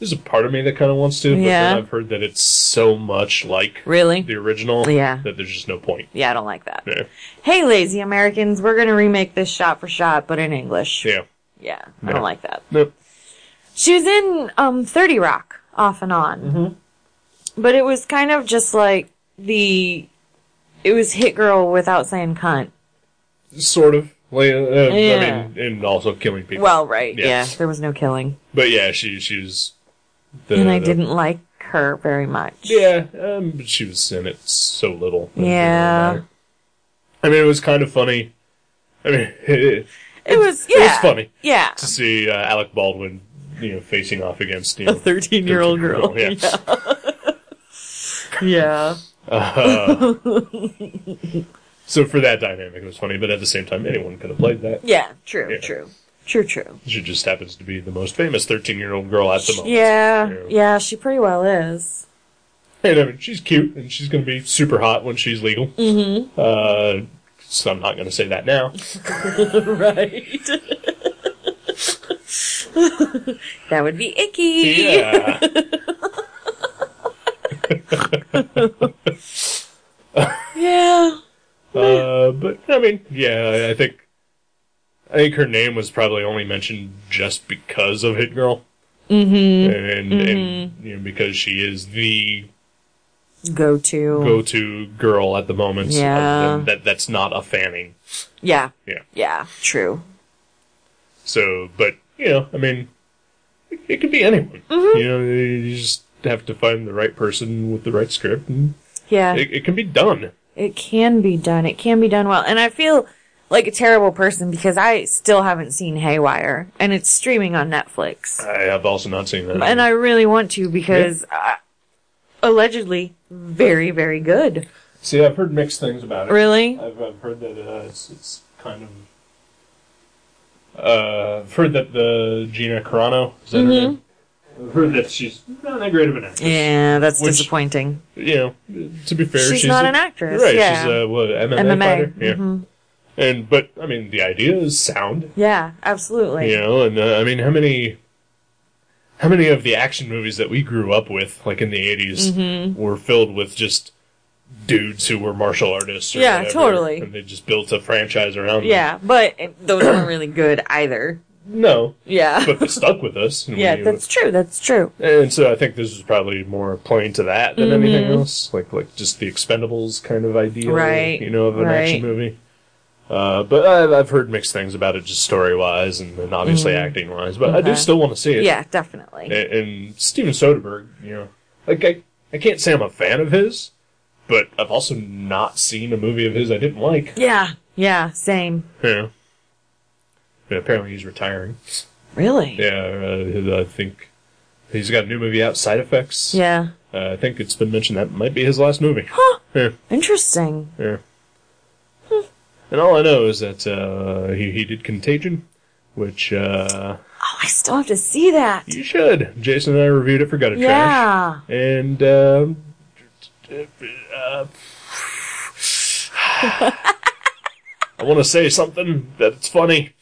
Speaker 1: There's a part of me that kind of wants to, but
Speaker 2: Yeah.
Speaker 1: then I've heard that it's so much like
Speaker 2: Really?
Speaker 1: the original
Speaker 2: Yeah.
Speaker 1: that there's just no point.
Speaker 2: Yeah, I don't like that.
Speaker 1: Yeah.
Speaker 2: Hey, lazy Americans, we're gonna remake this shot for shot, but in English.
Speaker 1: Yeah.
Speaker 2: Yeah, I
Speaker 1: No.
Speaker 2: don't like that.
Speaker 1: No.
Speaker 2: She was in um, 30 Rock off and on.
Speaker 1: Mm-hmm.
Speaker 2: But it was kind of just like the. It was Hit Girl without saying cunt.
Speaker 1: Sort of. Like, uh, uh, I
Speaker 2: Yeah.
Speaker 1: mean, and also killing people.
Speaker 2: Well, right.
Speaker 1: Yeah.
Speaker 2: Yeah, there was no killing.
Speaker 1: But yeah, she she was. The,
Speaker 2: and I
Speaker 1: the-
Speaker 2: didn't like her very much.
Speaker 1: Yeah, um, but she was in it so little. It didn't really
Speaker 2: Yeah.
Speaker 1: matter. I mean, it was kind of funny. I mean, [LAUGHS] it,
Speaker 2: It was, yeah.
Speaker 1: was funny.
Speaker 2: Yeah.
Speaker 1: to see uh, Alec Baldwin, you know, facing off against you know,
Speaker 2: 13 year old girl.
Speaker 1: Yeah.
Speaker 2: Yeah.
Speaker 1: Uh, so for that dynamic, it was funny. But at the same time, anyone could have played that.
Speaker 2: Yeah, true,
Speaker 1: Yeah.
Speaker 2: true. True, true.
Speaker 1: She just happens to be the most famous thirteen-year-old girl at the moment.
Speaker 2: Yeah,
Speaker 1: Yeah.
Speaker 2: yeah, she pretty well is.
Speaker 1: And I mean, she's cute, and she's going to be super hot when she's legal. Mm-hmm. Uh, so I'm not going to say that now.
Speaker 2: Right. [LAUGHS] that would be icky.
Speaker 1: [LAUGHS] Yeah.
Speaker 2: Yeah.
Speaker 1: uh, but I mean, yeah, I- I think I think her name was probably only mentioned just because of Hit Girl. Mm-hmm. And, and you know, because she is the
Speaker 2: Go to.
Speaker 1: go-to girl at the moment. so
Speaker 2: Yeah.
Speaker 1: that- that that's not a fanning.
Speaker 2: Yeah.
Speaker 1: Yeah.
Speaker 2: Yeah. True.
Speaker 1: So, but you know, I mean, it, it could be anyone. You know, you just have to find the right person with the right script, and
Speaker 2: Yeah. It,
Speaker 1: it, it can be done.
Speaker 2: can be done. It can be done well. And I feel like a terrible person because I still haven't seen Haywire and it's streaming on Netflix.
Speaker 1: I have also not seen that.
Speaker 2: And I really want to because uh, allegedly very, very good.
Speaker 1: see. I've heard mixed things about it.
Speaker 2: Really?
Speaker 1: I've, I've heard that uh, it's, it's kind of. Uh, I've heard that the Gina Carano is that her
Speaker 2: Mm-hmm.
Speaker 1: name? I've heard that she's not that great of an actress.
Speaker 2: Yeah, that's
Speaker 1: Which-
Speaker 2: disappointing.
Speaker 1: you know, to be fair,
Speaker 2: She's
Speaker 1: she's,
Speaker 2: not
Speaker 1: a-
Speaker 2: an actress,
Speaker 1: Right?
Speaker 2: yeah.
Speaker 1: She's a what, MMA,
Speaker 2: MMA,
Speaker 1: fighter. Yeah.
Speaker 2: Mm-hmm.
Speaker 1: And but I mean, the idea is sound.
Speaker 2: Yeah, absolutely.
Speaker 1: You know, and uh, I mean, how many, how many of the action movies that we grew up with, like in the 80s
Speaker 2: Mm-hmm.
Speaker 1: were filled with just dudes who were martial artists? Or
Speaker 2: Yeah,
Speaker 1: whatever,
Speaker 2: totally.
Speaker 1: And they just built a franchise around. them?
Speaker 2: Yeah, but it- those weren't really good either.
Speaker 1: No,
Speaker 2: Yeah.
Speaker 1: but they stuck with us. and
Speaker 2: [LAUGHS] yeah,
Speaker 1: we-
Speaker 2: that's true. That's true.
Speaker 1: And so I think this is probably more playing to that than
Speaker 2: Mm-hmm.
Speaker 1: anything else, like like just the Expendables kind of idea,
Speaker 2: Right,
Speaker 1: You know, of an action
Speaker 2: right.
Speaker 1: movie. Uh, but I've, I've heard mixed things about it, just story wise and, and obviously acting wise. But I do
Speaker 2: Mm. Okay.
Speaker 1: still want to see it.
Speaker 2: Yeah, definitely.
Speaker 1: A- And, Steven Soderbergh, you know, like I I can't say I'm a fan of his, but I've also not seen a movie of his I didn't like.
Speaker 2: Yeah, yeah, same.
Speaker 1: You know. And apparently he's retiring.
Speaker 2: Really?
Speaker 1: Yeah, uh, I think he's got a new movie out, Side Effects.
Speaker 2: Yeah.
Speaker 1: Uh, I think it's been mentioned that might be his last movie.
Speaker 2: Huh.
Speaker 1: Yeah,
Speaker 2: Interesting.
Speaker 1: yeah. And all I know is that uh, he he did Contagion, which uh,
Speaker 2: Oh, I still have to see that.
Speaker 1: you should. Jason and I reviewed it for Gutter Trash,
Speaker 2: Yeah.
Speaker 1: and um, uh, I want to say something that's funny. but-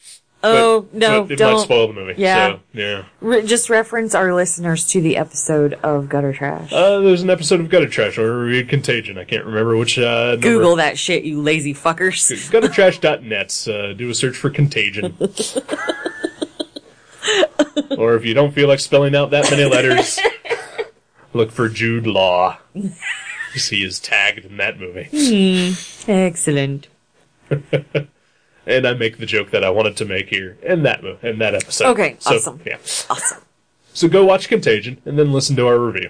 Speaker 2: Oh, no,
Speaker 1: but it might
Speaker 2: don't.
Speaker 1: spoil the movie.
Speaker 2: Yeah.
Speaker 1: so, yeah.
Speaker 2: Re- just reference our listeners to the episode of Gutter Trash.
Speaker 1: Uh, there's an episode of Gutter Trash where we reviewed Contagion. I can't remember which. Uh, number.
Speaker 2: Google that shit, you lazy fuckers.
Speaker 1: guttertrash.net. Uh, do a search for contagion.
Speaker 2: [LAUGHS]
Speaker 1: or if you don't feel like spelling out that many
Speaker 2: [LAUGHS]
Speaker 1: letters, look for Jude Law. 'Cause He is tagged in that movie.
Speaker 2: Excellent.
Speaker 1: And I make the joke that I wanted to make here in that mo- in that episode.
Speaker 2: Okay, awesome.
Speaker 1: Yeah.
Speaker 2: Awesome.
Speaker 1: So go watch Contagion and then listen to our review.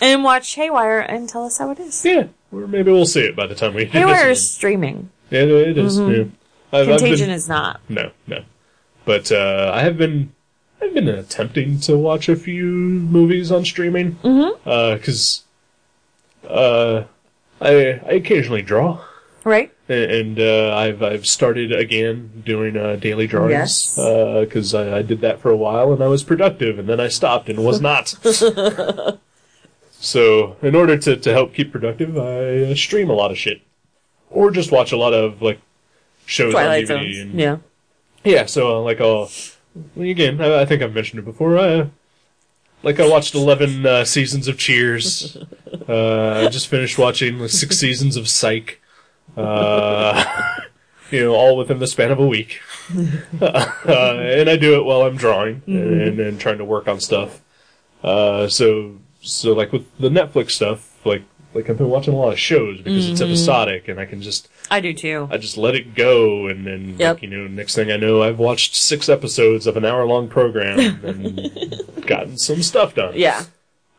Speaker 2: And watch Haywire and tell us how it is.
Speaker 1: Yeah, or maybe we'll see it by the time we.
Speaker 2: Haywire is streaming.
Speaker 1: It, it is, Yeah. I've- I've been-
Speaker 2: Mm-hmm. Contagion is not.
Speaker 1: No, no. But uh, I have been I've been attempting to watch a few movies on streaming
Speaker 2: Mm-hmm.
Speaker 1: because mm uh, I I occasionally draw
Speaker 2: Right?
Speaker 1: A- and uh, I've I've started again doing uh, daily drawings
Speaker 2: Yes.
Speaker 1: because I, I did that for a while and I was productive and then I stopped and was
Speaker 2: [LAUGHS]
Speaker 1: not. so in order to, to help keep productive, I uh, stream a lot of shit or just watch a lot of like shows
Speaker 2: Twilight
Speaker 1: on DVD
Speaker 2: Zones.
Speaker 1: and
Speaker 2: Yeah.
Speaker 1: yeah, so uh, like I'll again, I, I think I've mentioned it before. I, like I watched eleven uh, seasons of Cheers. Uh, I just finished watching like, six seasons of Psych. Uh, [LAUGHS] you know, all within the span of a week. [LAUGHS] uh, and I do it while I'm drawing and, and trying to work on stuff. Uh, so so like with the Netflix stuff, like like I've been watching a lot of shows because it's episodic and I can just
Speaker 2: I do too.
Speaker 1: I just let it go, and then
Speaker 2: Yep.
Speaker 1: like, you know, next thing I know, I've watched six episodes of an hour-long program
Speaker 2: [LAUGHS]
Speaker 1: and gotten some stuff done.
Speaker 2: yeah.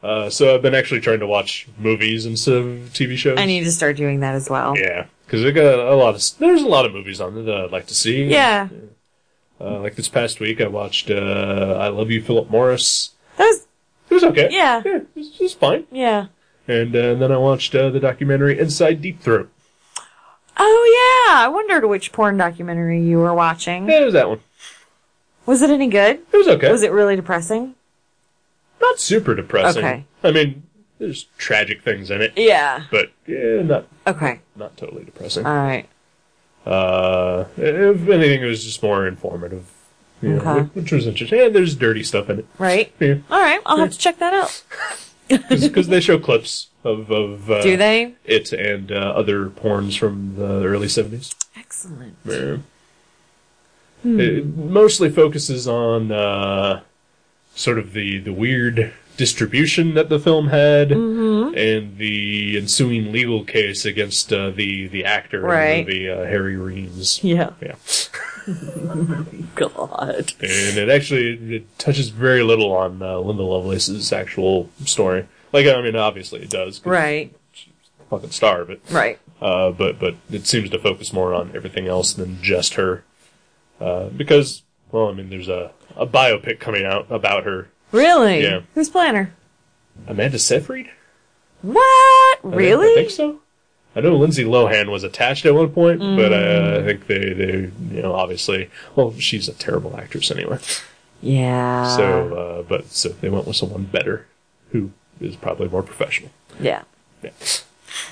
Speaker 1: Uh, so I've been actually trying to watch movies instead of TV shows.
Speaker 2: I need to start doing that as well.
Speaker 1: yeah, because I got a lot of there's a lot of movies on there that I'd like to see.
Speaker 2: Yeah.
Speaker 1: Uh, like this past week, I watched uh, I Love You, Philip Morris.
Speaker 2: That was,
Speaker 1: It was okay.
Speaker 2: Yeah.
Speaker 1: yeah, it was, it was fine.
Speaker 2: yeah.
Speaker 1: And uh, then I watched uh, the documentary Inside Deep Throat.
Speaker 2: Oh yeah. I wondered which porn documentary you were watching.
Speaker 1: Yeah, it was that one.
Speaker 2: Was it any good?
Speaker 1: It was okay.
Speaker 2: Was it really depressing?
Speaker 1: not super depressing.
Speaker 2: Okay.
Speaker 1: I mean, there's tragic things in it,
Speaker 2: Yeah.
Speaker 1: but yeah, not
Speaker 2: Okay.
Speaker 1: not totally depressing.
Speaker 2: All right.
Speaker 1: Uh, if anything, it was just more informative, you know,
Speaker 2: Okay.
Speaker 1: which, which was interesting. And there's dirty stuff in it
Speaker 2: Right. All right. I'll have to check that out.
Speaker 1: because they show clips of of uh,
Speaker 2: Do they?
Speaker 1: it and uh, other porns from the early '70s.
Speaker 2: Excellent.
Speaker 1: Yeah.
Speaker 2: Hmm.
Speaker 1: It mostly focuses on uh, sort of the, the weird distribution that the film had
Speaker 2: Mm-hmm.
Speaker 1: and the ensuing legal case against uh, the, the actor in
Speaker 2: Right.
Speaker 1: the movie, uh, Harry Reams.
Speaker 2: Yeah.
Speaker 1: Yeah.
Speaker 2: God.
Speaker 1: And it actually it touches very little on uh, Linda Lovelace's actual story. Like, I mean, obviously it does. 'cause
Speaker 2: Right.
Speaker 1: she's a Fucking star, but
Speaker 2: Right.
Speaker 1: uh, but but it seems to focus more on everything else than just her, uh, because well, I mean, there's a a biopic coming out about her.
Speaker 2: Really?
Speaker 1: Yeah.
Speaker 2: Who's Planner?
Speaker 1: Amanda Seyfried,
Speaker 2: What?
Speaker 1: I think-
Speaker 2: Really?
Speaker 1: I think so. I know Lindsay Lohan was attached at one point, but uh,
Speaker 2: Mm.
Speaker 1: I think they they you know obviously well she's a terrible actress anyway.
Speaker 2: Yeah.
Speaker 1: So uh, but so they went with someone better, who is probably more professional.
Speaker 2: Yeah.
Speaker 1: Yeah.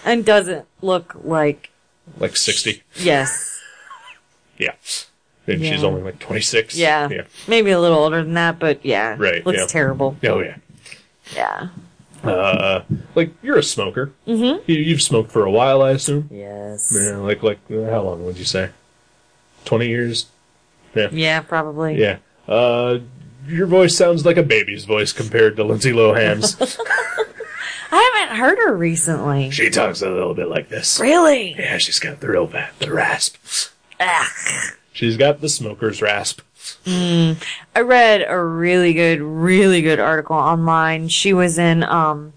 Speaker 2: And doesn't look like
Speaker 1: Like sixty,
Speaker 2: yes.
Speaker 1: yeah. And she's
Speaker 2: Yeah.
Speaker 1: only like twenty six.
Speaker 2: Yeah.
Speaker 1: yeah.
Speaker 2: Maybe a little older than that, but yeah.
Speaker 1: Right,
Speaker 2: Looks
Speaker 1: yeah.
Speaker 2: terrible.
Speaker 1: Oh yeah.
Speaker 2: Yeah.
Speaker 1: uh, like you're a smoker. Mm-hmm. You, you've smoked for a while, I assume.
Speaker 2: Yes.
Speaker 1: Yeah, like like uh, how long would you say? Twenty years.
Speaker 2: Yeah, probably.
Speaker 1: Yeah. Uh, your voice sounds like a baby's voice compared to Lindsay
Speaker 2: [LAUGHS]
Speaker 1: Lohan's.
Speaker 2: I haven't heard her recently.
Speaker 1: she talks a little bit like this.
Speaker 2: Really?
Speaker 1: Yeah, she's got the real va- the rasp.
Speaker 2: Ugh.
Speaker 1: She's got the smoker's rasp.
Speaker 2: I read a really good, really good article online. She was in um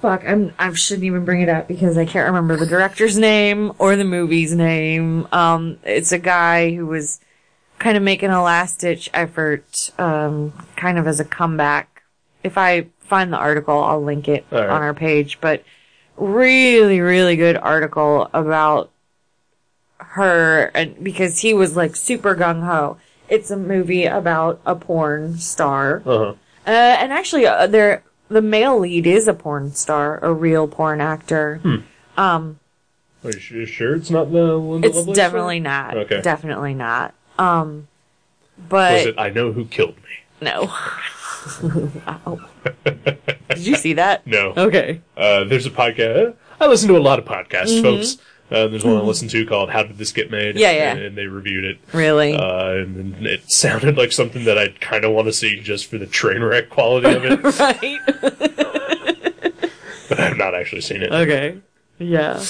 Speaker 2: Fuck, I'm I shouldn't even bring it up because I can't remember the director's name or the movie's name. Um it's a guy who was kind of making a last ditch effort, um, kind of as a comeback. If I find the article, I'll link it
Speaker 1: All right.
Speaker 2: on our page. But really, really good article about her and because he was like super gung ho. It's a movie about a porn star.
Speaker 1: Uh huh.
Speaker 2: Uh, and actually, uh, there the male lead is a porn star, a real porn actor.
Speaker 1: Hmm. Are you su- sure it's not the Linda
Speaker 2: It's
Speaker 1: Lovelace
Speaker 2: definitely
Speaker 1: one?
Speaker 2: not.
Speaker 1: Okay.
Speaker 2: Definitely not. Um, but
Speaker 1: Was it I know who killed me?
Speaker 2: No. [LAUGHS]
Speaker 1: [LAUGHS]
Speaker 2: Ow. Did you see that?
Speaker 1: No.
Speaker 2: Okay.
Speaker 1: Uh, there's a podcast. I listen to a lot of podcasts, folks. Uh, there's one I listened to called "How Did This Get Made?"
Speaker 2: Mm-hmm. Yeah, yeah.
Speaker 1: And, and they reviewed it.
Speaker 2: Really?
Speaker 1: Uh, and, and it sounded like something that I kind of want to see just for the train wreck quality of
Speaker 2: [LAUGHS]
Speaker 1: it,
Speaker 2: [LAUGHS] right.
Speaker 1: but I've not actually seen it.
Speaker 2: okay. Yeah.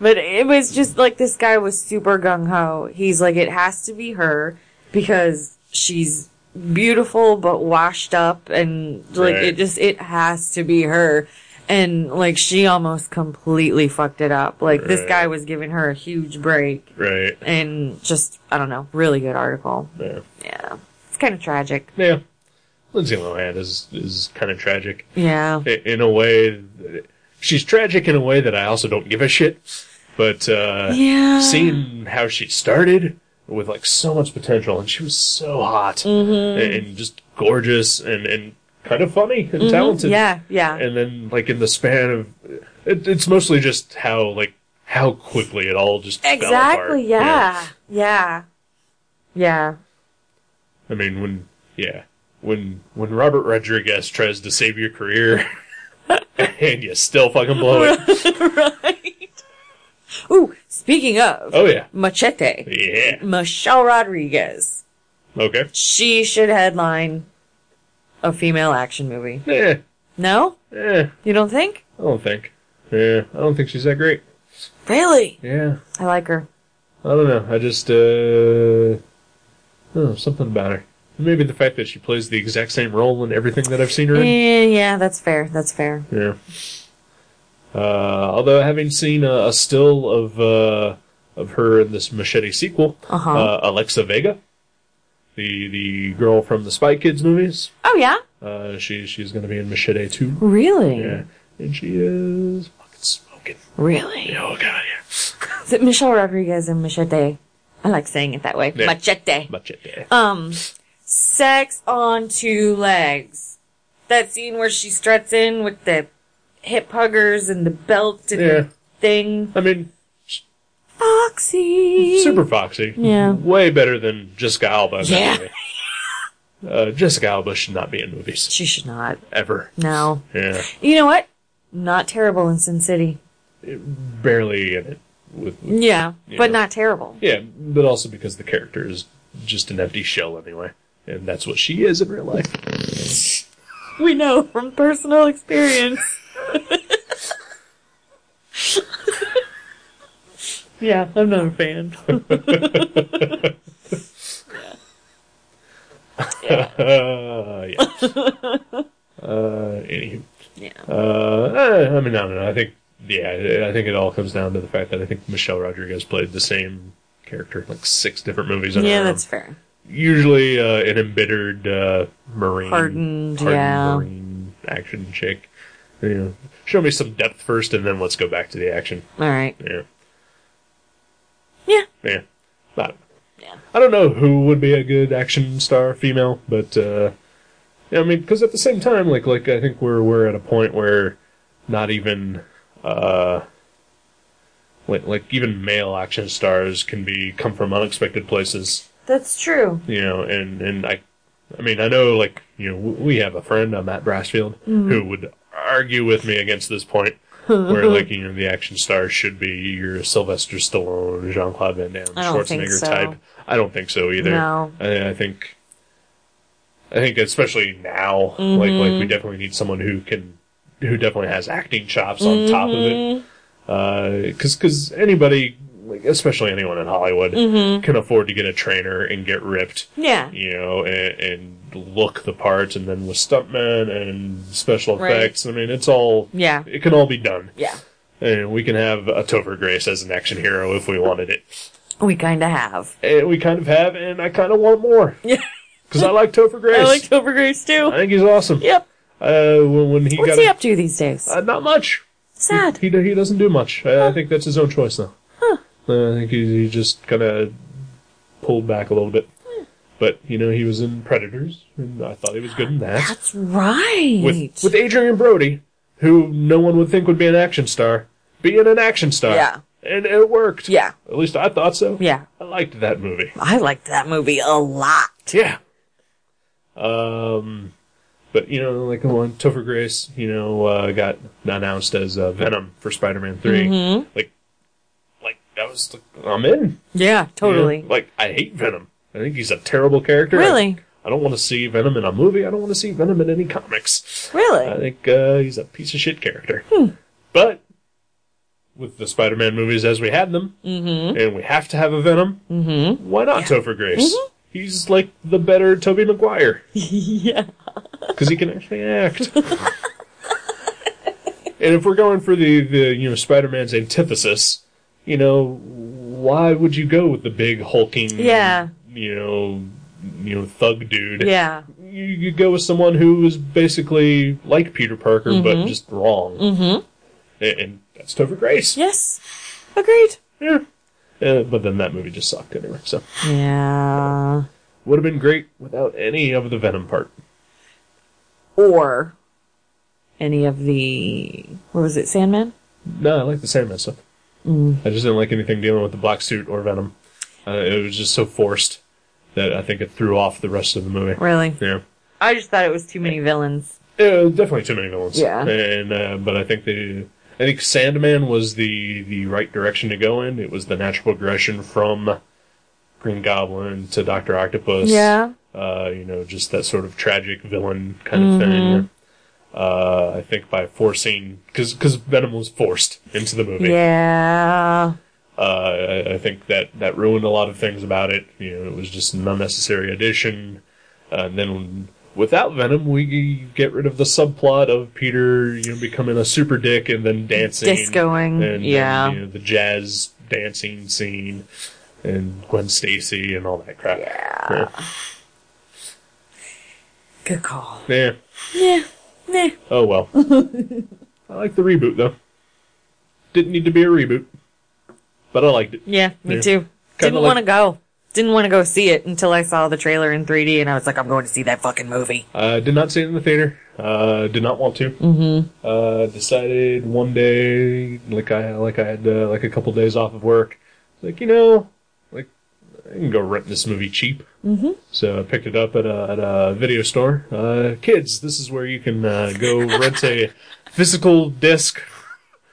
Speaker 2: But it was just like this guy was super gung ho. He's like, it has to be her because she's beautiful but washed up and like
Speaker 1: Right.
Speaker 2: it just it has to be her and like she almost completely fucked it up like this
Speaker 1: Right.
Speaker 2: guy was giving her a huge break
Speaker 1: Right.
Speaker 2: and just i don't know really good article
Speaker 1: Yeah.
Speaker 2: yeah it's kind of tragic
Speaker 1: Yeah. Lindsay Lohan is is kind of tragic
Speaker 2: yeah
Speaker 1: I- in a way. that- She's tragic in a way that I also don't give a shit. But uh,
Speaker 2: Yeah.
Speaker 1: seeing how she started with like so much potential, and she was so hot
Speaker 2: Mm-hmm.
Speaker 1: and, and just gorgeous and and kind of funny and talented.
Speaker 2: Mm-hmm. yeah yeah
Speaker 1: And then like in the span of, it, it's mostly just how like how quickly it all just fell apart,
Speaker 2: exactly
Speaker 1: you know?
Speaker 2: yeah yeah yeah
Speaker 1: I mean, when yeah, when when Robert Rodriguez tries to save your career,
Speaker 2: [LAUGHS]
Speaker 1: and you still fucking blow it.
Speaker 2: right ooh speaking of
Speaker 1: Oh yeah,
Speaker 2: machete
Speaker 1: yeah.
Speaker 2: michelle rodriguez
Speaker 1: Okay.
Speaker 2: she should headline a female action movie.
Speaker 1: Eh,
Speaker 2: No?
Speaker 1: eh.
Speaker 2: You don't think?
Speaker 1: I don't think. Yeah, I don't think she's that great.
Speaker 2: Really?
Speaker 1: Yeah,
Speaker 2: I like her.
Speaker 1: I don't know. I just uh, oh, something about her. Maybe the fact that she plays the exact same role in everything that I've seen her in.
Speaker 2: Yeah, Eh, yeah, that's fair. That's fair.
Speaker 1: Yeah. Uh, although having seen a, a still of uh, of her in this Machete sequel,
Speaker 2: Uh-huh.
Speaker 1: uh, Alexa Vega, the the girl from the Spy Kids movies,
Speaker 2: Oh yeah?
Speaker 1: uh, she she's going to be in Machete too,
Speaker 2: Really?
Speaker 1: yeah. and she is fucking smoking.
Speaker 2: Really?
Speaker 1: Oh god, yeah,
Speaker 2: Is it Michelle Rodriguez and Machete? I like saying it that way.
Speaker 1: Yeah.
Speaker 2: Machete.
Speaker 1: Machete.
Speaker 2: Um Sex on two legs. That scene where she struts in with the hip huggers and the belt and
Speaker 1: Yeah.
Speaker 2: the thing.
Speaker 1: I mean,
Speaker 2: Foxy.
Speaker 1: super foxy.
Speaker 2: Yeah.
Speaker 1: way better than Jessica Alba. in that
Speaker 2: Yeah.
Speaker 1: movie. Uh, Jessica Alba should not be in movies
Speaker 2: She should not.
Speaker 1: ever.
Speaker 2: No.
Speaker 1: Yeah,
Speaker 2: You know what? Not terrible in Sin City.
Speaker 1: barely in it with
Speaker 2: Yeah,
Speaker 1: Yeah.
Speaker 2: but not terrible.
Speaker 1: Yeah, but also because the character is just an empty shell anyway, and that's what she is in real life.
Speaker 2: We know from personal experience. [LAUGHS] yeah, I'm not a fan.
Speaker 1: Uh, [LAUGHS] yeah. uh, anywho.
Speaker 2: Yeah.
Speaker 1: Uh, uh, I mean, I don't know. I think, yeah, I- I think it all comes down to the fact that I think Michelle Rodriguez played the same character in like six different movies. In a
Speaker 2: Yeah,
Speaker 1: row.
Speaker 2: that's fair.
Speaker 1: usually uh, an embittered uh, marine,
Speaker 2: Hardened, yeah.
Speaker 1: marine action chick. You know, show me some depth first, and then let's go back to the action.
Speaker 2: All right.
Speaker 1: Yeah.
Speaker 2: Yeah.
Speaker 1: Yeah. I don't,
Speaker 2: Yeah.
Speaker 1: I don't know who would be a good action star female, but uh, yeah, I mean, because at the same time, like, like I think we're we're at a point where not even uh, like like even male action stars can be come from unexpected places,
Speaker 2: That's true.
Speaker 1: you know, and and I. I mean, I know, like, you know, w- we have a friend, uh, Matt Brassfield,
Speaker 2: Mm-hmm.
Speaker 1: who would argue with me against this
Speaker 2: [LAUGHS]
Speaker 1: point, where, like, you know, the action star should be your Sylvester Stallone, Jean Claude Van Damme,
Speaker 2: I don't think
Speaker 1: Schwarzenegger
Speaker 2: so.
Speaker 1: type. I don't think so either.
Speaker 2: No.
Speaker 1: I, I think, I think especially now, like, like we
Speaker 2: Mm-hmm.
Speaker 1: definitely need someone who can, who definitely has acting chops on top of
Speaker 2: Mm-hmm.
Speaker 1: it, because because anybody, like, especially anyone in Hollywood,
Speaker 2: Mm-hmm.
Speaker 1: can afford to get a trainer and get ripped
Speaker 2: Yeah.
Speaker 1: you know, and, and look the part, and then with stuntmen and special
Speaker 2: Right.
Speaker 1: effects. I mean, it's all
Speaker 2: Yeah.
Speaker 1: It can all be done,
Speaker 2: Yeah.
Speaker 1: and we can have a Tover Grace as an action hero if we wanted it.
Speaker 2: We kind of have.
Speaker 1: And we kind of have, and I kind of want more.
Speaker 2: [LAUGHS] Yeah.
Speaker 1: because I like Topher Grace. I,
Speaker 2: I like Tober Grace too.
Speaker 1: think he's awesome.
Speaker 2: Yep.
Speaker 1: Uh, when, when he
Speaker 2: What's
Speaker 1: got
Speaker 2: he
Speaker 1: it-
Speaker 2: up to these days?
Speaker 1: Uh, not much.
Speaker 2: Sad.
Speaker 1: He do- he doesn't do much. Uh, I, I think that's his own choice though. Uh, I think he, he just kind of pulled back a little bit.
Speaker 2: Hmm.
Speaker 1: But you know, he was in Predators, and I thought he was good in that.
Speaker 2: That's right.
Speaker 1: with with Adrian Brody, who no one would think would be an action star, being an action star.
Speaker 2: Yeah.
Speaker 1: And it worked.
Speaker 2: yeah.
Speaker 1: At least I thought so.
Speaker 2: Yeah.
Speaker 1: I liked that movie.
Speaker 2: I liked that movie a lot.
Speaker 1: Yeah. Um, but you know, like the one Topher Grace, you know, uh, got announced as uh, Venom for Spider-Man 3
Speaker 2: Mm-hmm.
Speaker 1: Like, like that was like, I'm in.
Speaker 2: Yeah,
Speaker 1: you know?
Speaker 2: totally.
Speaker 1: Like I hate Venom. I think he's a terrible character.
Speaker 2: Really?
Speaker 1: I, I don't want to see Venom in a movie. I don't want to see Venom in any comics.
Speaker 2: Really? Hmm.
Speaker 1: I think uh, he's a piece of shit character. But with the
Speaker 2: Mm-hmm. Mm-hmm.
Speaker 1: Spider-Man movies as we had them, and we have to have a Venom, why not Topher Grace? he's like the better Toby Maguire
Speaker 2: [LAUGHS] yeah.
Speaker 1: because he can actually act. and if we're going for the, the you know Spider-Man's antithesis, you know, why would you go with the big hulking,
Speaker 2: Yeah.
Speaker 1: you know, you know, thug dude?
Speaker 2: Yeah.
Speaker 1: you, you go with someone who is basically like Peter Parker, but just wrong. Mm-hmm. And, and that's Topher Grace.
Speaker 2: Yes. Agreed.
Speaker 1: Yeah. Uh, but then that movie just sucked anyway. So
Speaker 2: Yeah.
Speaker 1: would have been great without any of the Venom part.
Speaker 2: Or any of the what was it, Sandman?
Speaker 1: No, I like the Sandman stuff. I just didn't like anything dealing with the black suit or Venom. Uh, it was just so forced that I think it threw off the rest of the movie.
Speaker 2: Really?
Speaker 1: Yeah.
Speaker 2: I just thought it was too many villains.
Speaker 1: Yeah, definitely too many villains.
Speaker 2: Yeah.
Speaker 1: and uh, but I think the I think Sandman was the the right direction to go in. It was the natural progression from Green Goblin to Doctor Octopus.
Speaker 2: Yeah.
Speaker 1: uh, you know, just that sort of tragic villain kind of
Speaker 2: Mm-hmm.
Speaker 1: thing. Uh, I think by forcing because because Venom was forced into the movie.
Speaker 2: Yeah.
Speaker 1: Uh, I, I think that, that ruined a lot of things about it. You know, it was just an unnecessary addition. Uh, and then without Venom, we get rid of the subplot of Peter, you know, becoming a super dick and then dancing,
Speaker 2: Discoing,
Speaker 1: and,
Speaker 2: yeah.
Speaker 1: and, you know, the jazz dancing scene, and Gwen Stacy and all that crap. Yeah,
Speaker 2: Good call.
Speaker 1: yeah.
Speaker 2: Yeah. Nah.
Speaker 1: Oh
Speaker 2: [LAUGHS]
Speaker 1: well. I like the reboot though. Didn't need to be a reboot, but I liked it.
Speaker 2: Yeah, me
Speaker 1: Yeah.
Speaker 2: too. Didn't
Speaker 1: like-
Speaker 2: want to go. Didn't want to go see it until I saw the trailer in 3D and I was like, I'm going to see that fucking movie.
Speaker 1: Uh, did not see it in the theater. Uh, did not want to. Mm-hmm. Uh, decided one day, like I like I had uh, like a couple days off of work. Like you know, like I can go rent this movie cheap. Mm-hmm. So I picked it up at a, at a video store. Uh, kids, this is where you can uh, go rent a physical disc.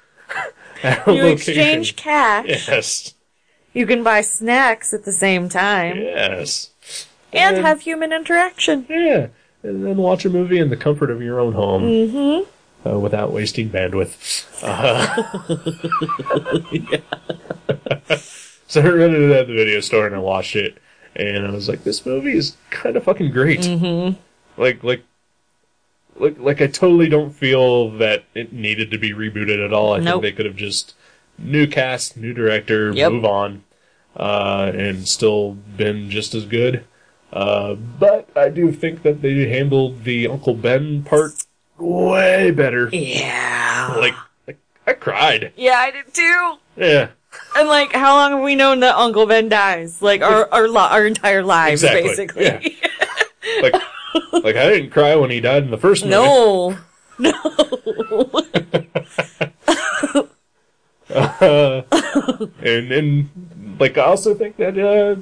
Speaker 1: [LAUGHS] at a
Speaker 2: You
Speaker 1: Oh, location.
Speaker 2: exchange cash.
Speaker 1: Yes.
Speaker 2: You can buy snacks at the same time
Speaker 1: Yes.
Speaker 2: and have human interaction.
Speaker 1: Yeah, and then watch a movie in the comfort of your own home mm-hmm. uh, without wasting [LAUGHS] bandwidth. Uh-huh. Uh, yeah. [LAUGHS] so I rented it at the video store and I watched it, and I was like, "This movie is kind of fucking great." Mm-hmm. Like, like. Like, like I totally don't feel that it needed to be rebooted at all. I think
Speaker 2: Nope.
Speaker 1: they could have just new cast, new director,
Speaker 2: Yep.
Speaker 1: move on, uh, and still been just as good. Uh, but I do think that they handled the Uncle Ben part way better.
Speaker 2: Yeah.
Speaker 1: Like, like I cried.
Speaker 2: Yeah, I did too.
Speaker 1: Yeah,
Speaker 2: And like, how long have we known that Uncle Ben dies? Like our our, li- our entire lives,
Speaker 1: Exactly,
Speaker 2: basically. [LAUGHS]
Speaker 1: yeah. like, like I didn't cry when he died in the first movie.
Speaker 2: No.
Speaker 1: and and like I also think that uh,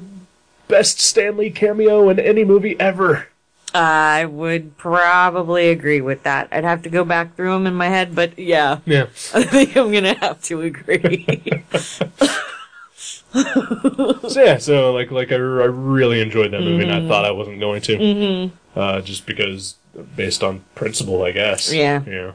Speaker 1: best Stanley cameo in any movie ever.
Speaker 2: I would probably agree with that. I'd have to go back through them in my head, but yeah, [LAUGHS]
Speaker 1: Yeah,
Speaker 2: I think I'm gonna have to agree. [LAUGHS]
Speaker 1: so, yeah. So like like I, I really enjoyed that movie,
Speaker 2: Mm-hmm.
Speaker 1: and I thought I wasn't going to, uh, just because based on principle, I guess.
Speaker 2: Yeah.
Speaker 1: Yeah.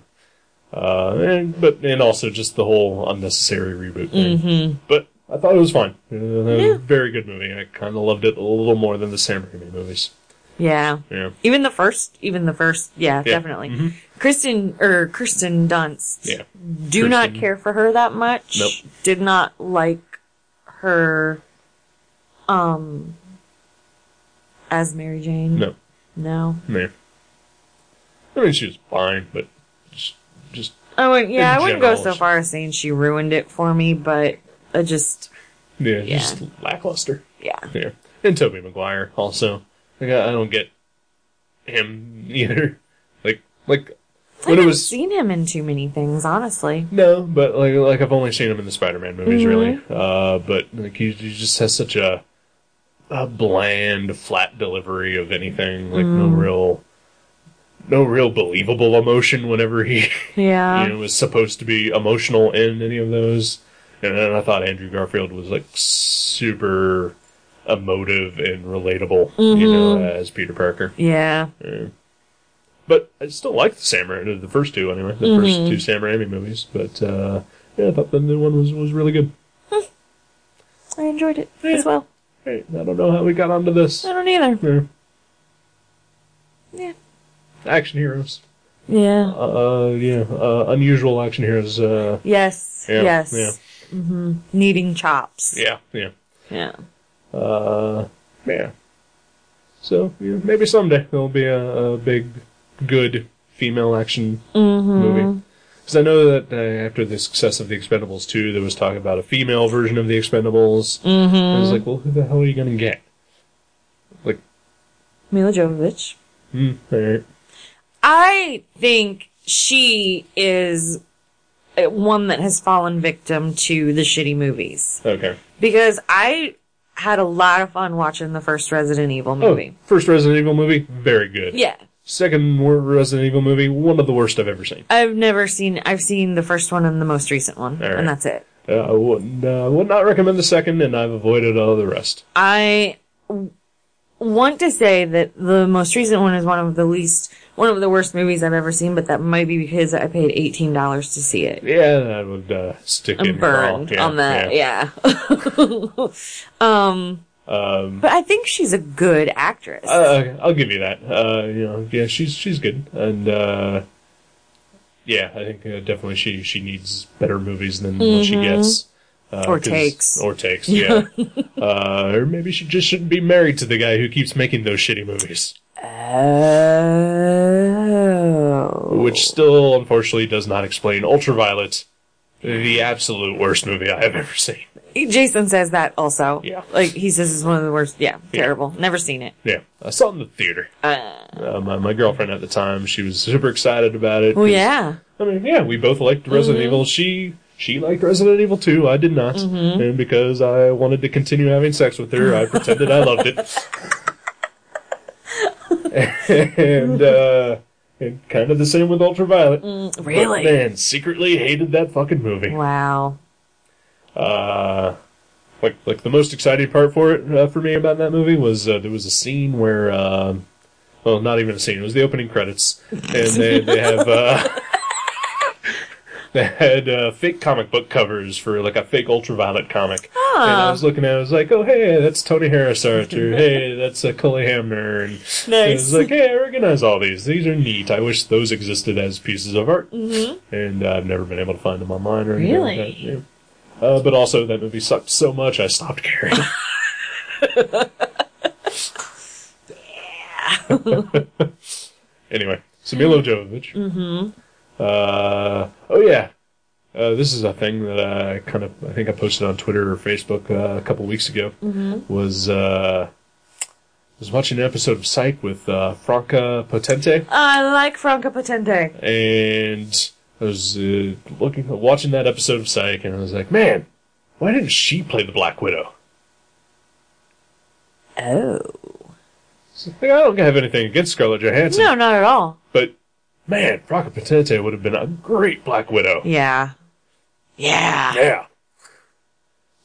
Speaker 1: Uh, and, but and also just the whole unnecessary reboot thing.
Speaker 2: Mm-hmm.
Speaker 1: But I thought it was fine. Uh, it was a very good movie. I kind of loved it a little more than the Sam Raimi movies.
Speaker 2: yeah.
Speaker 1: Yeah.
Speaker 2: Even the first, even the first, yeah,
Speaker 1: Yeah. Mm-hmm.
Speaker 2: definitely. Kristen or Kristen Dunst.
Speaker 1: Yeah.
Speaker 2: Do not
Speaker 1: Kristen.
Speaker 2: care for her that much.
Speaker 1: Nope.
Speaker 2: Did not like her um as Mary Jane.
Speaker 1: No.
Speaker 2: No.
Speaker 1: No. I mean, she was fine, but just, just
Speaker 2: I wouldn't yeah,
Speaker 1: In
Speaker 2: I wouldn't go
Speaker 1: general,
Speaker 2: so
Speaker 1: she-
Speaker 2: far as saying she ruined it for me, but I just
Speaker 1: yeah,
Speaker 2: Yeah.
Speaker 1: just lackluster.
Speaker 2: yeah.
Speaker 1: Yeah. And Toby Maguire also. Like I, I don't get him either. [LAUGHS] Like like
Speaker 2: I
Speaker 1: when it
Speaker 2: haven't
Speaker 1: was
Speaker 2: seen him in too many things, honestly.
Speaker 1: No, but like like I've only seen him in the Spider-Man movies,
Speaker 2: Mm-hmm.
Speaker 1: really. Uh, but like he, he just has such a a bland, flat delivery of anything. Like
Speaker 2: Mm.
Speaker 1: no real, no real believable emotion whenever he [LAUGHS]
Speaker 2: Yeah.
Speaker 1: you know, was supposed to be emotional in any of those. And then I thought Andrew Garfield was like super emotive and relatable, you know, as Peter Parker.
Speaker 2: Yeah.
Speaker 1: But I still like the Sam Raimi, the first two anyway, the first two Sam Raimi movies. But uh, yeah, I thought the new one was, was really good.
Speaker 2: I enjoyed it as well.
Speaker 1: right. I don't know how we got onto this.
Speaker 2: I don't either.
Speaker 1: Yeah.
Speaker 2: Uh-huh. Yeah.
Speaker 1: Action heroes.
Speaker 2: Yeah.
Speaker 1: Uh, yeah. Uh, unusual action heroes. Uh,
Speaker 2: Yes.
Speaker 1: Yeah,
Speaker 2: yes.
Speaker 1: yeah.
Speaker 2: hmm Needing chops.
Speaker 1: yeah. Yeah.
Speaker 2: Yeah.
Speaker 1: Uh, yeah. So yeah, maybe someday there'll be a, a big, good female action
Speaker 2: Mm-hmm.
Speaker 1: movie. Because I know that uh, after the success of the Expendables 2, there was talk about a female version of the Expendables. Mm-hmm. I was like, well, who the hell are you gonna get? Like,
Speaker 2: Mila Jovovich.
Speaker 1: hmm, all right.
Speaker 2: I think she is uh, one that has fallen victim to the shitty movies
Speaker 1: okay.
Speaker 2: because I had a lot of fun watching the first Resident Evil movie.
Speaker 1: Oh, first Resident Evil movie, very good.
Speaker 2: Yeah.
Speaker 1: Second wor- Resident Evil movie, one of the worst I've ever seen.
Speaker 2: I've never seen. I've seen the first one and the most recent one,
Speaker 1: All right.
Speaker 2: and that's it.
Speaker 1: Uh, I would, uh, would not recommend the second, and I've avoided all the rest.
Speaker 2: I w- want to say that the most recent one is one of the least, one of the worst movies I've ever seen, but that might be because I paid eighteen dollars to see it.
Speaker 1: Yeah, that would uh, stick
Speaker 2: I'm
Speaker 1: in your crawl.
Speaker 2: burned
Speaker 1: Yeah,
Speaker 2: on that. Yeah. [LAUGHS] um,
Speaker 1: Um,
Speaker 2: but I think she's a good actress.
Speaker 1: uh, I'll give you that. Uh, you know, yeah, she's she's good, and uh, yeah, I think uh, definitely she she needs better movies than what she gets. Uh,
Speaker 2: Mm-hmm. Or
Speaker 1: 'cause-
Speaker 2: takes.
Speaker 1: or takes,
Speaker 2: [LAUGHS]
Speaker 1: yeah. uh, or maybe she just shouldn't be married to the guy who keeps making those shitty movies,
Speaker 2: oh.
Speaker 1: which still, unfortunately, does not explain Ultraviolet, the absolute worst movie I have ever seen.
Speaker 2: Jason says that also.
Speaker 1: Yeah.
Speaker 2: Like he says it's one of the worst. Yeah. Terrible. Never seen it.
Speaker 1: Yeah, I saw it in the theater.
Speaker 2: Uh,
Speaker 1: Uh, my, my girlfriend at the time, she was super excited about it.
Speaker 2: well,
Speaker 1: 'cause-
Speaker 2: Oh, yeah.
Speaker 1: I mean, yeah, we both liked Resident Evil. She she liked Resident Evil 2. I did not, and because I wanted to continue having sex with her, I pretended I loved it. and uh, and kind of the same with Ultraviolet.
Speaker 2: Really?
Speaker 1: But, man, secretly hated that fucking movie.
Speaker 2: Wow.
Speaker 1: Uh, like like the most exciting part for it uh, for me about that movie was uh, there was a scene where um well not even a scene it was the opening credits and they they have uh, [LAUGHS] they had uh, fake comic book covers for like a fake ultraviolet comic and I was looking at it I was like oh hey that's Tony Harris art or hey that's uh, Cully Hamner and and I was like hey I recognize all these these are neat I wish those existed as pieces of art and uh, I've never been able to find them online or anything like
Speaker 2: Really?
Speaker 1: that. Yeah. Uh, but also, that movie sucked so much I stopped caring. [LAUGHS] anyway, so Milo Jovovich. Mm-hmm. Uh, oh yeah, uh, this is a thing that I kind of I think I posted on Twitter or Facebook uh, a couple weeks ago. Was uh, was watching an episode of Psych with uh, Franca Potente
Speaker 2: I like Franca Potente.
Speaker 1: and I was uh, looking, watching that episode of Psych, and I was like, man, why didn't she play the Black Widow?
Speaker 2: Oh.
Speaker 1: It's Like, I don't have anything against Scarlett Johansson,
Speaker 2: No, not at all.
Speaker 1: but man, Rocket Potente would have been a great Black Widow.
Speaker 2: Yeah. Yeah.
Speaker 1: Yeah.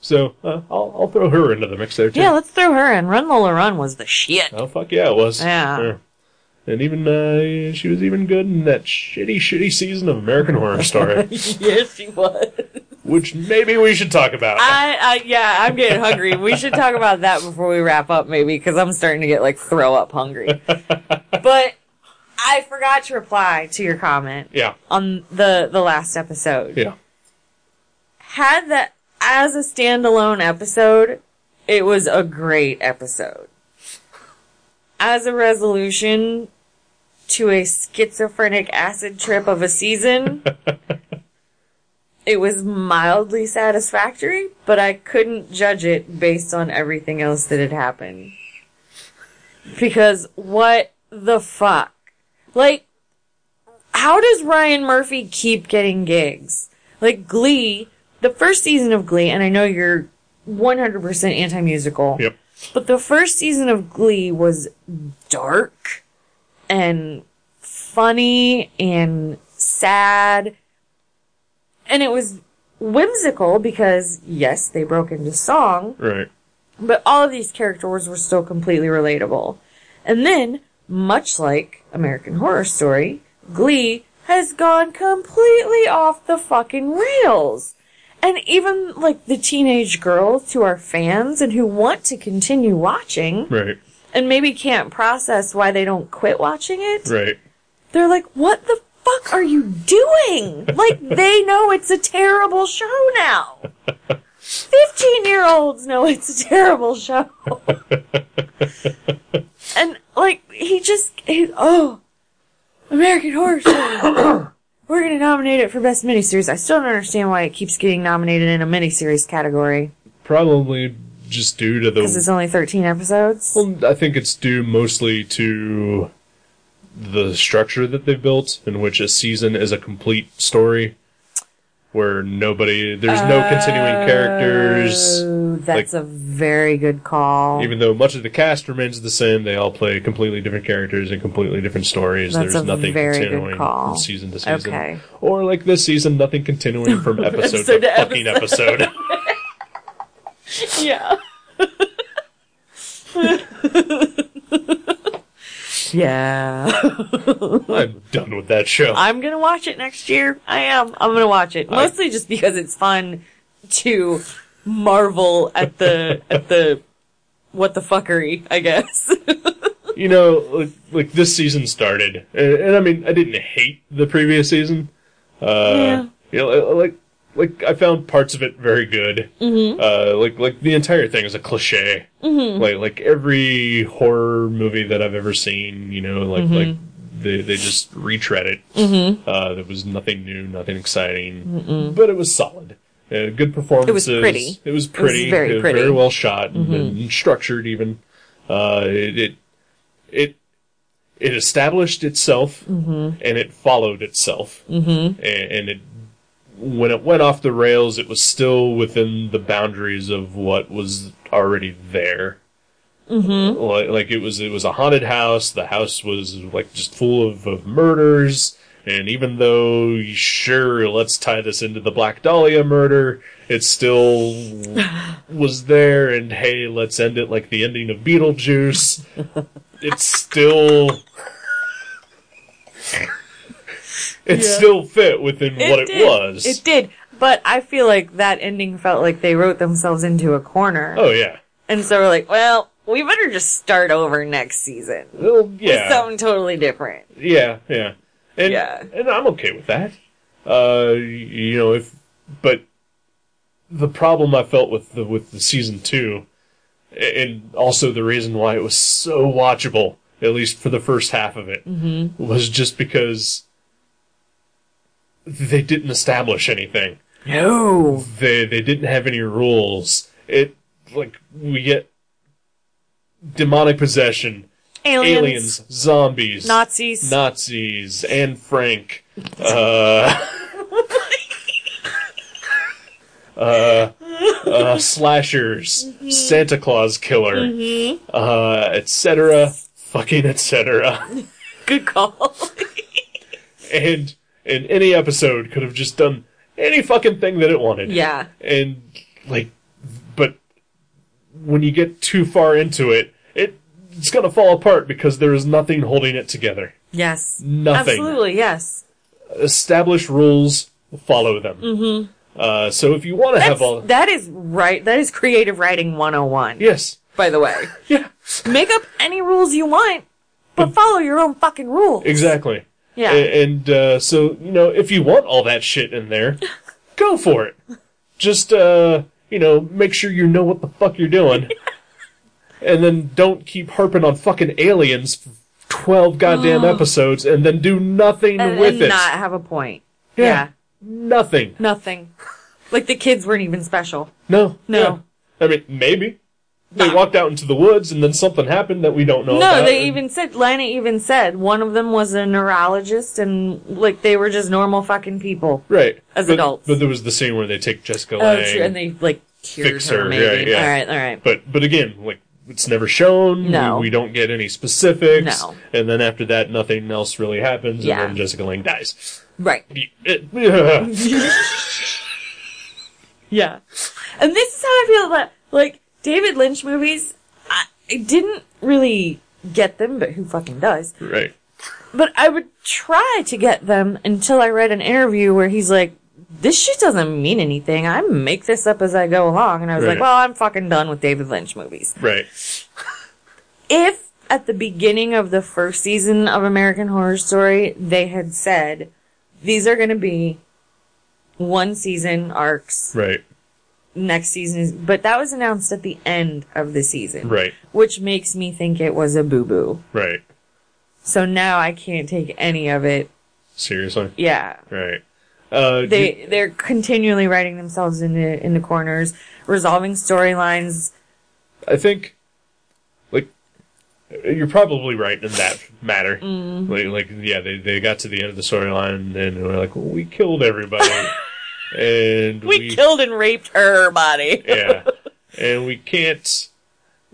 Speaker 1: So uh, I'll, I'll throw her into the mix there too.
Speaker 2: Yeah, let's throw her in. Run Lola Run was the shit.
Speaker 1: Oh fuck yeah, it was.
Speaker 2: Yeah.
Speaker 1: And even uh, she was even good in that shitty, shitty season of American Horror
Speaker 2: [LAUGHS]
Speaker 1: Story,
Speaker 2: [LAUGHS] yes, she was.
Speaker 1: which maybe we should talk about.
Speaker 2: I, I yeah, I'm getting hungry. We should talk about that before we wrap up, maybe, because I'm starting to get like throw up [LAUGHS] hungry. but I forgot to reply to your comment
Speaker 1: yeah,
Speaker 2: on the the last episode.
Speaker 1: yeah.
Speaker 2: Had that as a standalone episode, it was a great episode. As a resolution to a schizophrenic acid trip of a season, it was mildly satisfactory, but I couldn't judge it based on everything else that had happened. Because what the fuck? Like, how does Ryan Murphy keep getting gigs? Like Glee, the first season of Glee, and I know you're 100% anti-musical.
Speaker 1: Yep.
Speaker 2: But the first season of Glee was dark and funny and sad. And it was whimsical because, yes, they broke into song,
Speaker 1: Right.
Speaker 2: but all of these characters were still completely relatable. And then, much like American Horror Story, Glee has gone completely off the fucking rails. And even like the teenage girls who are fans and who want to continue watching
Speaker 1: Right.
Speaker 2: and maybe can't process why they don't quit watching it,
Speaker 1: Right.
Speaker 2: they're like, what the fuck are you doing? like, they know it's a terrible show now. 15 year olds know it's a terrible show. and, like, he just, he, oh, American Horror Story. We're going to nominate it for Best Miniseries. I still don't understand why it keeps getting nominated in a miniseries category
Speaker 1: Probably just due to
Speaker 2: because it's
Speaker 1: the.
Speaker 2: only 13 episodes.
Speaker 1: Well, I think it's due mostly to the structure that they've built, in which a season is a complete story, where nobody, there's no continuing characters.
Speaker 2: Oh, that's a very good call.
Speaker 1: Even though much of the cast remains the same, they all play completely different characters and completely different stories.
Speaker 2: That's
Speaker 1: There's
Speaker 2: a
Speaker 1: nothing
Speaker 2: very good
Speaker 1: continuing
Speaker 2: call.
Speaker 1: from season to season.
Speaker 2: Okay.
Speaker 1: Or like this season, nothing continuing
Speaker 2: [LAUGHS]
Speaker 1: from episode, to
Speaker 2: Episode to
Speaker 1: fucking episode.
Speaker 2: [LAUGHS] Yeah. yeah.
Speaker 1: I'm done with that show.
Speaker 2: I'm gonna watch it next year. I am. I'm gonna watch it. Mostly just because it's fun to marvel at the at the what the fuckery, I guess. [LAUGHS]
Speaker 1: you know, like, like this season started, and, and I mean, I didn't hate the previous season. Uh, You know, like like I found parts of it very good. Mm-hmm. Uh, like like the entire thing is a cliche. Mm-hmm. Like like every horror movie that I've ever seen, you know, like like they they just retread it. Mm-hmm. Uh, there was nothing new, nothing exciting, but it was solid. Uh, good performances.
Speaker 2: pretty.
Speaker 1: It was pretty.
Speaker 2: very
Speaker 1: uh,
Speaker 2: pretty. Mm-hmm.
Speaker 1: Very well shot and, and structured. Even uh, it, it it it established itself
Speaker 2: Mm-hmm.
Speaker 1: and it followed itself mm-hmm. and, and it when it went off the rails it was still within the boundaries of what was already there mm-hmm. like, like it was it was a haunted house the house was like just full of, of murders and even though sure let's tie this into the black dahlia murder it
Speaker 2: [LAUGHS]
Speaker 1: still was there and hey let's end it like the ending of beetlejuice
Speaker 2: [LAUGHS]
Speaker 1: it's still it still fit within what it
Speaker 2: did.
Speaker 1: was.
Speaker 2: It did. But I feel like that ending felt like they wrote themselves into a corner.
Speaker 1: oh yeah,
Speaker 2: And so we're like, well, we better just start over next season.
Speaker 1: well yeah,
Speaker 2: Something totally different.
Speaker 1: yeah, yeah, and
Speaker 2: Yeah.
Speaker 1: and I'm okay with that. Uh, you know if but the problem I felt with the with the season two, a- and also the reason why it was so watchable, at least for the first half of it,
Speaker 2: Mm-hmm.
Speaker 1: was just because they didn't establish anything.
Speaker 2: No.
Speaker 1: they they didn't have any rules. It like we get demonic possession,
Speaker 2: Aliens.
Speaker 1: aliens, zombies,
Speaker 2: Nazis.
Speaker 1: Nazis, and Frank. Uh, uh, uh, slashers,
Speaker 2: Mm-hmm.
Speaker 1: Santa Claus killer, uh, etc. Fucking etc.
Speaker 2: Good call.
Speaker 1: and and any episode could have just done any fucking thing that it wanted.
Speaker 2: [LAUGHS] yeah.
Speaker 1: and like but when you get too far into it it it's going to fall apart because there is nothing holding it together
Speaker 2: Yes.
Speaker 1: Nothing.
Speaker 2: Absolutely, yes.
Speaker 1: establish rules follow them mm-hmm. uh, so if you want to have
Speaker 2: That's,
Speaker 1: all
Speaker 2: that is right. That is creative writing 101,
Speaker 1: yes
Speaker 2: by
Speaker 1: [LAUGHS]
Speaker 2: the way.
Speaker 1: yeah
Speaker 2: Make up any rules you want, but follow your own fucking rules.
Speaker 1: Mm. exactly
Speaker 2: Yeah.
Speaker 1: A- and uh, so you know if you want all that shit in
Speaker 2: [LAUGHS]
Speaker 1: there go for it just uh you know make sure you know what the fuck you're
Speaker 2: [LAUGHS]
Speaker 1: doing and then don't keep harping on fucking aliens for 12 goddamn episodes and then do nothing
Speaker 2: Oh. and,
Speaker 1: with
Speaker 2: and
Speaker 1: it
Speaker 2: not have a point.
Speaker 1: Yeah.
Speaker 2: Yeah.
Speaker 1: nothing
Speaker 2: Nothing. Like the kids weren't even special.
Speaker 1: no
Speaker 2: No.
Speaker 1: Yeah. i mean maybe they walked out into the woods and then something happened that we don't know about.
Speaker 2: No, they
Speaker 1: and-
Speaker 2: even said, Lana even said, one of them was a neurologist and like they were just normal fucking people.
Speaker 1: right
Speaker 2: as
Speaker 1: but,
Speaker 2: adults.
Speaker 1: but there was the scene where they take jessica
Speaker 2: Oh,
Speaker 1: Lange,
Speaker 2: true. And they like cured
Speaker 1: Fix
Speaker 2: her,
Speaker 1: her,
Speaker 2: maybe.
Speaker 1: yeah, yeah.
Speaker 2: Alright, alright.
Speaker 1: but but again, like it's never shown.
Speaker 2: No.
Speaker 1: we, we don't get any specifics.
Speaker 2: No.
Speaker 1: and then after that, nothing else really happens,
Speaker 2: Yeah.
Speaker 1: and then Jessica Lang dies. [LAUGHS]
Speaker 2: Right.
Speaker 1: yeah,
Speaker 2: Yeah. And this is how I feel about, like, David Lynch movies. I, I didn't really get them, but who fucking does?
Speaker 1: right.
Speaker 2: But I would try to get them until I read an interview where he's like, this shit doesn't mean anything. I make this up as I go along. And I was
Speaker 1: Right.
Speaker 2: like, well, I'm fucking done with David Lynch movies.
Speaker 1: Right.
Speaker 2: If at the beginning of the first season of American Horror Story, they had said, these are going to be one season arcs
Speaker 1: Right.
Speaker 2: next season is, but that was announced at the end of the season.
Speaker 1: Right.
Speaker 2: Which makes me think it was a boo boo.
Speaker 1: Right.
Speaker 2: So now I can't take any of it.
Speaker 1: Seriously.
Speaker 2: Yeah.
Speaker 1: Right. Uh,
Speaker 2: They, they're continually writing themselves into, into corners, resolving storylines.
Speaker 1: I think, like, you're probably right in that matter.
Speaker 2: Mm-hmm.
Speaker 1: Like, like, yeah, they, they got to the end of the storyline and we're like, well, we killed
Speaker 2: [LAUGHS]
Speaker 1: everybody, and
Speaker 2: We, killed and raped her body. [LAUGHS]
Speaker 1: yeah, and we can't.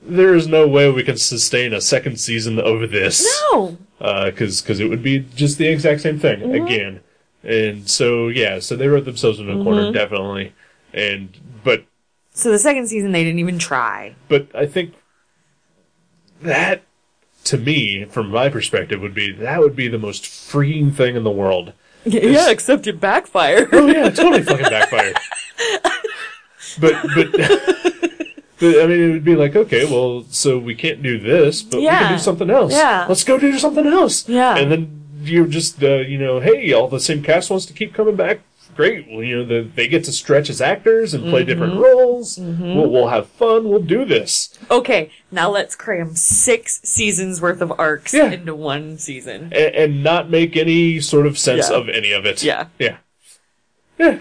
Speaker 1: There is no way we can sustain a second season of this.
Speaker 2: No.
Speaker 1: because it would be just the exact same thing again. And so yeah, so they wrote themselves in a corner definitely. And but
Speaker 2: So the second season, they didn't even try.
Speaker 1: but I think that to me, from my perspective, would be that would be the most freeing thing in the world.
Speaker 2: Yeah, except it backfired. [LAUGHS]
Speaker 1: Oh yeah, it totally fucking backfired. But but [LAUGHS] but I mean, it would be like okay, well, so we can't do this, but we
Speaker 2: Yeah.
Speaker 1: can do something else.
Speaker 2: Yeah.
Speaker 1: let's go do something else.
Speaker 2: Yeah.
Speaker 1: and then you're just uh, you know, hey, all the same cast wants to keep coming back. Great, well, you know, the, they get to stretch as actors and
Speaker 2: Mm-hmm.
Speaker 1: play different roles. We'll, we'll have fun. We'll do this.
Speaker 2: okay, now let's cram six seasons worth of arcs
Speaker 1: Yeah.
Speaker 2: into one season.
Speaker 1: and, and not make any sort of sense
Speaker 2: Yeah.
Speaker 1: of any of it.
Speaker 2: Yeah.
Speaker 1: Yeah.
Speaker 2: [LAUGHS]
Speaker 1: Yeah.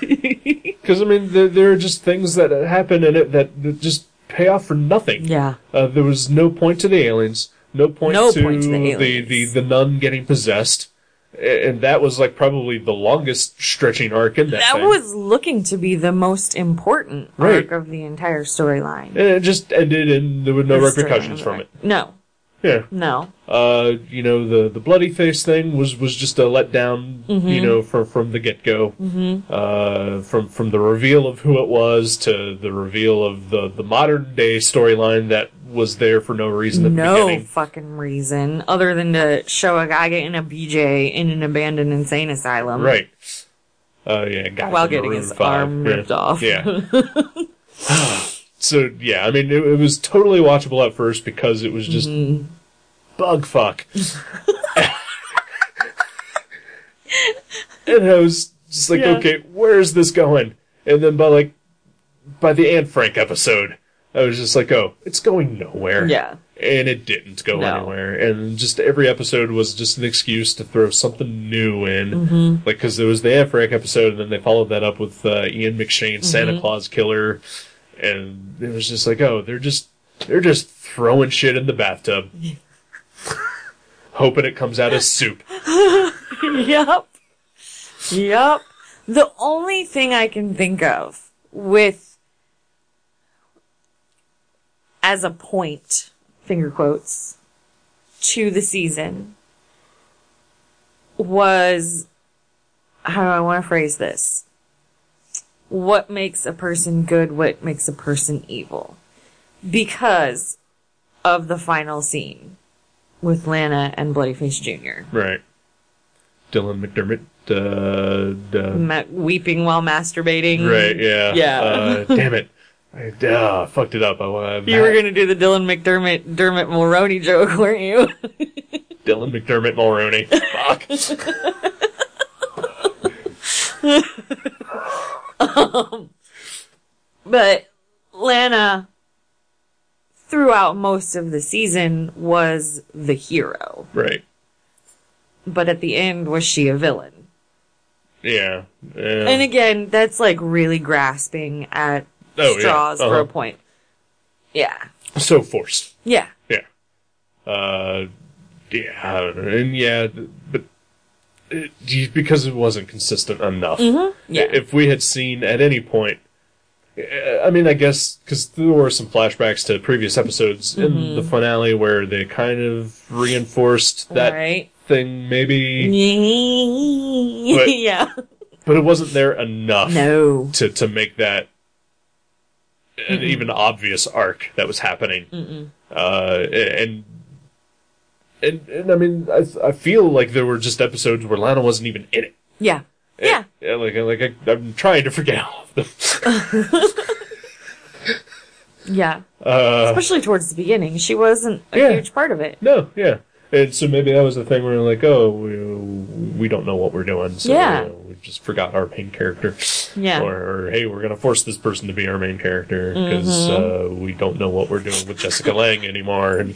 Speaker 1: Because, I mean, there, there are just things that happen in it that, that just pay off for nothing.
Speaker 2: Yeah.
Speaker 1: Uh, there was no point to the aliens, no point
Speaker 2: No
Speaker 1: to
Speaker 2: point to the
Speaker 1: the,
Speaker 2: aliens.
Speaker 1: the, the nun getting possessed. A- And that was like probably the longest stretching arc in that.
Speaker 2: That
Speaker 1: thing.
Speaker 2: was looking to be the most important
Speaker 1: Right.
Speaker 2: arc of the entire storyline.
Speaker 1: And it just ended, and there were no
Speaker 2: The
Speaker 1: repercussions
Speaker 2: storyline.
Speaker 1: from it.
Speaker 2: No,
Speaker 1: Yeah.
Speaker 2: no.
Speaker 1: uh, you know, the, the bloody face thing was, was just a letdown, you know, from, from the get go. Mm-hmm. Uh, from, from the reveal of who it was to the reveal of the, the modern day storyline that was there for no reason at the
Speaker 2: No
Speaker 1: beginning.
Speaker 2: fucking reason other than to show a guy getting a BJ in an abandoned insane asylum.
Speaker 1: Right. Uh, yeah, guy
Speaker 2: While
Speaker 1: from
Speaker 2: getting
Speaker 1: Maroon
Speaker 2: his
Speaker 1: 5.
Speaker 2: arm
Speaker 1: Yeah.
Speaker 2: ripped off.
Speaker 1: Yeah.
Speaker 2: [LAUGHS]
Speaker 1: [SIGHS] so, yeah, I mean, it, it was totally watchable at first because it was just
Speaker 2: Mm-hmm.
Speaker 1: bug
Speaker 2: [LAUGHS]
Speaker 1: fuck. and I was just like,
Speaker 2: Yeah.
Speaker 1: okay, where is this going? And then by like, by the Anne Frank episode, I was just like, oh, it's going nowhere
Speaker 2: Yeah.
Speaker 1: and it didn't go
Speaker 2: No.
Speaker 1: anywhere. And just every episode was just an excuse to throw something new in,
Speaker 2: Mm-hmm.
Speaker 1: Like 'cause like because there was the Anne Frank episode, and then they followed that up with uh, Ian
Speaker 2: Mm-hmm.
Speaker 1: McShane's Santa Claus Killer, and it was just like, oh, they're just they're just throwing shit in the bathtub,
Speaker 2: [LAUGHS]
Speaker 1: hoping it comes out as soup.
Speaker 2: [LAUGHS] Yep. Yep. The only thing I can think of with as a point, finger quotes, to the season was how do I want to phrase this? What makes a person good? What makes a person evil? Because of the final scene with Lana and Bloodyface Jr.
Speaker 1: Right. Dylan McDermott. Uh, duh.
Speaker 2: ma- weeping while masturbating.
Speaker 1: Right. Yeah.
Speaker 2: Mm-hmm. Yeah.
Speaker 1: Uh, damn it. I uh, fucked it up. I, I,
Speaker 2: You were gonna do the Dylan McDermott Dermot Mulroney joke, [LAUGHS] weren't you?
Speaker 1: Dylan McDermott
Speaker 2: [LAUGHS]
Speaker 1: Mulroney. Fuck.
Speaker 2: but Lana, throughout most of the season, was the hero.
Speaker 1: Right.
Speaker 2: But at the end, was she a villain?
Speaker 1: Yeah. Yeah.
Speaker 2: And again, that's like really grasping at
Speaker 1: Oh, yeah.
Speaker 2: straws for
Speaker 1: Uh-huh.
Speaker 2: a point. Yeah,
Speaker 1: so forced.
Speaker 2: yeah,
Speaker 1: Yeah. Uh, yeah. I don't know. And yeah, th- but it, gee, because it wasn't consistent enough.
Speaker 2: Mm-hmm. yeah.
Speaker 1: If we had seen at any point, uh, I mean, I guess because there were some flashbacks to previous episodes
Speaker 2: Mm-hmm.
Speaker 1: in the finale where they kind of reinforced that [LAUGHS]
Speaker 2: right.
Speaker 1: thing, maybe, But-
Speaker 2: yeah.
Speaker 1: but it wasn't there enough.
Speaker 2: No.
Speaker 1: to to make that an even obvious arc that was happening. Uh, and and and I mean, I I feel like there were just episodes where Lana wasn't even in it,
Speaker 2: Yeah.
Speaker 1: Eh.
Speaker 2: Yeah.
Speaker 1: Yeah, like like I, I'm trying to forget all of them. [LAUGHS]
Speaker 2: Yeah.
Speaker 1: Uh,
Speaker 2: Especially towards the beginning. She wasn't a
Speaker 1: Yeah.
Speaker 2: huge part of it.
Speaker 1: no, yeah, and so maybe that was the thing where like, oh, we, we don't know what we're doing, so
Speaker 2: Yeah.
Speaker 1: you know, we just forgot our main character.
Speaker 2: Yeah.
Speaker 1: Or, or hey, we're gonna force this person to be our main character because
Speaker 2: Mm-hmm.
Speaker 1: uh, we don't know what we're doing with Jessica Lang anymore, and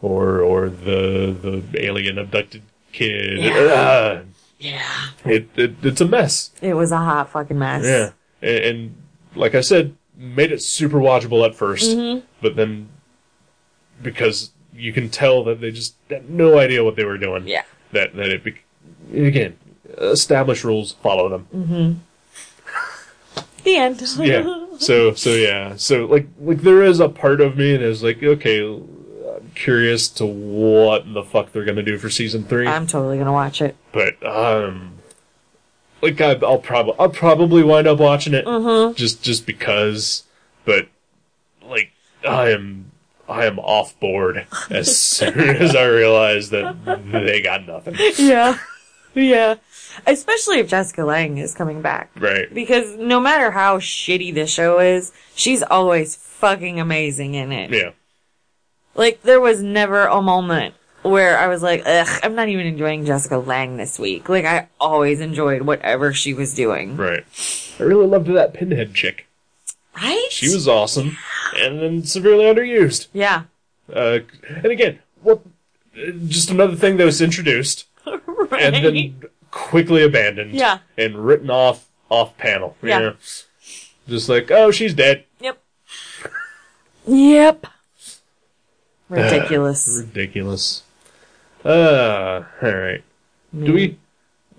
Speaker 1: or or the the alien abducted kid. Ah,
Speaker 2: Yeah.
Speaker 1: it, it it's a mess.
Speaker 2: It was a hot fucking mess.
Speaker 1: Yeah, and, and like I said, made it super watchable at 1st
Speaker 2: Mm-hmm.
Speaker 1: but then because you can tell that they just had no idea what they were doing.
Speaker 2: Yeah.
Speaker 1: that that it bec again establish rules, follow them.
Speaker 2: Mm-hmm. The end.
Speaker 1: Yeah. So so yeah. So like like there is a part of me that is like okay, I'm curious to what the fuck they're gonna do for season three,
Speaker 2: I'm totally gonna watch it.
Speaker 1: but um. Like I, I'll probably I'll probably wind up watching it just just because, but like I am I am off board as soon [LAUGHS] as I realize that they got nothing
Speaker 2: Yeah. yeah. Especially if Jessica Lang is coming back.
Speaker 1: right.
Speaker 2: Because no matter how shitty the show is, she's always fucking amazing in it.
Speaker 1: Yeah,
Speaker 2: Like, there was never a moment where I was like, ugh, I'm not even enjoying Jessica Lang this week. Like, I always enjoyed whatever she was doing.
Speaker 1: right. I really loved that pinhead chick.
Speaker 2: Right?
Speaker 1: She was awesome, and then severely underused.
Speaker 2: Yeah.
Speaker 1: Uh, and again, what? uh, Just another thing that was introduced
Speaker 2: right.
Speaker 1: and
Speaker 2: [LAUGHS]
Speaker 1: then quickly abandoned.
Speaker 2: Yeah.
Speaker 1: And written off off panel. You
Speaker 2: Yeah.
Speaker 1: Know? Just like, oh, she's dead.
Speaker 2: Yep. yep. Ridiculous.
Speaker 1: Ridiculous. Uh, all right. Do we?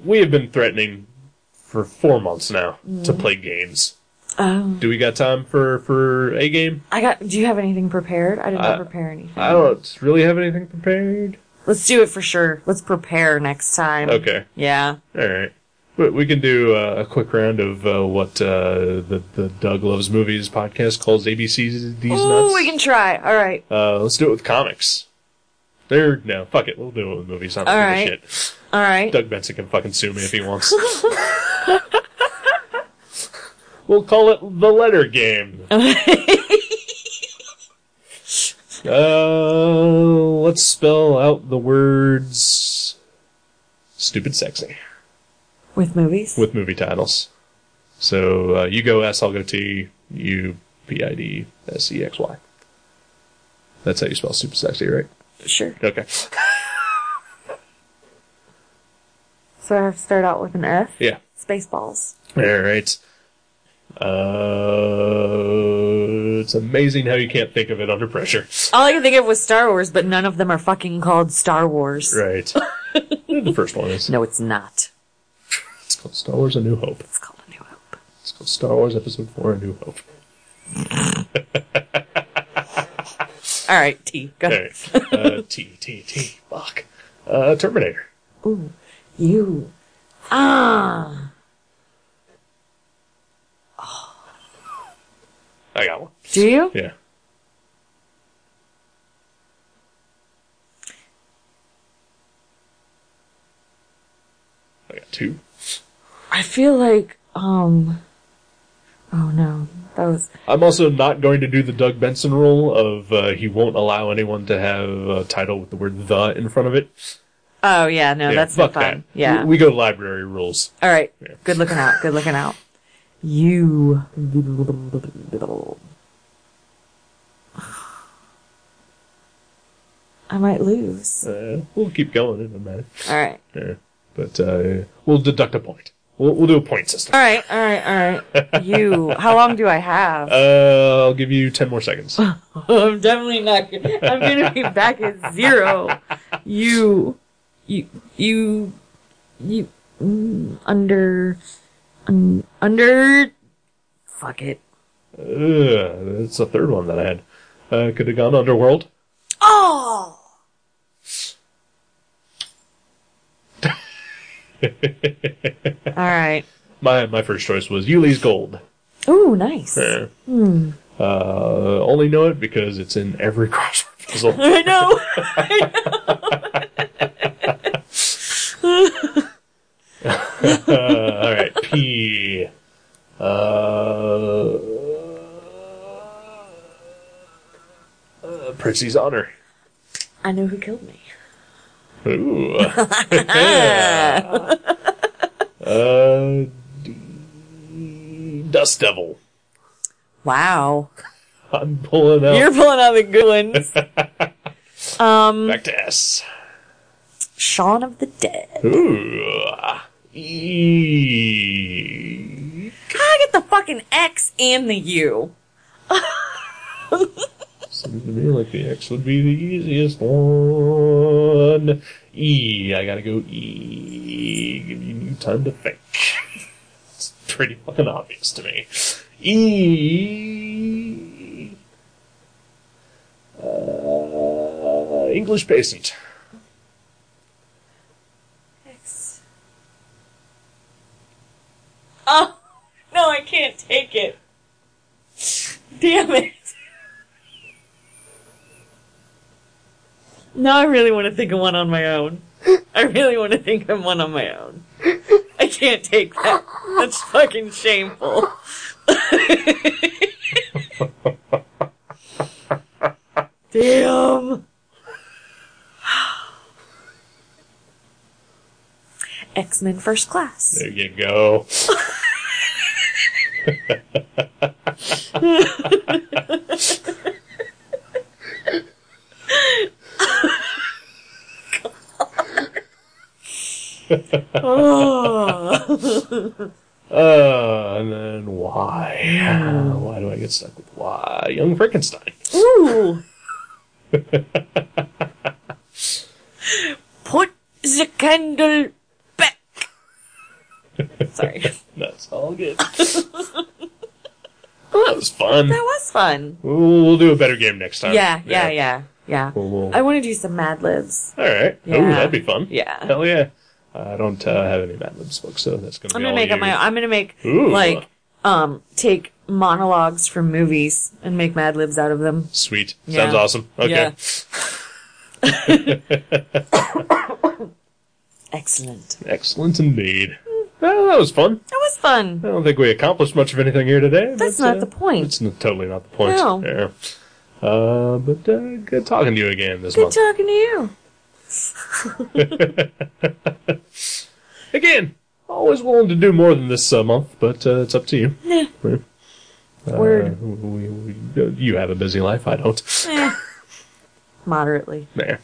Speaker 1: We have been threatening for four months now to play games.
Speaker 2: Mm. Oh,
Speaker 1: Do we got time for for a game?
Speaker 2: I got. Do you have anything prepared? I did not
Speaker 1: Uh,
Speaker 2: prepare anything.
Speaker 1: I don't really have anything prepared.
Speaker 2: Let's do it for sure. Let's prepare next time.
Speaker 1: Okay.
Speaker 2: Yeah.
Speaker 1: All right. But we can do uh, a quick round of uh, what uh, the the Doug Loves Movies podcast calls ABC's these
Speaker 2: Ooh,
Speaker 1: nuts.
Speaker 2: we can try. All right.
Speaker 1: Uh, let's do it with comics. There, no, fuck it. We'll do it with movies. I don't
Speaker 2: All
Speaker 1: give a
Speaker 2: right.
Speaker 1: shit.
Speaker 2: All right.
Speaker 1: Doug Benson can fucking sue me if he wants. we'll call it the letter game. uh, let's spell out the words stupid sexy
Speaker 2: With movies.
Speaker 1: with movie titles. So uh, you go S, I'll go T, U P I D S E X Y. That's how you spell super sexy, right?
Speaker 2: sure.
Speaker 1: Okay.
Speaker 2: So I have to start out with an F.
Speaker 1: Yeah.
Speaker 2: Spaceballs.
Speaker 1: All right. Uh, it's amazing how you can't think of it under pressure.
Speaker 2: All I could think of was Star Wars, but none of them are fucking called Star Wars.
Speaker 1: Right. the first one is.
Speaker 2: No, it's not.
Speaker 1: It's called Star Wars: A New Hope.
Speaker 2: It's called A New Hope.
Speaker 1: It's called Star Wars Episode Four: A New Hope.
Speaker 2: All right. T. Go
Speaker 1: All
Speaker 2: ahead.
Speaker 1: right. Uh, T T T. Fuck. Uh, Terminator.
Speaker 2: You. Ah.
Speaker 1: I got one.
Speaker 2: Do you?
Speaker 1: Yeah. I got two.
Speaker 2: I feel like, um, oh no, that was,
Speaker 1: I'm also not going to do the Doug Benson rule of uh, he won't allow anyone to have a title with the word "the" in front of it.
Speaker 2: oh yeah, no,
Speaker 1: Yeah,
Speaker 2: that's not
Speaker 1: fuck
Speaker 2: fun.
Speaker 1: that.
Speaker 2: Yeah.
Speaker 1: we, we go library rules.
Speaker 2: All right.
Speaker 1: Yeah.
Speaker 2: Good looking out. Good looking out. You. I might lose.
Speaker 1: Uh, we'll keep going. It doesn't matter.
Speaker 2: All right.
Speaker 1: Yeah. But uh, we'll deduct a point. We'll, we'll do a point system.
Speaker 2: All right. All right. All right. You. How long do I have?
Speaker 1: Uh, I'll give you ten more seconds.
Speaker 2: [LAUGHS]
Speaker 1: Uh,
Speaker 2: I'm definitely not. gonna- I'm gonna be back at zero. You, you, you, you. mm, Under, un, under. Fuck it.
Speaker 1: Ugh, that's the third one that I had. Uh, could have gone Underworld.
Speaker 2: Oh. All right.
Speaker 1: My my first choice was Yuli's Gold.
Speaker 2: Ooh, [LAUGHS] nice.
Speaker 1: Uh,
Speaker 2: Hmm.
Speaker 1: uh, only know it because it's in every [LAUGHS] crossword puzzle.
Speaker 2: I know.
Speaker 1: uh, all Uh, uh, Pritzy's honor.
Speaker 2: I know who killed me.
Speaker 1: Ooh. [LAUGHS] uh, D- Dust Devil.
Speaker 2: Wow.
Speaker 1: I'm pulling out
Speaker 2: [LAUGHS] You're pulling out the good ones.
Speaker 1: back to S.
Speaker 2: Shaun of the Dead.
Speaker 1: Ooh. E-
Speaker 2: I get the fucking X and the U.
Speaker 1: Seems to me like the X would be the easiest one. E. I gotta go E. Give you time to think. It's pretty fucking obvious to me. E. Uh, English patient.
Speaker 2: X. Oh, no, I can't take it. Damn it. Now I really want to think of one on my own. I really want to think of one on my own. I can't take that. That's fucking shameful. Damn. X Men First Class.
Speaker 1: There you go. Uh, Ah, and then Y.
Speaker 2: Mm.
Speaker 1: Uh, Why do I get stuck with Y? Young Frankenstein.
Speaker 2: Ooh. [LAUGHS] Put the candle back.
Speaker 1: [LAUGHS]
Speaker 2: Sorry. That
Speaker 1: That's all
Speaker 2: [LAUGHS]
Speaker 1: good. well, that was fun.
Speaker 2: was fun.
Speaker 1: We'll, we'll do a better game next time.
Speaker 2: Yeah, yeah, yeah, yeah.
Speaker 1: We'll- we'll-
Speaker 2: I want to do some Mad Libs.
Speaker 1: all right.
Speaker 2: Yeah.
Speaker 1: Ooh, that'd be fun.
Speaker 2: Yeah.
Speaker 1: Hell yeah. I don't uh, have any Mad Libs books, so that's gonna
Speaker 2: I'm
Speaker 1: be
Speaker 2: gonna
Speaker 1: all
Speaker 2: make
Speaker 1: you.
Speaker 2: up my. I'm gonna make
Speaker 1: Ooh.
Speaker 2: like um take monologues from movies and make Mad Libs out of them.
Speaker 1: Sweet.
Speaker 2: Yeah.
Speaker 1: Sounds awesome. Okay.
Speaker 2: Yeah. Excellent. That
Speaker 1: Excellent indeed. Well, that was fun.
Speaker 2: was fun.
Speaker 1: I don't think we accomplished much of anything here today.
Speaker 2: That's
Speaker 1: but,
Speaker 2: not
Speaker 1: uh,
Speaker 2: the point.
Speaker 1: It's n- totally not the point.
Speaker 2: No.
Speaker 1: Yeah. Uh, but uh, good talking to you again this
Speaker 2: Good
Speaker 1: month.
Speaker 2: talking to you.
Speaker 1: again, always willing to do more than this uh, month, but uh, it's up to you.
Speaker 2: Yeah.
Speaker 1: Yeah.
Speaker 2: Word.
Speaker 1: Uh, we, we, you have a busy life. I don't. [LAUGHS]
Speaker 2: Eh. Moderately.
Speaker 1: There.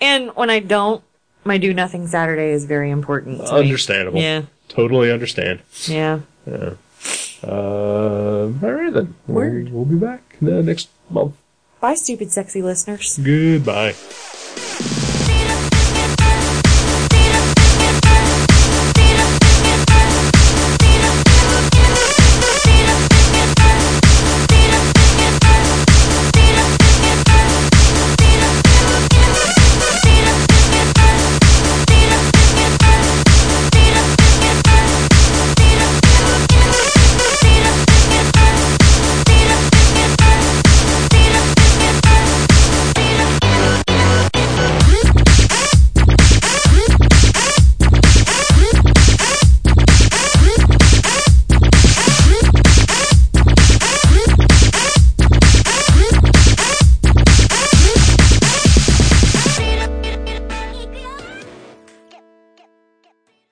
Speaker 2: And when I don't, my do nothing Saturday is very important. To me.
Speaker 1: Understandable.
Speaker 2: Yeah,
Speaker 1: Totally understand.
Speaker 2: yeah.
Speaker 1: Uh, all right then. We'll-
Speaker 2: Word.
Speaker 1: We'll, be back uh, next month.
Speaker 2: Bye, stupid, sexy listeners.
Speaker 1: Goodbye.